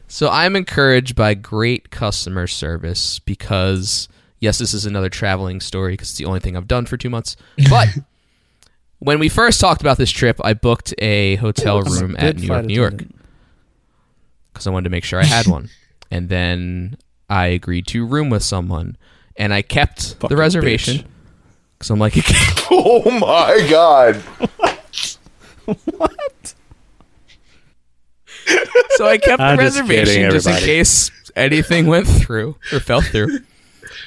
Speaker 10: So I'm encouraged by great customer service because yes, this is another traveling story because it's the only thing I've done for two months. But when we first talked about this trip, I booked a hotel room at
Speaker 4: Good
Speaker 10: New
Speaker 4: flight
Speaker 10: York, New York,
Speaker 4: attendant.
Speaker 10: because I wanted to make sure I had one. And then I agreed to room with someone, and I kept the
Speaker 3: Fucking
Speaker 10: reservation
Speaker 3: bitch.
Speaker 10: because I'm like,
Speaker 8: Oh my god!
Speaker 10: So I kept the
Speaker 3: I'm just
Speaker 10: reservation
Speaker 3: kidding,
Speaker 10: just in
Speaker 3: everybody.
Speaker 10: case anything went through or fell through.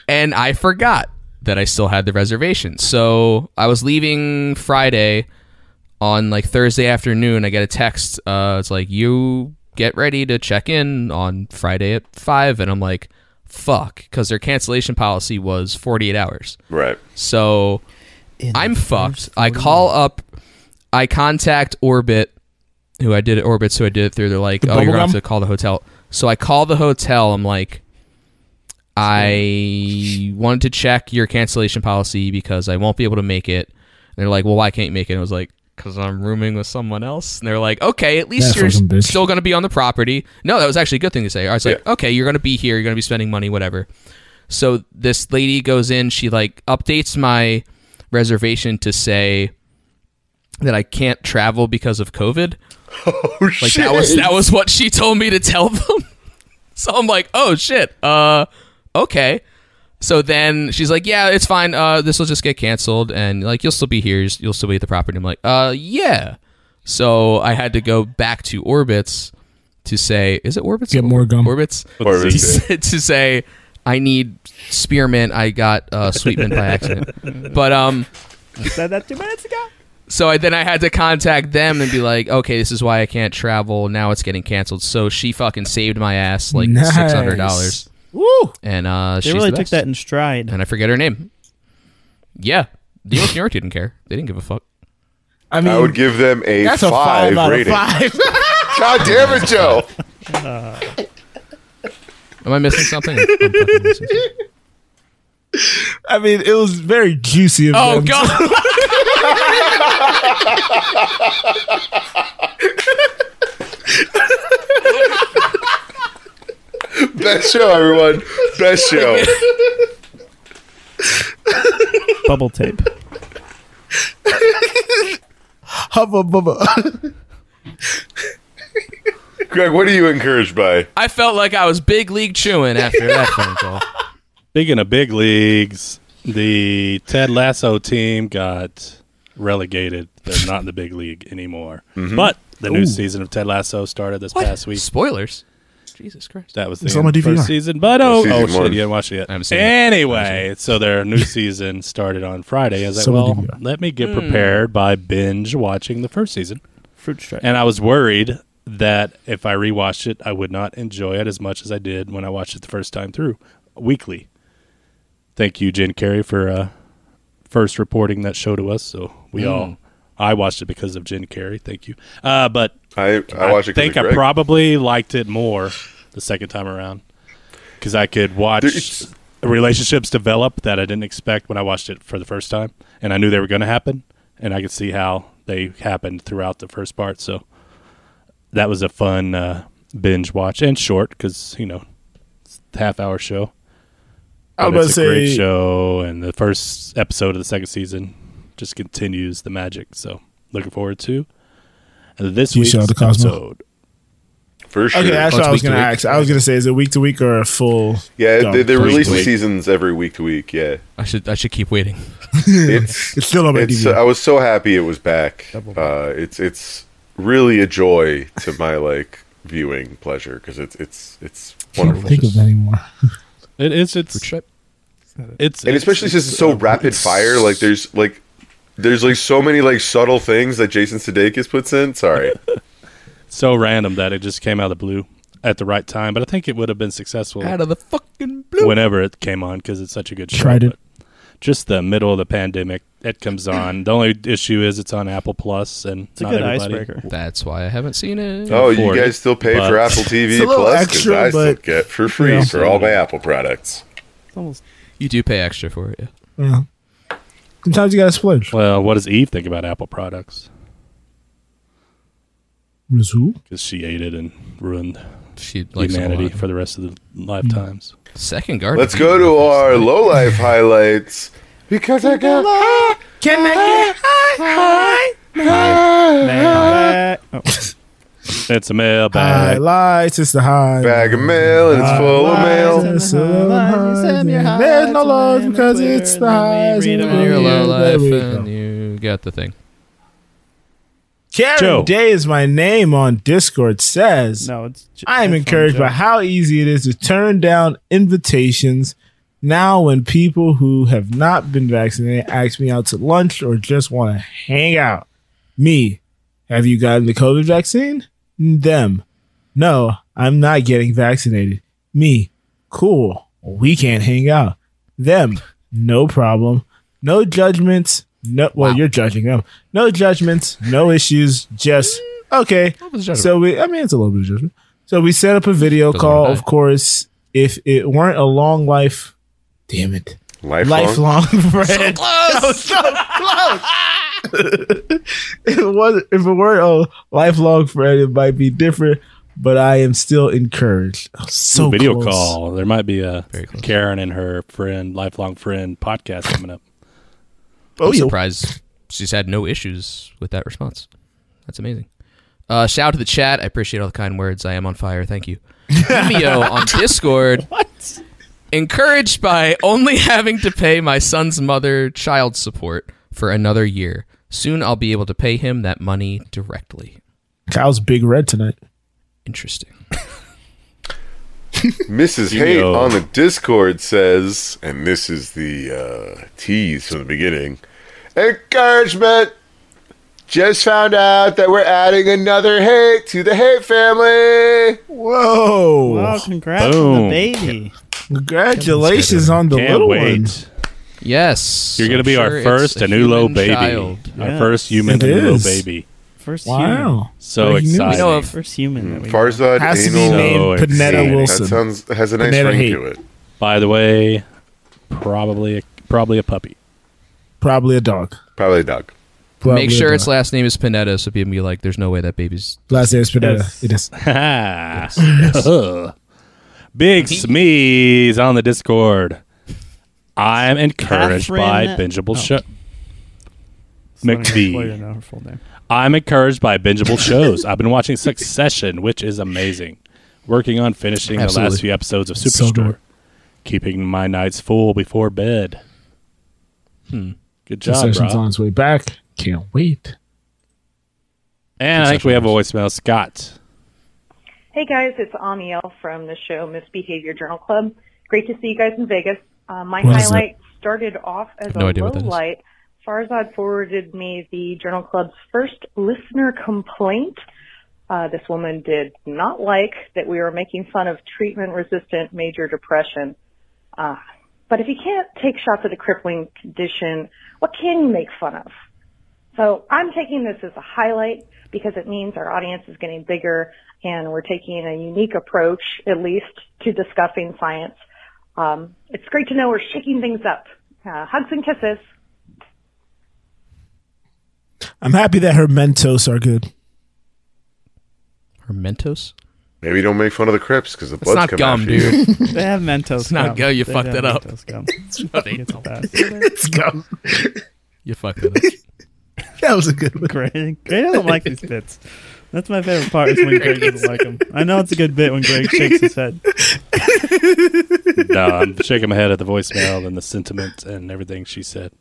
Speaker 10: and I forgot that I still had the reservation. So I was leaving Friday on like Thursday afternoon. I get a text. Uh, it's like, you get ready to check in on Friday at 5. And I'm like, fuck, because their cancellation policy was 48 hours.
Speaker 8: Right.
Speaker 10: So
Speaker 4: In
Speaker 10: I'm
Speaker 4: the
Speaker 10: fucked.
Speaker 4: first
Speaker 10: I call up, I contact Orbit, who I did at Orbit, so I did it through. They're like, oh, you're gonna
Speaker 9: bubblegum?
Speaker 10: have to call the hotel. So I call the hotel. I'm like, I wanted to check your cancellation policy because I won't be able to make it. And they're like, well, why can't you make it? And I was like, because I'm rooming with someone else. And they're like, okay, at least
Speaker 9: That
Speaker 10: you're
Speaker 9: fucking bitch.
Speaker 10: still going to be on the property. No, that was actually a good thing to say. I was like, okay, you're going to be here. You're going to be spending money, whatever. So this lady goes in, she like updates my reservation to say that I can't travel because of COVID.
Speaker 8: Oh
Speaker 10: Like
Speaker 8: shit!
Speaker 10: that was that was what she told me to tell them. so I'm like, oh shit. Uh, okay. So then she's like, yeah, it's fine. Uh, this will just get canceled, and like you'll still be here. You'll still be at the property. I'm like, uh, yeah. So I had to go back to orbits to say, is it orbits?
Speaker 9: Get more gum.
Speaker 10: Orbits
Speaker 8: Or
Speaker 10: to,
Speaker 8: is it-
Speaker 10: say, to say I need spearmint. I got uh, sweet mint by accident. But um,
Speaker 4: Said that two minutes ago.
Speaker 10: so I, then I had to contact them and be like, okay, this is why I can't travel. Now it's getting canceled. So she fucking saved my ass like
Speaker 9: Nice.
Speaker 10: six hundred dollars,
Speaker 9: Woo!
Speaker 10: and uh,
Speaker 4: They
Speaker 10: she's
Speaker 4: really
Speaker 10: the
Speaker 4: took
Speaker 10: best.
Speaker 4: that in stride.
Speaker 10: And I forget her name. Yeah, the York New York didn't care. They didn't give a fuck.
Speaker 9: I mean,
Speaker 8: I would give them a
Speaker 9: that's a
Speaker 8: five,
Speaker 9: five, out
Speaker 8: rating.
Speaker 9: of five.
Speaker 8: God damn it, Joe!
Speaker 10: Am I missing something? I'm fucking missing something.
Speaker 9: I mean, it was very juicy. Of
Speaker 10: Oh
Speaker 9: them.
Speaker 10: god!
Speaker 8: Best show, everyone. Best show.
Speaker 4: Bubble tape.
Speaker 9: Hubba bubba.
Speaker 8: Greg, what are you encouraged by?
Speaker 10: I felt like I was big league chewing after that phone call.
Speaker 3: Speaking of big leagues, the Ted Lasso team got relegated. They're not in the
Speaker 9: Mm-hmm.
Speaker 3: big league anymore. But the new season of Ted Lasso started this past week.
Speaker 10: Spoilers. Jesus Christ.
Speaker 3: That was the
Speaker 9: It's on my
Speaker 3: first
Speaker 9: DVR.
Speaker 3: season, but oh,
Speaker 8: Season
Speaker 3: oh shit,
Speaker 8: one.
Speaker 3: you didn't watch it yet.
Speaker 10: I haven't seen it.
Speaker 3: anyway, so their new season started on Friday. I was like,
Speaker 9: Some of
Speaker 3: well,
Speaker 9: the- yeah.
Speaker 3: let me get prepared by binge watching the first season,
Speaker 4: Fruit Strike.
Speaker 3: and I was worried that if I rewatched it, I would not enjoy it as much as I did when I watched it the first time through weekly. Thank you, Jen Carey, for uh, first reporting that show to us. So we
Speaker 10: Hmm.
Speaker 3: all, I watched it because of Jen Carey. Thank you, uh, but
Speaker 8: I I watch it. 'cause
Speaker 3: think
Speaker 8: of
Speaker 3: I
Speaker 8: Greg.
Speaker 3: probably liked it more the second time around because I could watch
Speaker 8: There's-
Speaker 3: relationships develop that I didn't expect when I watched it for the first time, and I knew they were going to happen, and I could see how they happened throughout the first part. So that was a fun uh, binge watch and short because you know it's a half hour show. But
Speaker 9: I was about to
Speaker 3: it's a great
Speaker 9: say
Speaker 3: show, and the first episode of the second season just continues the magic. So looking forward to this
Speaker 9: You
Speaker 3: week's
Speaker 9: shout out to Cosmo.
Speaker 3: episode.
Speaker 8: for sure.
Speaker 9: Okay, that's
Speaker 10: Oh,
Speaker 9: what
Speaker 10: it's
Speaker 9: I was
Speaker 10: week to
Speaker 9: gonna
Speaker 10: week?
Speaker 9: ask. I was gonna say, is it week to week or a full?
Speaker 8: yeah,
Speaker 9: No,
Speaker 8: they, they
Speaker 9: it's week
Speaker 8: release
Speaker 9: to
Speaker 8: the
Speaker 9: week.
Speaker 8: seasons every week to week. Yeah,
Speaker 10: I should I should keep waiting.
Speaker 8: it's
Speaker 9: It's still on my
Speaker 8: it's. uh,
Speaker 9: DVR.
Speaker 8: I was so happy it was back. Uh, it's it's really a joy to my like viewing pleasure because it's it's it's
Speaker 9: Can't
Speaker 8: wonderful.
Speaker 9: think of it anymore.
Speaker 3: It is. It's It's
Speaker 8: and especially since it's so rapid fire like there's like there's like so many like subtle things that jason sudeikis puts in sorry
Speaker 3: so random that it just came out of the blue at the right time. But I think it would have been successful
Speaker 10: Out of the fucking blue.
Speaker 3: whenever it came on because it's such a good show.
Speaker 9: Tried it.
Speaker 3: but Just the middle of the pandemic, it comes on. The only issue is it's on Apple Plus, and
Speaker 4: It's a
Speaker 3: not
Speaker 4: good
Speaker 3: everybody.
Speaker 4: icebreaker.
Speaker 10: That's why I haven't seen it.
Speaker 8: oh you
Speaker 3: afford it,
Speaker 8: guys still pay for
Speaker 3: but-
Speaker 8: apple tv
Speaker 9: It's a little
Speaker 8: plus 'Cause
Speaker 9: extra,
Speaker 8: i still
Speaker 9: but-
Speaker 8: get for free
Speaker 9: Yeah.
Speaker 8: for all my apple products
Speaker 4: It's almost
Speaker 10: You do pay extra for it. Yeah.
Speaker 9: Yeah. Sometimes you gotta splurge.
Speaker 3: Well, what does Eve think about Apple products?
Speaker 9: What is who?
Speaker 3: Because she ate it and ruined
Speaker 10: She likes
Speaker 3: humanity
Speaker 10: humanity.
Speaker 3: for the rest of the
Speaker 9: Mm.
Speaker 3: lifetimes.
Speaker 10: Second guard.
Speaker 8: let's go to our low life highlights because i got high,
Speaker 9: Can I get Uh,
Speaker 4: man. Oh,
Speaker 3: It's a
Speaker 9: high
Speaker 3: mailbag.
Speaker 9: Uh, lights? It's the high
Speaker 8: bag of mail and
Speaker 9: Uh,
Speaker 8: it's full of mail
Speaker 9: There's no laws because it's the highs.
Speaker 4: Read
Speaker 9: and
Speaker 4: 'em
Speaker 9: the
Speaker 4: in
Speaker 10: You're
Speaker 4: your
Speaker 9: lows.
Speaker 10: low
Speaker 9: There
Speaker 10: life
Speaker 9: we
Speaker 10: and
Speaker 9: go.
Speaker 10: you got the thing.
Speaker 9: Karen
Speaker 3: Joe.
Speaker 9: Day is my name on Discord. Says
Speaker 4: no, it's. j-
Speaker 9: I am
Speaker 4: headphone
Speaker 9: encouraged by
Speaker 4: jack.
Speaker 9: how easy it is to turn down invitations now when people who have not been vaccinated ask me out to lunch or just want to hang out. Me, have you gotten the COVID vaccine? Them, no, I'm not getting vaccinated. Me, cool, we can't hang out. Them, no problem. No judgments. No, well, you're judging them. No judgments, no issues, just
Speaker 10: Mm,
Speaker 9: okay.
Speaker 10: was judgment.
Speaker 9: So we, I mean, it's a little bit of judgment. So we set up a video
Speaker 10: Doesn't
Speaker 9: call.
Speaker 10: matter.
Speaker 9: Of course, if it weren't a long life, damn it,
Speaker 8: lifelong,
Speaker 9: lifelong friend. I was so close. if it was, if it were a lifelong friend, it might be different. But I am still encouraged. I was so
Speaker 3: video
Speaker 9: close.
Speaker 3: call. There might be a
Speaker 10: Oh, Very close.
Speaker 3: Karen and her friend, lifelong friend podcast coming up.
Speaker 9: Oh,
Speaker 10: I'm
Speaker 9: yeah.
Speaker 10: surprised she's had no issues with that response. That's amazing. Uh, shout out to the chat. I appreciate all the kind words. I am on fire. Thank you. Vimeo on Discord. What? Encouraged by only having to pay my son's mother child support for another year. Soon I'll be able to pay him that money directly.
Speaker 9: Kyle's big red tonight.
Speaker 10: Interesting.
Speaker 8: mrs hate
Speaker 3: know.
Speaker 8: on the discord says and this is the uh, tease from the beginning encouragement just found out that we're adding another hate to the hate family
Speaker 9: Whoa!
Speaker 3: Oh,
Speaker 4: Well, congrats on
Speaker 3: Boom.
Speaker 4: the baby.
Speaker 9: Congratulations on the
Speaker 3: Can't
Speaker 9: little
Speaker 3: wait.
Speaker 9: one.
Speaker 10: Yes.
Speaker 3: You're going
Speaker 10: I'm
Speaker 3: to be
Speaker 10: sure
Speaker 3: our
Speaker 10: it's
Speaker 3: first
Speaker 10: a
Speaker 3: Anulo
Speaker 10: human
Speaker 3: baby.
Speaker 10: child.
Speaker 3: Our
Speaker 4: Yes.
Speaker 3: first human
Speaker 9: It
Speaker 3: Anulo
Speaker 9: is.
Speaker 3: baby.
Speaker 4: First human.
Speaker 9: Wow!
Speaker 3: So
Speaker 9: Breaking news.
Speaker 3: exciting.
Speaker 10: You know, if
Speaker 4: First human that we
Speaker 8: Farzad
Speaker 9: Has to be
Speaker 8: Anal-
Speaker 9: named
Speaker 3: So
Speaker 9: Panetta
Speaker 3: exciting.
Speaker 8: That
Speaker 9: Wilson.
Speaker 8: sounds has a nice
Speaker 9: Panetta
Speaker 8: ring
Speaker 9: hate.
Speaker 8: to it.
Speaker 3: By the way, probably a, probably a puppy.
Speaker 9: Probably a dog.
Speaker 8: Probably a dog.
Speaker 9: Probably
Speaker 10: make
Speaker 9: a
Speaker 10: sure
Speaker 9: dog.
Speaker 10: its last name is Panetta, so people can be like, there's no way that baby's
Speaker 9: last name is Pineda.
Speaker 4: Yes.
Speaker 9: It is.
Speaker 3: Big Smeeze on the Discord. I'm encouraged by
Speaker 4: Catherine-
Speaker 3: bingeable
Speaker 4: oh.
Speaker 3: show.
Speaker 4: Sorry, I
Speaker 3: McPhee.
Speaker 4: played it on her full name.
Speaker 3: I'm encouraged by bingeable shows. I've been watching Succession, which is amazing. Working on finishing the
Speaker 10: Absolutely.
Speaker 3: last few episodes of
Speaker 9: So good.
Speaker 3: Superstore. Keeping my nights full before bed. Hmm. Good job,
Speaker 9: Concession's
Speaker 3: Rob.
Speaker 9: on its way back. Can't wait.
Speaker 3: And I think
Speaker 10: Concession
Speaker 3: we have a
Speaker 10: wars.
Speaker 3: voicemail. Scott
Speaker 11: Hey guys, it's Amiel from the show Misbehavior Journal Club. Great to see you guys in Vegas. Uh, my
Speaker 10: What is that?
Speaker 11: highlight started off as
Speaker 10: have no
Speaker 11: a
Speaker 10: idea
Speaker 11: low
Speaker 10: what that is.
Speaker 11: light. Farzad forwarded me the Journal Club's first listener complaint. Uh, this woman did not like that we were making fun of treatment-resistant major depression. Uh, but if you can't take shots at a crippling condition, what can you make fun of? So I'm taking this as a highlight because it means our audience is getting bigger and we're taking a unique approach, at least, to discussing science. Um, it's great to know we're shaking things up. Uh, hugs and kisses.
Speaker 9: I'm happy that her Mentos are good.
Speaker 10: Her Mentos?
Speaker 8: Maybe don't make fun of the Crips because the
Speaker 10: That's
Speaker 8: Bloods
Speaker 10: not
Speaker 8: come
Speaker 10: gum,
Speaker 8: after you.
Speaker 10: dude.
Speaker 4: They have Mentos.
Speaker 10: It's not
Speaker 4: gum.
Speaker 10: gum. You
Speaker 4: They
Speaker 10: fucked
Speaker 4: have
Speaker 10: that up.
Speaker 4: Mentos gum.
Speaker 10: No, they
Speaker 4: It's
Speaker 10: don't.
Speaker 4: bad.
Speaker 9: it's gum.
Speaker 10: You fucked that up.
Speaker 9: That was a good one.
Speaker 4: Greg, Greg doesn't like these bits. That's my favorite part is when Greg doesn't like them. I know it's a good bit when Greg shakes his head.
Speaker 3: no, I'm shaking my head at the voicemail and the sentiment and everything she said.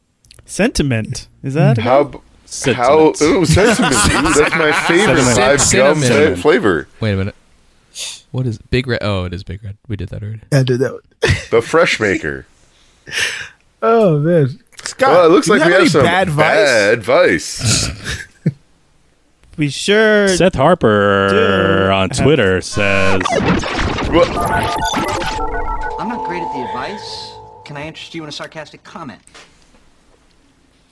Speaker 4: Sentiment is that?
Speaker 10: Mm.
Speaker 4: a-
Speaker 8: How? How?
Speaker 3: Sentiment.
Speaker 8: Ooh, sentiment. Ooh, that's my favorite
Speaker 3: Sentiment.
Speaker 8: live gum
Speaker 10: Cinnamon.
Speaker 8: fla- flavor.
Speaker 10: Wait a minute. What is Big Red? Oh, it is Big Red. We did that already.
Speaker 9: I did that. One.
Speaker 8: The Fresh Maker.
Speaker 9: Oh man, Scott.
Speaker 8: well, it looks
Speaker 9: you
Speaker 8: like we
Speaker 9: any
Speaker 8: have some
Speaker 9: bad advice.
Speaker 8: bad advice.
Speaker 4: We sure.
Speaker 3: Seth Harper
Speaker 4: Dude.
Speaker 3: on Twitter says,
Speaker 8: Well,
Speaker 12: I'm not great at the advice. Can I interest you in a sarcastic comment?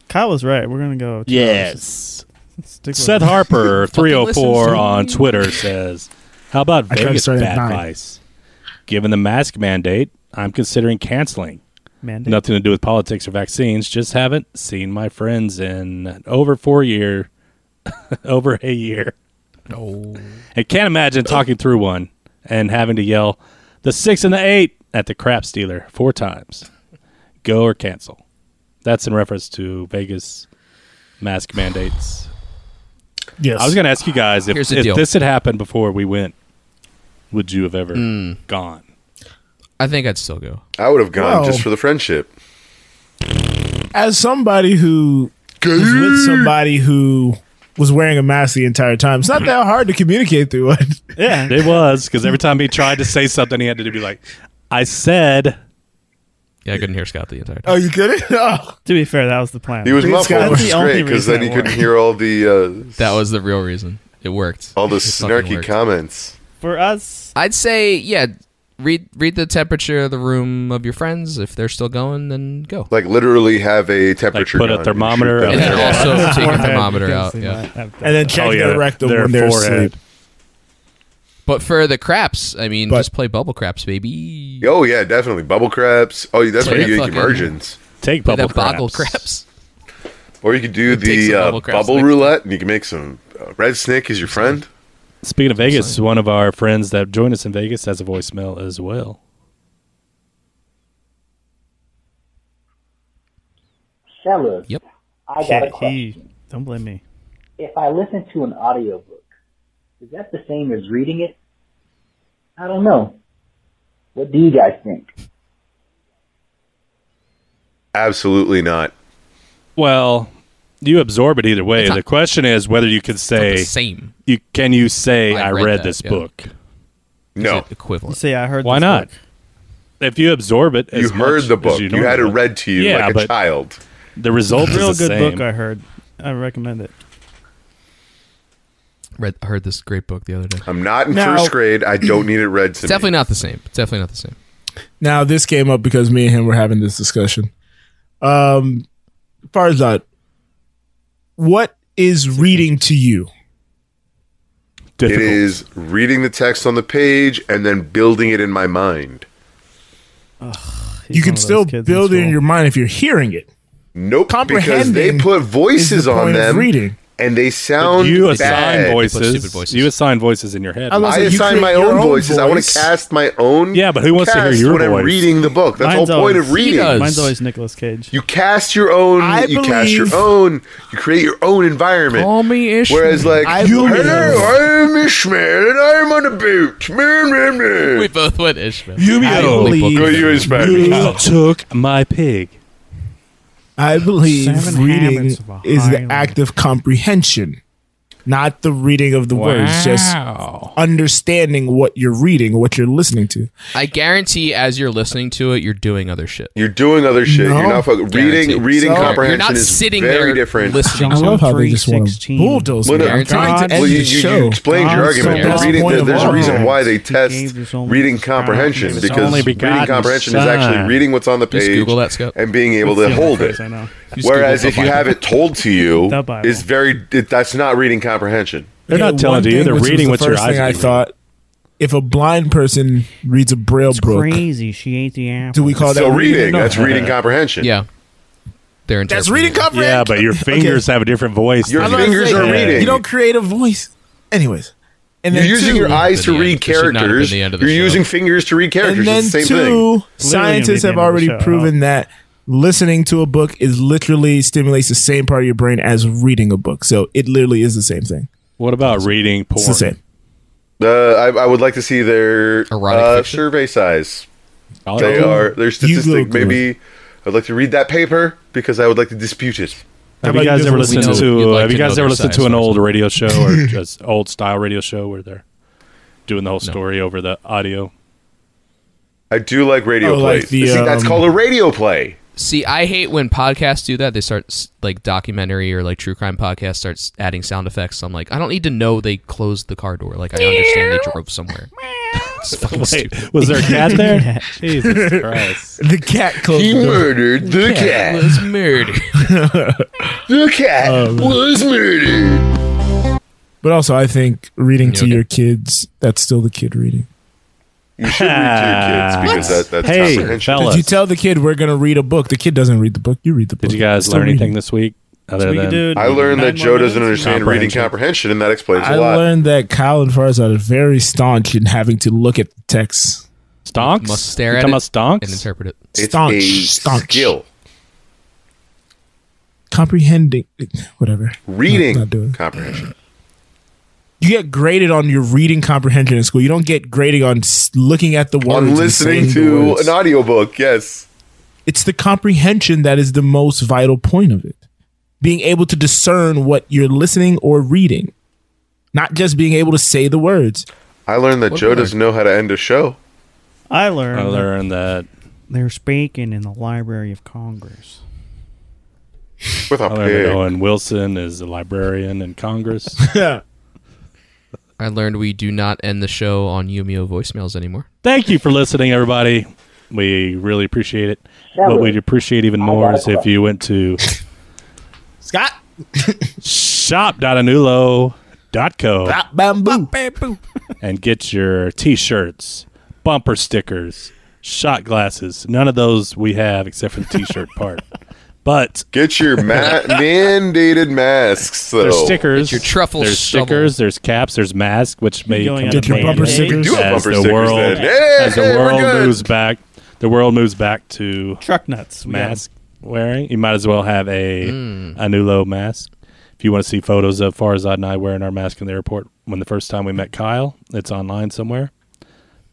Speaker 4: Kyle was right. We're gonna go. two
Speaker 3: Yes.
Speaker 4: hours. Stick with
Speaker 3: Seth
Speaker 4: it.
Speaker 3: Harper three hundred
Speaker 10: listens
Speaker 3: four
Speaker 10: to
Speaker 3: on
Speaker 10: me.
Speaker 3: Twitter says, "How about
Speaker 9: I tried to
Speaker 3: Vegas
Speaker 9: start
Speaker 3: bad
Speaker 9: at nine.
Speaker 3: advice? Given the mask mandate, I'm considering canceling.
Speaker 4: Mandate.
Speaker 3: Nothing to do with politics or vaccines. Just haven't seen my friends in over four year, over a year.
Speaker 10: Oh.
Speaker 3: I can't imagine talking through one and having to yell the six and the eight at the crap stealer four times. Go or cancel. That's in reference to Vegas mask mandates."
Speaker 9: Yes.
Speaker 3: I was going to ask you guys if,
Speaker 10: Here's the
Speaker 3: if
Speaker 10: deal.
Speaker 3: this had happened before we went, would you have ever
Speaker 10: Hmm.
Speaker 3: gone?
Speaker 10: I think I'd still go.
Speaker 8: I would have gone
Speaker 9: Wow.
Speaker 8: just for the friendship.
Speaker 9: as somebody who was with somebody who was wearing a mask the entire time, it's not that hard to communicate through one.
Speaker 4: Yeah.
Speaker 3: It was because every time he tried to say something, he had to be like, "I said."
Speaker 10: Yeah, I couldn't hear Scott the entire time.
Speaker 9: Oh, you couldn't? Oh,
Speaker 4: To be fair, that was the plan.
Speaker 8: He was
Speaker 9: It's
Speaker 8: muffled,
Speaker 9: got-
Speaker 8: which
Speaker 9: That's
Speaker 8: is
Speaker 4: the only
Speaker 8: great because
Speaker 4: reason
Speaker 8: then
Speaker 4: it
Speaker 8: you couldn't
Speaker 4: worked.
Speaker 8: hear all the uh,
Speaker 10: That was the real reason. It worked.
Speaker 8: all the
Speaker 10: It fucking
Speaker 8: snarky
Speaker 10: worked.
Speaker 8: comments.
Speaker 4: for us.
Speaker 10: I'd say, yeah, read read the temperature of the room of your friends. If they're still going, then go.
Speaker 8: Like literally have a
Speaker 3: Like
Speaker 8: temperature.
Speaker 3: put
Speaker 8: gun
Speaker 3: a
Speaker 8: and
Speaker 3: thermometer
Speaker 8: shoot
Speaker 3: up
Speaker 10: And
Speaker 8: them.
Speaker 10: then also take a
Speaker 4: Forehead,
Speaker 10: thermometer out.
Speaker 4: because they
Speaker 10: Yeah.
Speaker 4: might have done
Speaker 9: and then
Speaker 4: that.
Speaker 3: Oh,
Speaker 9: check their rectum when they're asleep.
Speaker 10: But for the craps, I mean,
Speaker 9: But-
Speaker 10: just play bubble craps, baby.
Speaker 8: Oh yeah, definitely bubble craps. Oh, that's
Speaker 10: Play
Speaker 8: where
Speaker 10: that
Speaker 8: you get
Speaker 10: fucking-
Speaker 8: conversions.
Speaker 3: Take
Speaker 10: Play
Speaker 3: bubble
Speaker 10: that boggle
Speaker 3: craps.
Speaker 10: craps.
Speaker 8: Or you could do
Speaker 10: take
Speaker 8: the
Speaker 10: some
Speaker 8: uh, bubble,
Speaker 10: bubble craps next
Speaker 8: roulette, and you can make some uh, red snake is your friend.
Speaker 3: Speaking of Vegas, one of our friends that joined us in Vegas has a voicemail as well.
Speaker 13: Fellas,
Speaker 10: Yep.
Speaker 13: I got a
Speaker 4: Yeah,
Speaker 13: question.
Speaker 4: he- don't blame me.
Speaker 13: If I listen to an audiobook, is that the same as reading it? I don't know. What do you guys think?
Speaker 8: Absolutely not.
Speaker 3: Well, you absorb it either way.
Speaker 10: It's not-
Speaker 3: the question is whether you can
Speaker 10: Not the
Speaker 3: say
Speaker 10: same.
Speaker 3: you can you say
Speaker 10: I
Speaker 3: I,
Speaker 10: read
Speaker 3: read,
Speaker 10: that,"
Speaker 3: this
Speaker 10: yeah.
Speaker 3: book.
Speaker 8: No,
Speaker 10: Is it equivalent.
Speaker 4: See, I heard.
Speaker 3: Why
Speaker 4: this
Speaker 3: not?
Speaker 4: book.
Speaker 3: If you absorb it,
Speaker 8: you
Speaker 3: as much
Speaker 8: heard the
Speaker 3: as
Speaker 8: book. You,
Speaker 3: normally
Speaker 8: had it
Speaker 3: would.
Speaker 8: read to you
Speaker 3: Yeah,
Speaker 8: like a
Speaker 3: but
Speaker 8: child.
Speaker 3: The result is
Speaker 4: Real
Speaker 3: the
Speaker 4: good
Speaker 3: same.
Speaker 4: book. I heard. I recommend it.
Speaker 10: Read, I heard this great book the other day. It's
Speaker 8: I'm not in
Speaker 9: Now-
Speaker 8: first grade. I don't need it read to me.
Speaker 10: definitely not the same. It's definitely not the same.
Speaker 9: Now this came up because me and him were having this discussion. Um Farzad, what is reading to you?
Speaker 8: It
Speaker 3: Difficult.
Speaker 8: is reading the text on the page and then building it in my mind.
Speaker 4: He's
Speaker 9: you can
Speaker 4: one of those
Speaker 9: still
Speaker 4: kids in
Speaker 9: build it in
Speaker 4: school.
Speaker 9: your mind if you're hearing it.
Speaker 8: Nope, because
Speaker 9: Comprehending
Speaker 8: they put voices
Speaker 9: is the
Speaker 8: on
Speaker 9: point of
Speaker 8: them
Speaker 9: reading.
Speaker 8: and they
Speaker 3: But
Speaker 8: sound
Speaker 3: you
Speaker 8: bad.
Speaker 3: assign
Speaker 10: People have
Speaker 3: voices,
Speaker 10: stupid voices.
Speaker 3: You assign voices in your head.
Speaker 9: I'm
Speaker 8: I
Speaker 9: So you
Speaker 8: assign
Speaker 9: create
Speaker 8: my
Speaker 9: your
Speaker 8: own,
Speaker 9: own
Speaker 8: voices. I want
Speaker 9: voice.
Speaker 8: to cast my own.
Speaker 3: Yeah, but who wants to hear
Speaker 8: cast
Speaker 3: your
Speaker 8: when
Speaker 3: voice?
Speaker 8: I'm reading the book. That's
Speaker 4: Mine's
Speaker 8: the whole point
Speaker 4: always-
Speaker 8: of
Speaker 4: He
Speaker 8: reading.
Speaker 10: does.
Speaker 4: Mine's always Nicolas Cage.
Speaker 8: You cast your own.
Speaker 9: I
Speaker 8: you cast
Speaker 9: believe-
Speaker 8: your own. You create your own environment.
Speaker 10: Call me Ishmael.
Speaker 8: Whereas, like,
Speaker 9: I
Speaker 8: hello,
Speaker 9: believe-
Speaker 8: I'm Ishmael and I'm on a boat. Meh, meh, meh.
Speaker 10: We both went Ishmael.
Speaker 9: You be
Speaker 10: I
Speaker 9: able
Speaker 10: only
Speaker 9: to
Speaker 10: booked
Speaker 9: leave.
Speaker 10: it.
Speaker 8: you
Speaker 3: You took my pig.
Speaker 9: I believe
Speaker 4: Seven
Speaker 9: reading
Speaker 4: habits of a
Speaker 9: is the
Speaker 4: highly-
Speaker 9: act of comprehension. Not the reading of the words, just
Speaker 10: Wow.
Speaker 9: understanding what you're reading, what you're listening to.
Speaker 10: I guarantee, as you're listening to it, you're doing other shit.
Speaker 8: You're doing other shit. You're
Speaker 10: No.
Speaker 8: not fucking
Speaker 10: Guaranteed.
Speaker 8: reading. Reading
Speaker 10: So-
Speaker 8: comprehension
Speaker 10: You're not
Speaker 8: is
Speaker 10: sitting
Speaker 8: very
Speaker 10: there
Speaker 8: different.
Speaker 10: listening.
Speaker 9: I love how they just want to bulldoze.
Speaker 8: Well,
Speaker 9: me.
Speaker 8: no,
Speaker 9: I'm trying to
Speaker 8: well,
Speaker 9: end
Speaker 8: you,
Speaker 9: the
Speaker 8: you- you
Speaker 9: show.
Speaker 8: explained your argument. but reading, there- there's a reason why they test reading comprehension
Speaker 3: His
Speaker 8: because
Speaker 3: only
Speaker 8: reading
Speaker 3: begotten
Speaker 8: comprehension is actually
Speaker 3: Son.
Speaker 8: reading what's on the
Speaker 3: Just
Speaker 8: page
Speaker 3: Google that, Scott.
Speaker 8: and being able
Speaker 3: That's the
Speaker 8: to
Speaker 3: only
Speaker 8: hold it.
Speaker 3: phrase I know. Just
Speaker 8: Whereas
Speaker 3: Google
Speaker 8: if
Speaker 3: the
Speaker 8: you have
Speaker 3: Bible.
Speaker 8: it told to you,
Speaker 3: The Bible.
Speaker 8: it's very it, that's not reading comprehension.
Speaker 3: They're not telling you. They're reading
Speaker 9: what's
Speaker 3: what your eyes
Speaker 9: thing I
Speaker 3: are
Speaker 9: thought. If a blind person reads a braille book,
Speaker 4: Crazy. She ate the apple.
Speaker 9: Do we call
Speaker 8: Still
Speaker 9: Oh, that
Speaker 8: reading. That's reading comprehension.
Speaker 9: comprehension.
Speaker 10: Yeah. They're
Speaker 9: That's reading comprehension.
Speaker 3: Yeah, but your fingers have a different voice.
Speaker 8: Your
Speaker 3: than-
Speaker 8: fingers are
Speaker 3: Yeah.
Speaker 8: reading.
Speaker 9: You don't create a voice. Anyways. And
Speaker 8: you're
Speaker 9: then
Speaker 8: using
Speaker 9: two-
Speaker 8: your eyes to read
Speaker 10: This should not have been
Speaker 8: characters.
Speaker 10: the end of
Speaker 8: You're
Speaker 10: the show.
Speaker 8: using fingers to read characters.
Speaker 9: And then
Speaker 8: it's the same
Speaker 9: two,
Speaker 8: thing.
Speaker 9: scientists have already proven that listening to a book is literally stimulates the same part of your brain as reading a book. So it literally is the same thing.
Speaker 3: What about reading porn?
Speaker 9: It's the same.
Speaker 8: Uh, I, I would like to see their uh, survey size.
Speaker 3: I'll-
Speaker 8: they
Speaker 3: I'll-
Speaker 8: are their
Speaker 3: Google
Speaker 8: statistic.
Speaker 3: it.
Speaker 8: Maybe I'd like to read that paper because I would like to dispute it.
Speaker 3: Have you guys ever listened to?
Speaker 8: like
Speaker 3: have you
Speaker 8: to know
Speaker 3: guys
Speaker 8: their
Speaker 3: ever listened to
Speaker 8: size
Speaker 3: an old radio show or just old style radio show where they're doing the whole story over the audio?
Speaker 8: I do like radio
Speaker 3: Oh, like
Speaker 8: plays.
Speaker 3: the,
Speaker 8: see, that's
Speaker 3: um,
Speaker 8: called a radio play.
Speaker 10: See, I hate when podcasts do that. They start s- like documentary or like true crime podcast starts adding sound effects. I'm like, I don't need to know they closed the car door. Like I understand they drove somewhere. It's fucking
Speaker 3: Wait,
Speaker 10: stupid.
Speaker 3: was there a cat there? Jesus Christ!
Speaker 9: The cat closed
Speaker 8: He
Speaker 9: the door.
Speaker 8: murdered the cat.
Speaker 10: was murdered.
Speaker 8: the cat
Speaker 9: Um,
Speaker 8: was murdered.
Speaker 9: But also, I think reading
Speaker 8: You
Speaker 9: to your kids, that's still the kid reading.
Speaker 8: You should read to your kids because that, that's comprehension.
Speaker 9: Did you tell the kid we're going to read a book? The kid doesn't read the book. You read the book.
Speaker 3: Did you guys
Speaker 9: Still
Speaker 3: learn
Speaker 9: reading.
Speaker 3: anything this week? Other than
Speaker 8: I learned that Joe doesn't understand reading comprehension, and that explains
Speaker 9: I
Speaker 8: a lot.
Speaker 9: learned that Kyle and Farzad are very staunch in having to look at the text.
Speaker 3: Stonks?
Speaker 10: Must stare
Speaker 3: You
Speaker 10: at
Speaker 3: talking
Speaker 10: it
Speaker 3: about stonks?
Speaker 10: and interpret it.
Speaker 8: It's
Speaker 9: Staunch,
Speaker 8: a
Speaker 9: staunch.
Speaker 8: skill.
Speaker 9: Comprehending, whatever.
Speaker 8: Reading
Speaker 9: Hmm, Not- not doing it.
Speaker 8: comprehension.
Speaker 9: You get graded on your reading comprehension in school. You don't get graded on s- looking at the words.
Speaker 8: On
Speaker 9: and
Speaker 8: listening
Speaker 9: saying the
Speaker 8: to
Speaker 9: words.
Speaker 8: an audiobook, yes.
Speaker 9: It's the comprehension that is the most vital point of it. Being able to discern what you're listening or reading, not just being able to say the words.
Speaker 8: I learned that
Speaker 9: What
Speaker 8: Joe
Speaker 9: word?
Speaker 8: doesn't know how to end a show.
Speaker 4: I learned.
Speaker 3: I learned that
Speaker 4: They're speaking in the Library of Congress.
Speaker 8: with a
Speaker 3: I learned that
Speaker 8: pig.
Speaker 3: Owen Wilson is a librarian in Congress.
Speaker 10: I learned we do not end the show on Yumio voicemails anymore.
Speaker 3: Thank you for listening, everybody. We really appreciate it.
Speaker 10: Yeah,
Speaker 3: what
Speaker 10: we-
Speaker 3: we'd appreciate even more is if you went to
Speaker 9: Scott
Speaker 3: shop.anulo.co
Speaker 9: Bop, bam, boom.
Speaker 3: and get your t-shirts, bumper stickers, shot glasses. None of those we have except for the t-shirt part. But
Speaker 8: Get your ma- mandated masks. Though.
Speaker 3: There's stickers.
Speaker 8: Get Oh. your truffle
Speaker 3: There's
Speaker 8: shovel.
Speaker 3: stickers. There's caps. There's masks, which may
Speaker 8: going
Speaker 3: come
Speaker 8: out of
Speaker 3: in handy
Speaker 8: bumper
Speaker 3: as
Speaker 8: stickers. We do have bumper
Speaker 3: the
Speaker 8: stickers
Speaker 3: world
Speaker 8: then. Hey,
Speaker 3: as the
Speaker 8: we're
Speaker 3: world
Speaker 8: good.
Speaker 3: moves back. The world moves back to
Speaker 4: truck nuts we got 'em.
Speaker 3: mask wearing. You might as well have a
Speaker 9: Hmm.
Speaker 4: Mm.
Speaker 3: Anulo mask. If you want to see photos of Farzad and I wearing our mask in the airport when the first time we met Kyle, it's online somewhere.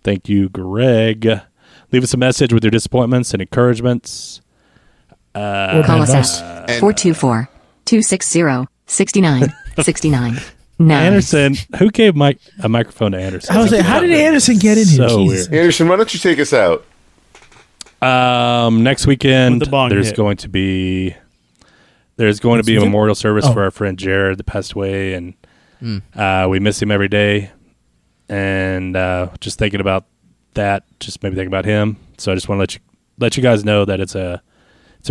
Speaker 3: Thank you, Greg. Leave us a message with your disappointments and encouragements. Uh,
Speaker 14: Call us at 424 260 6969.
Speaker 3: Anderson, who gave Mike a microphone to Anderson?
Speaker 9: I was like, how did Anderson get in here?
Speaker 3: So
Speaker 9: Jesus.
Speaker 8: Anderson, why don't you take us out?
Speaker 3: Um, next weekend
Speaker 8: With the bong
Speaker 3: there's
Speaker 8: hit.
Speaker 3: going to be there's going to be a
Speaker 8: Next weekend?
Speaker 3: memorial service
Speaker 8: Oh.
Speaker 3: for our friend Jared that passed away, and
Speaker 8: Mm.
Speaker 3: uh, we miss him every day. And uh, just thinking about that, just maybe thinking about him. So I just want to let you let you guys know that it's a it's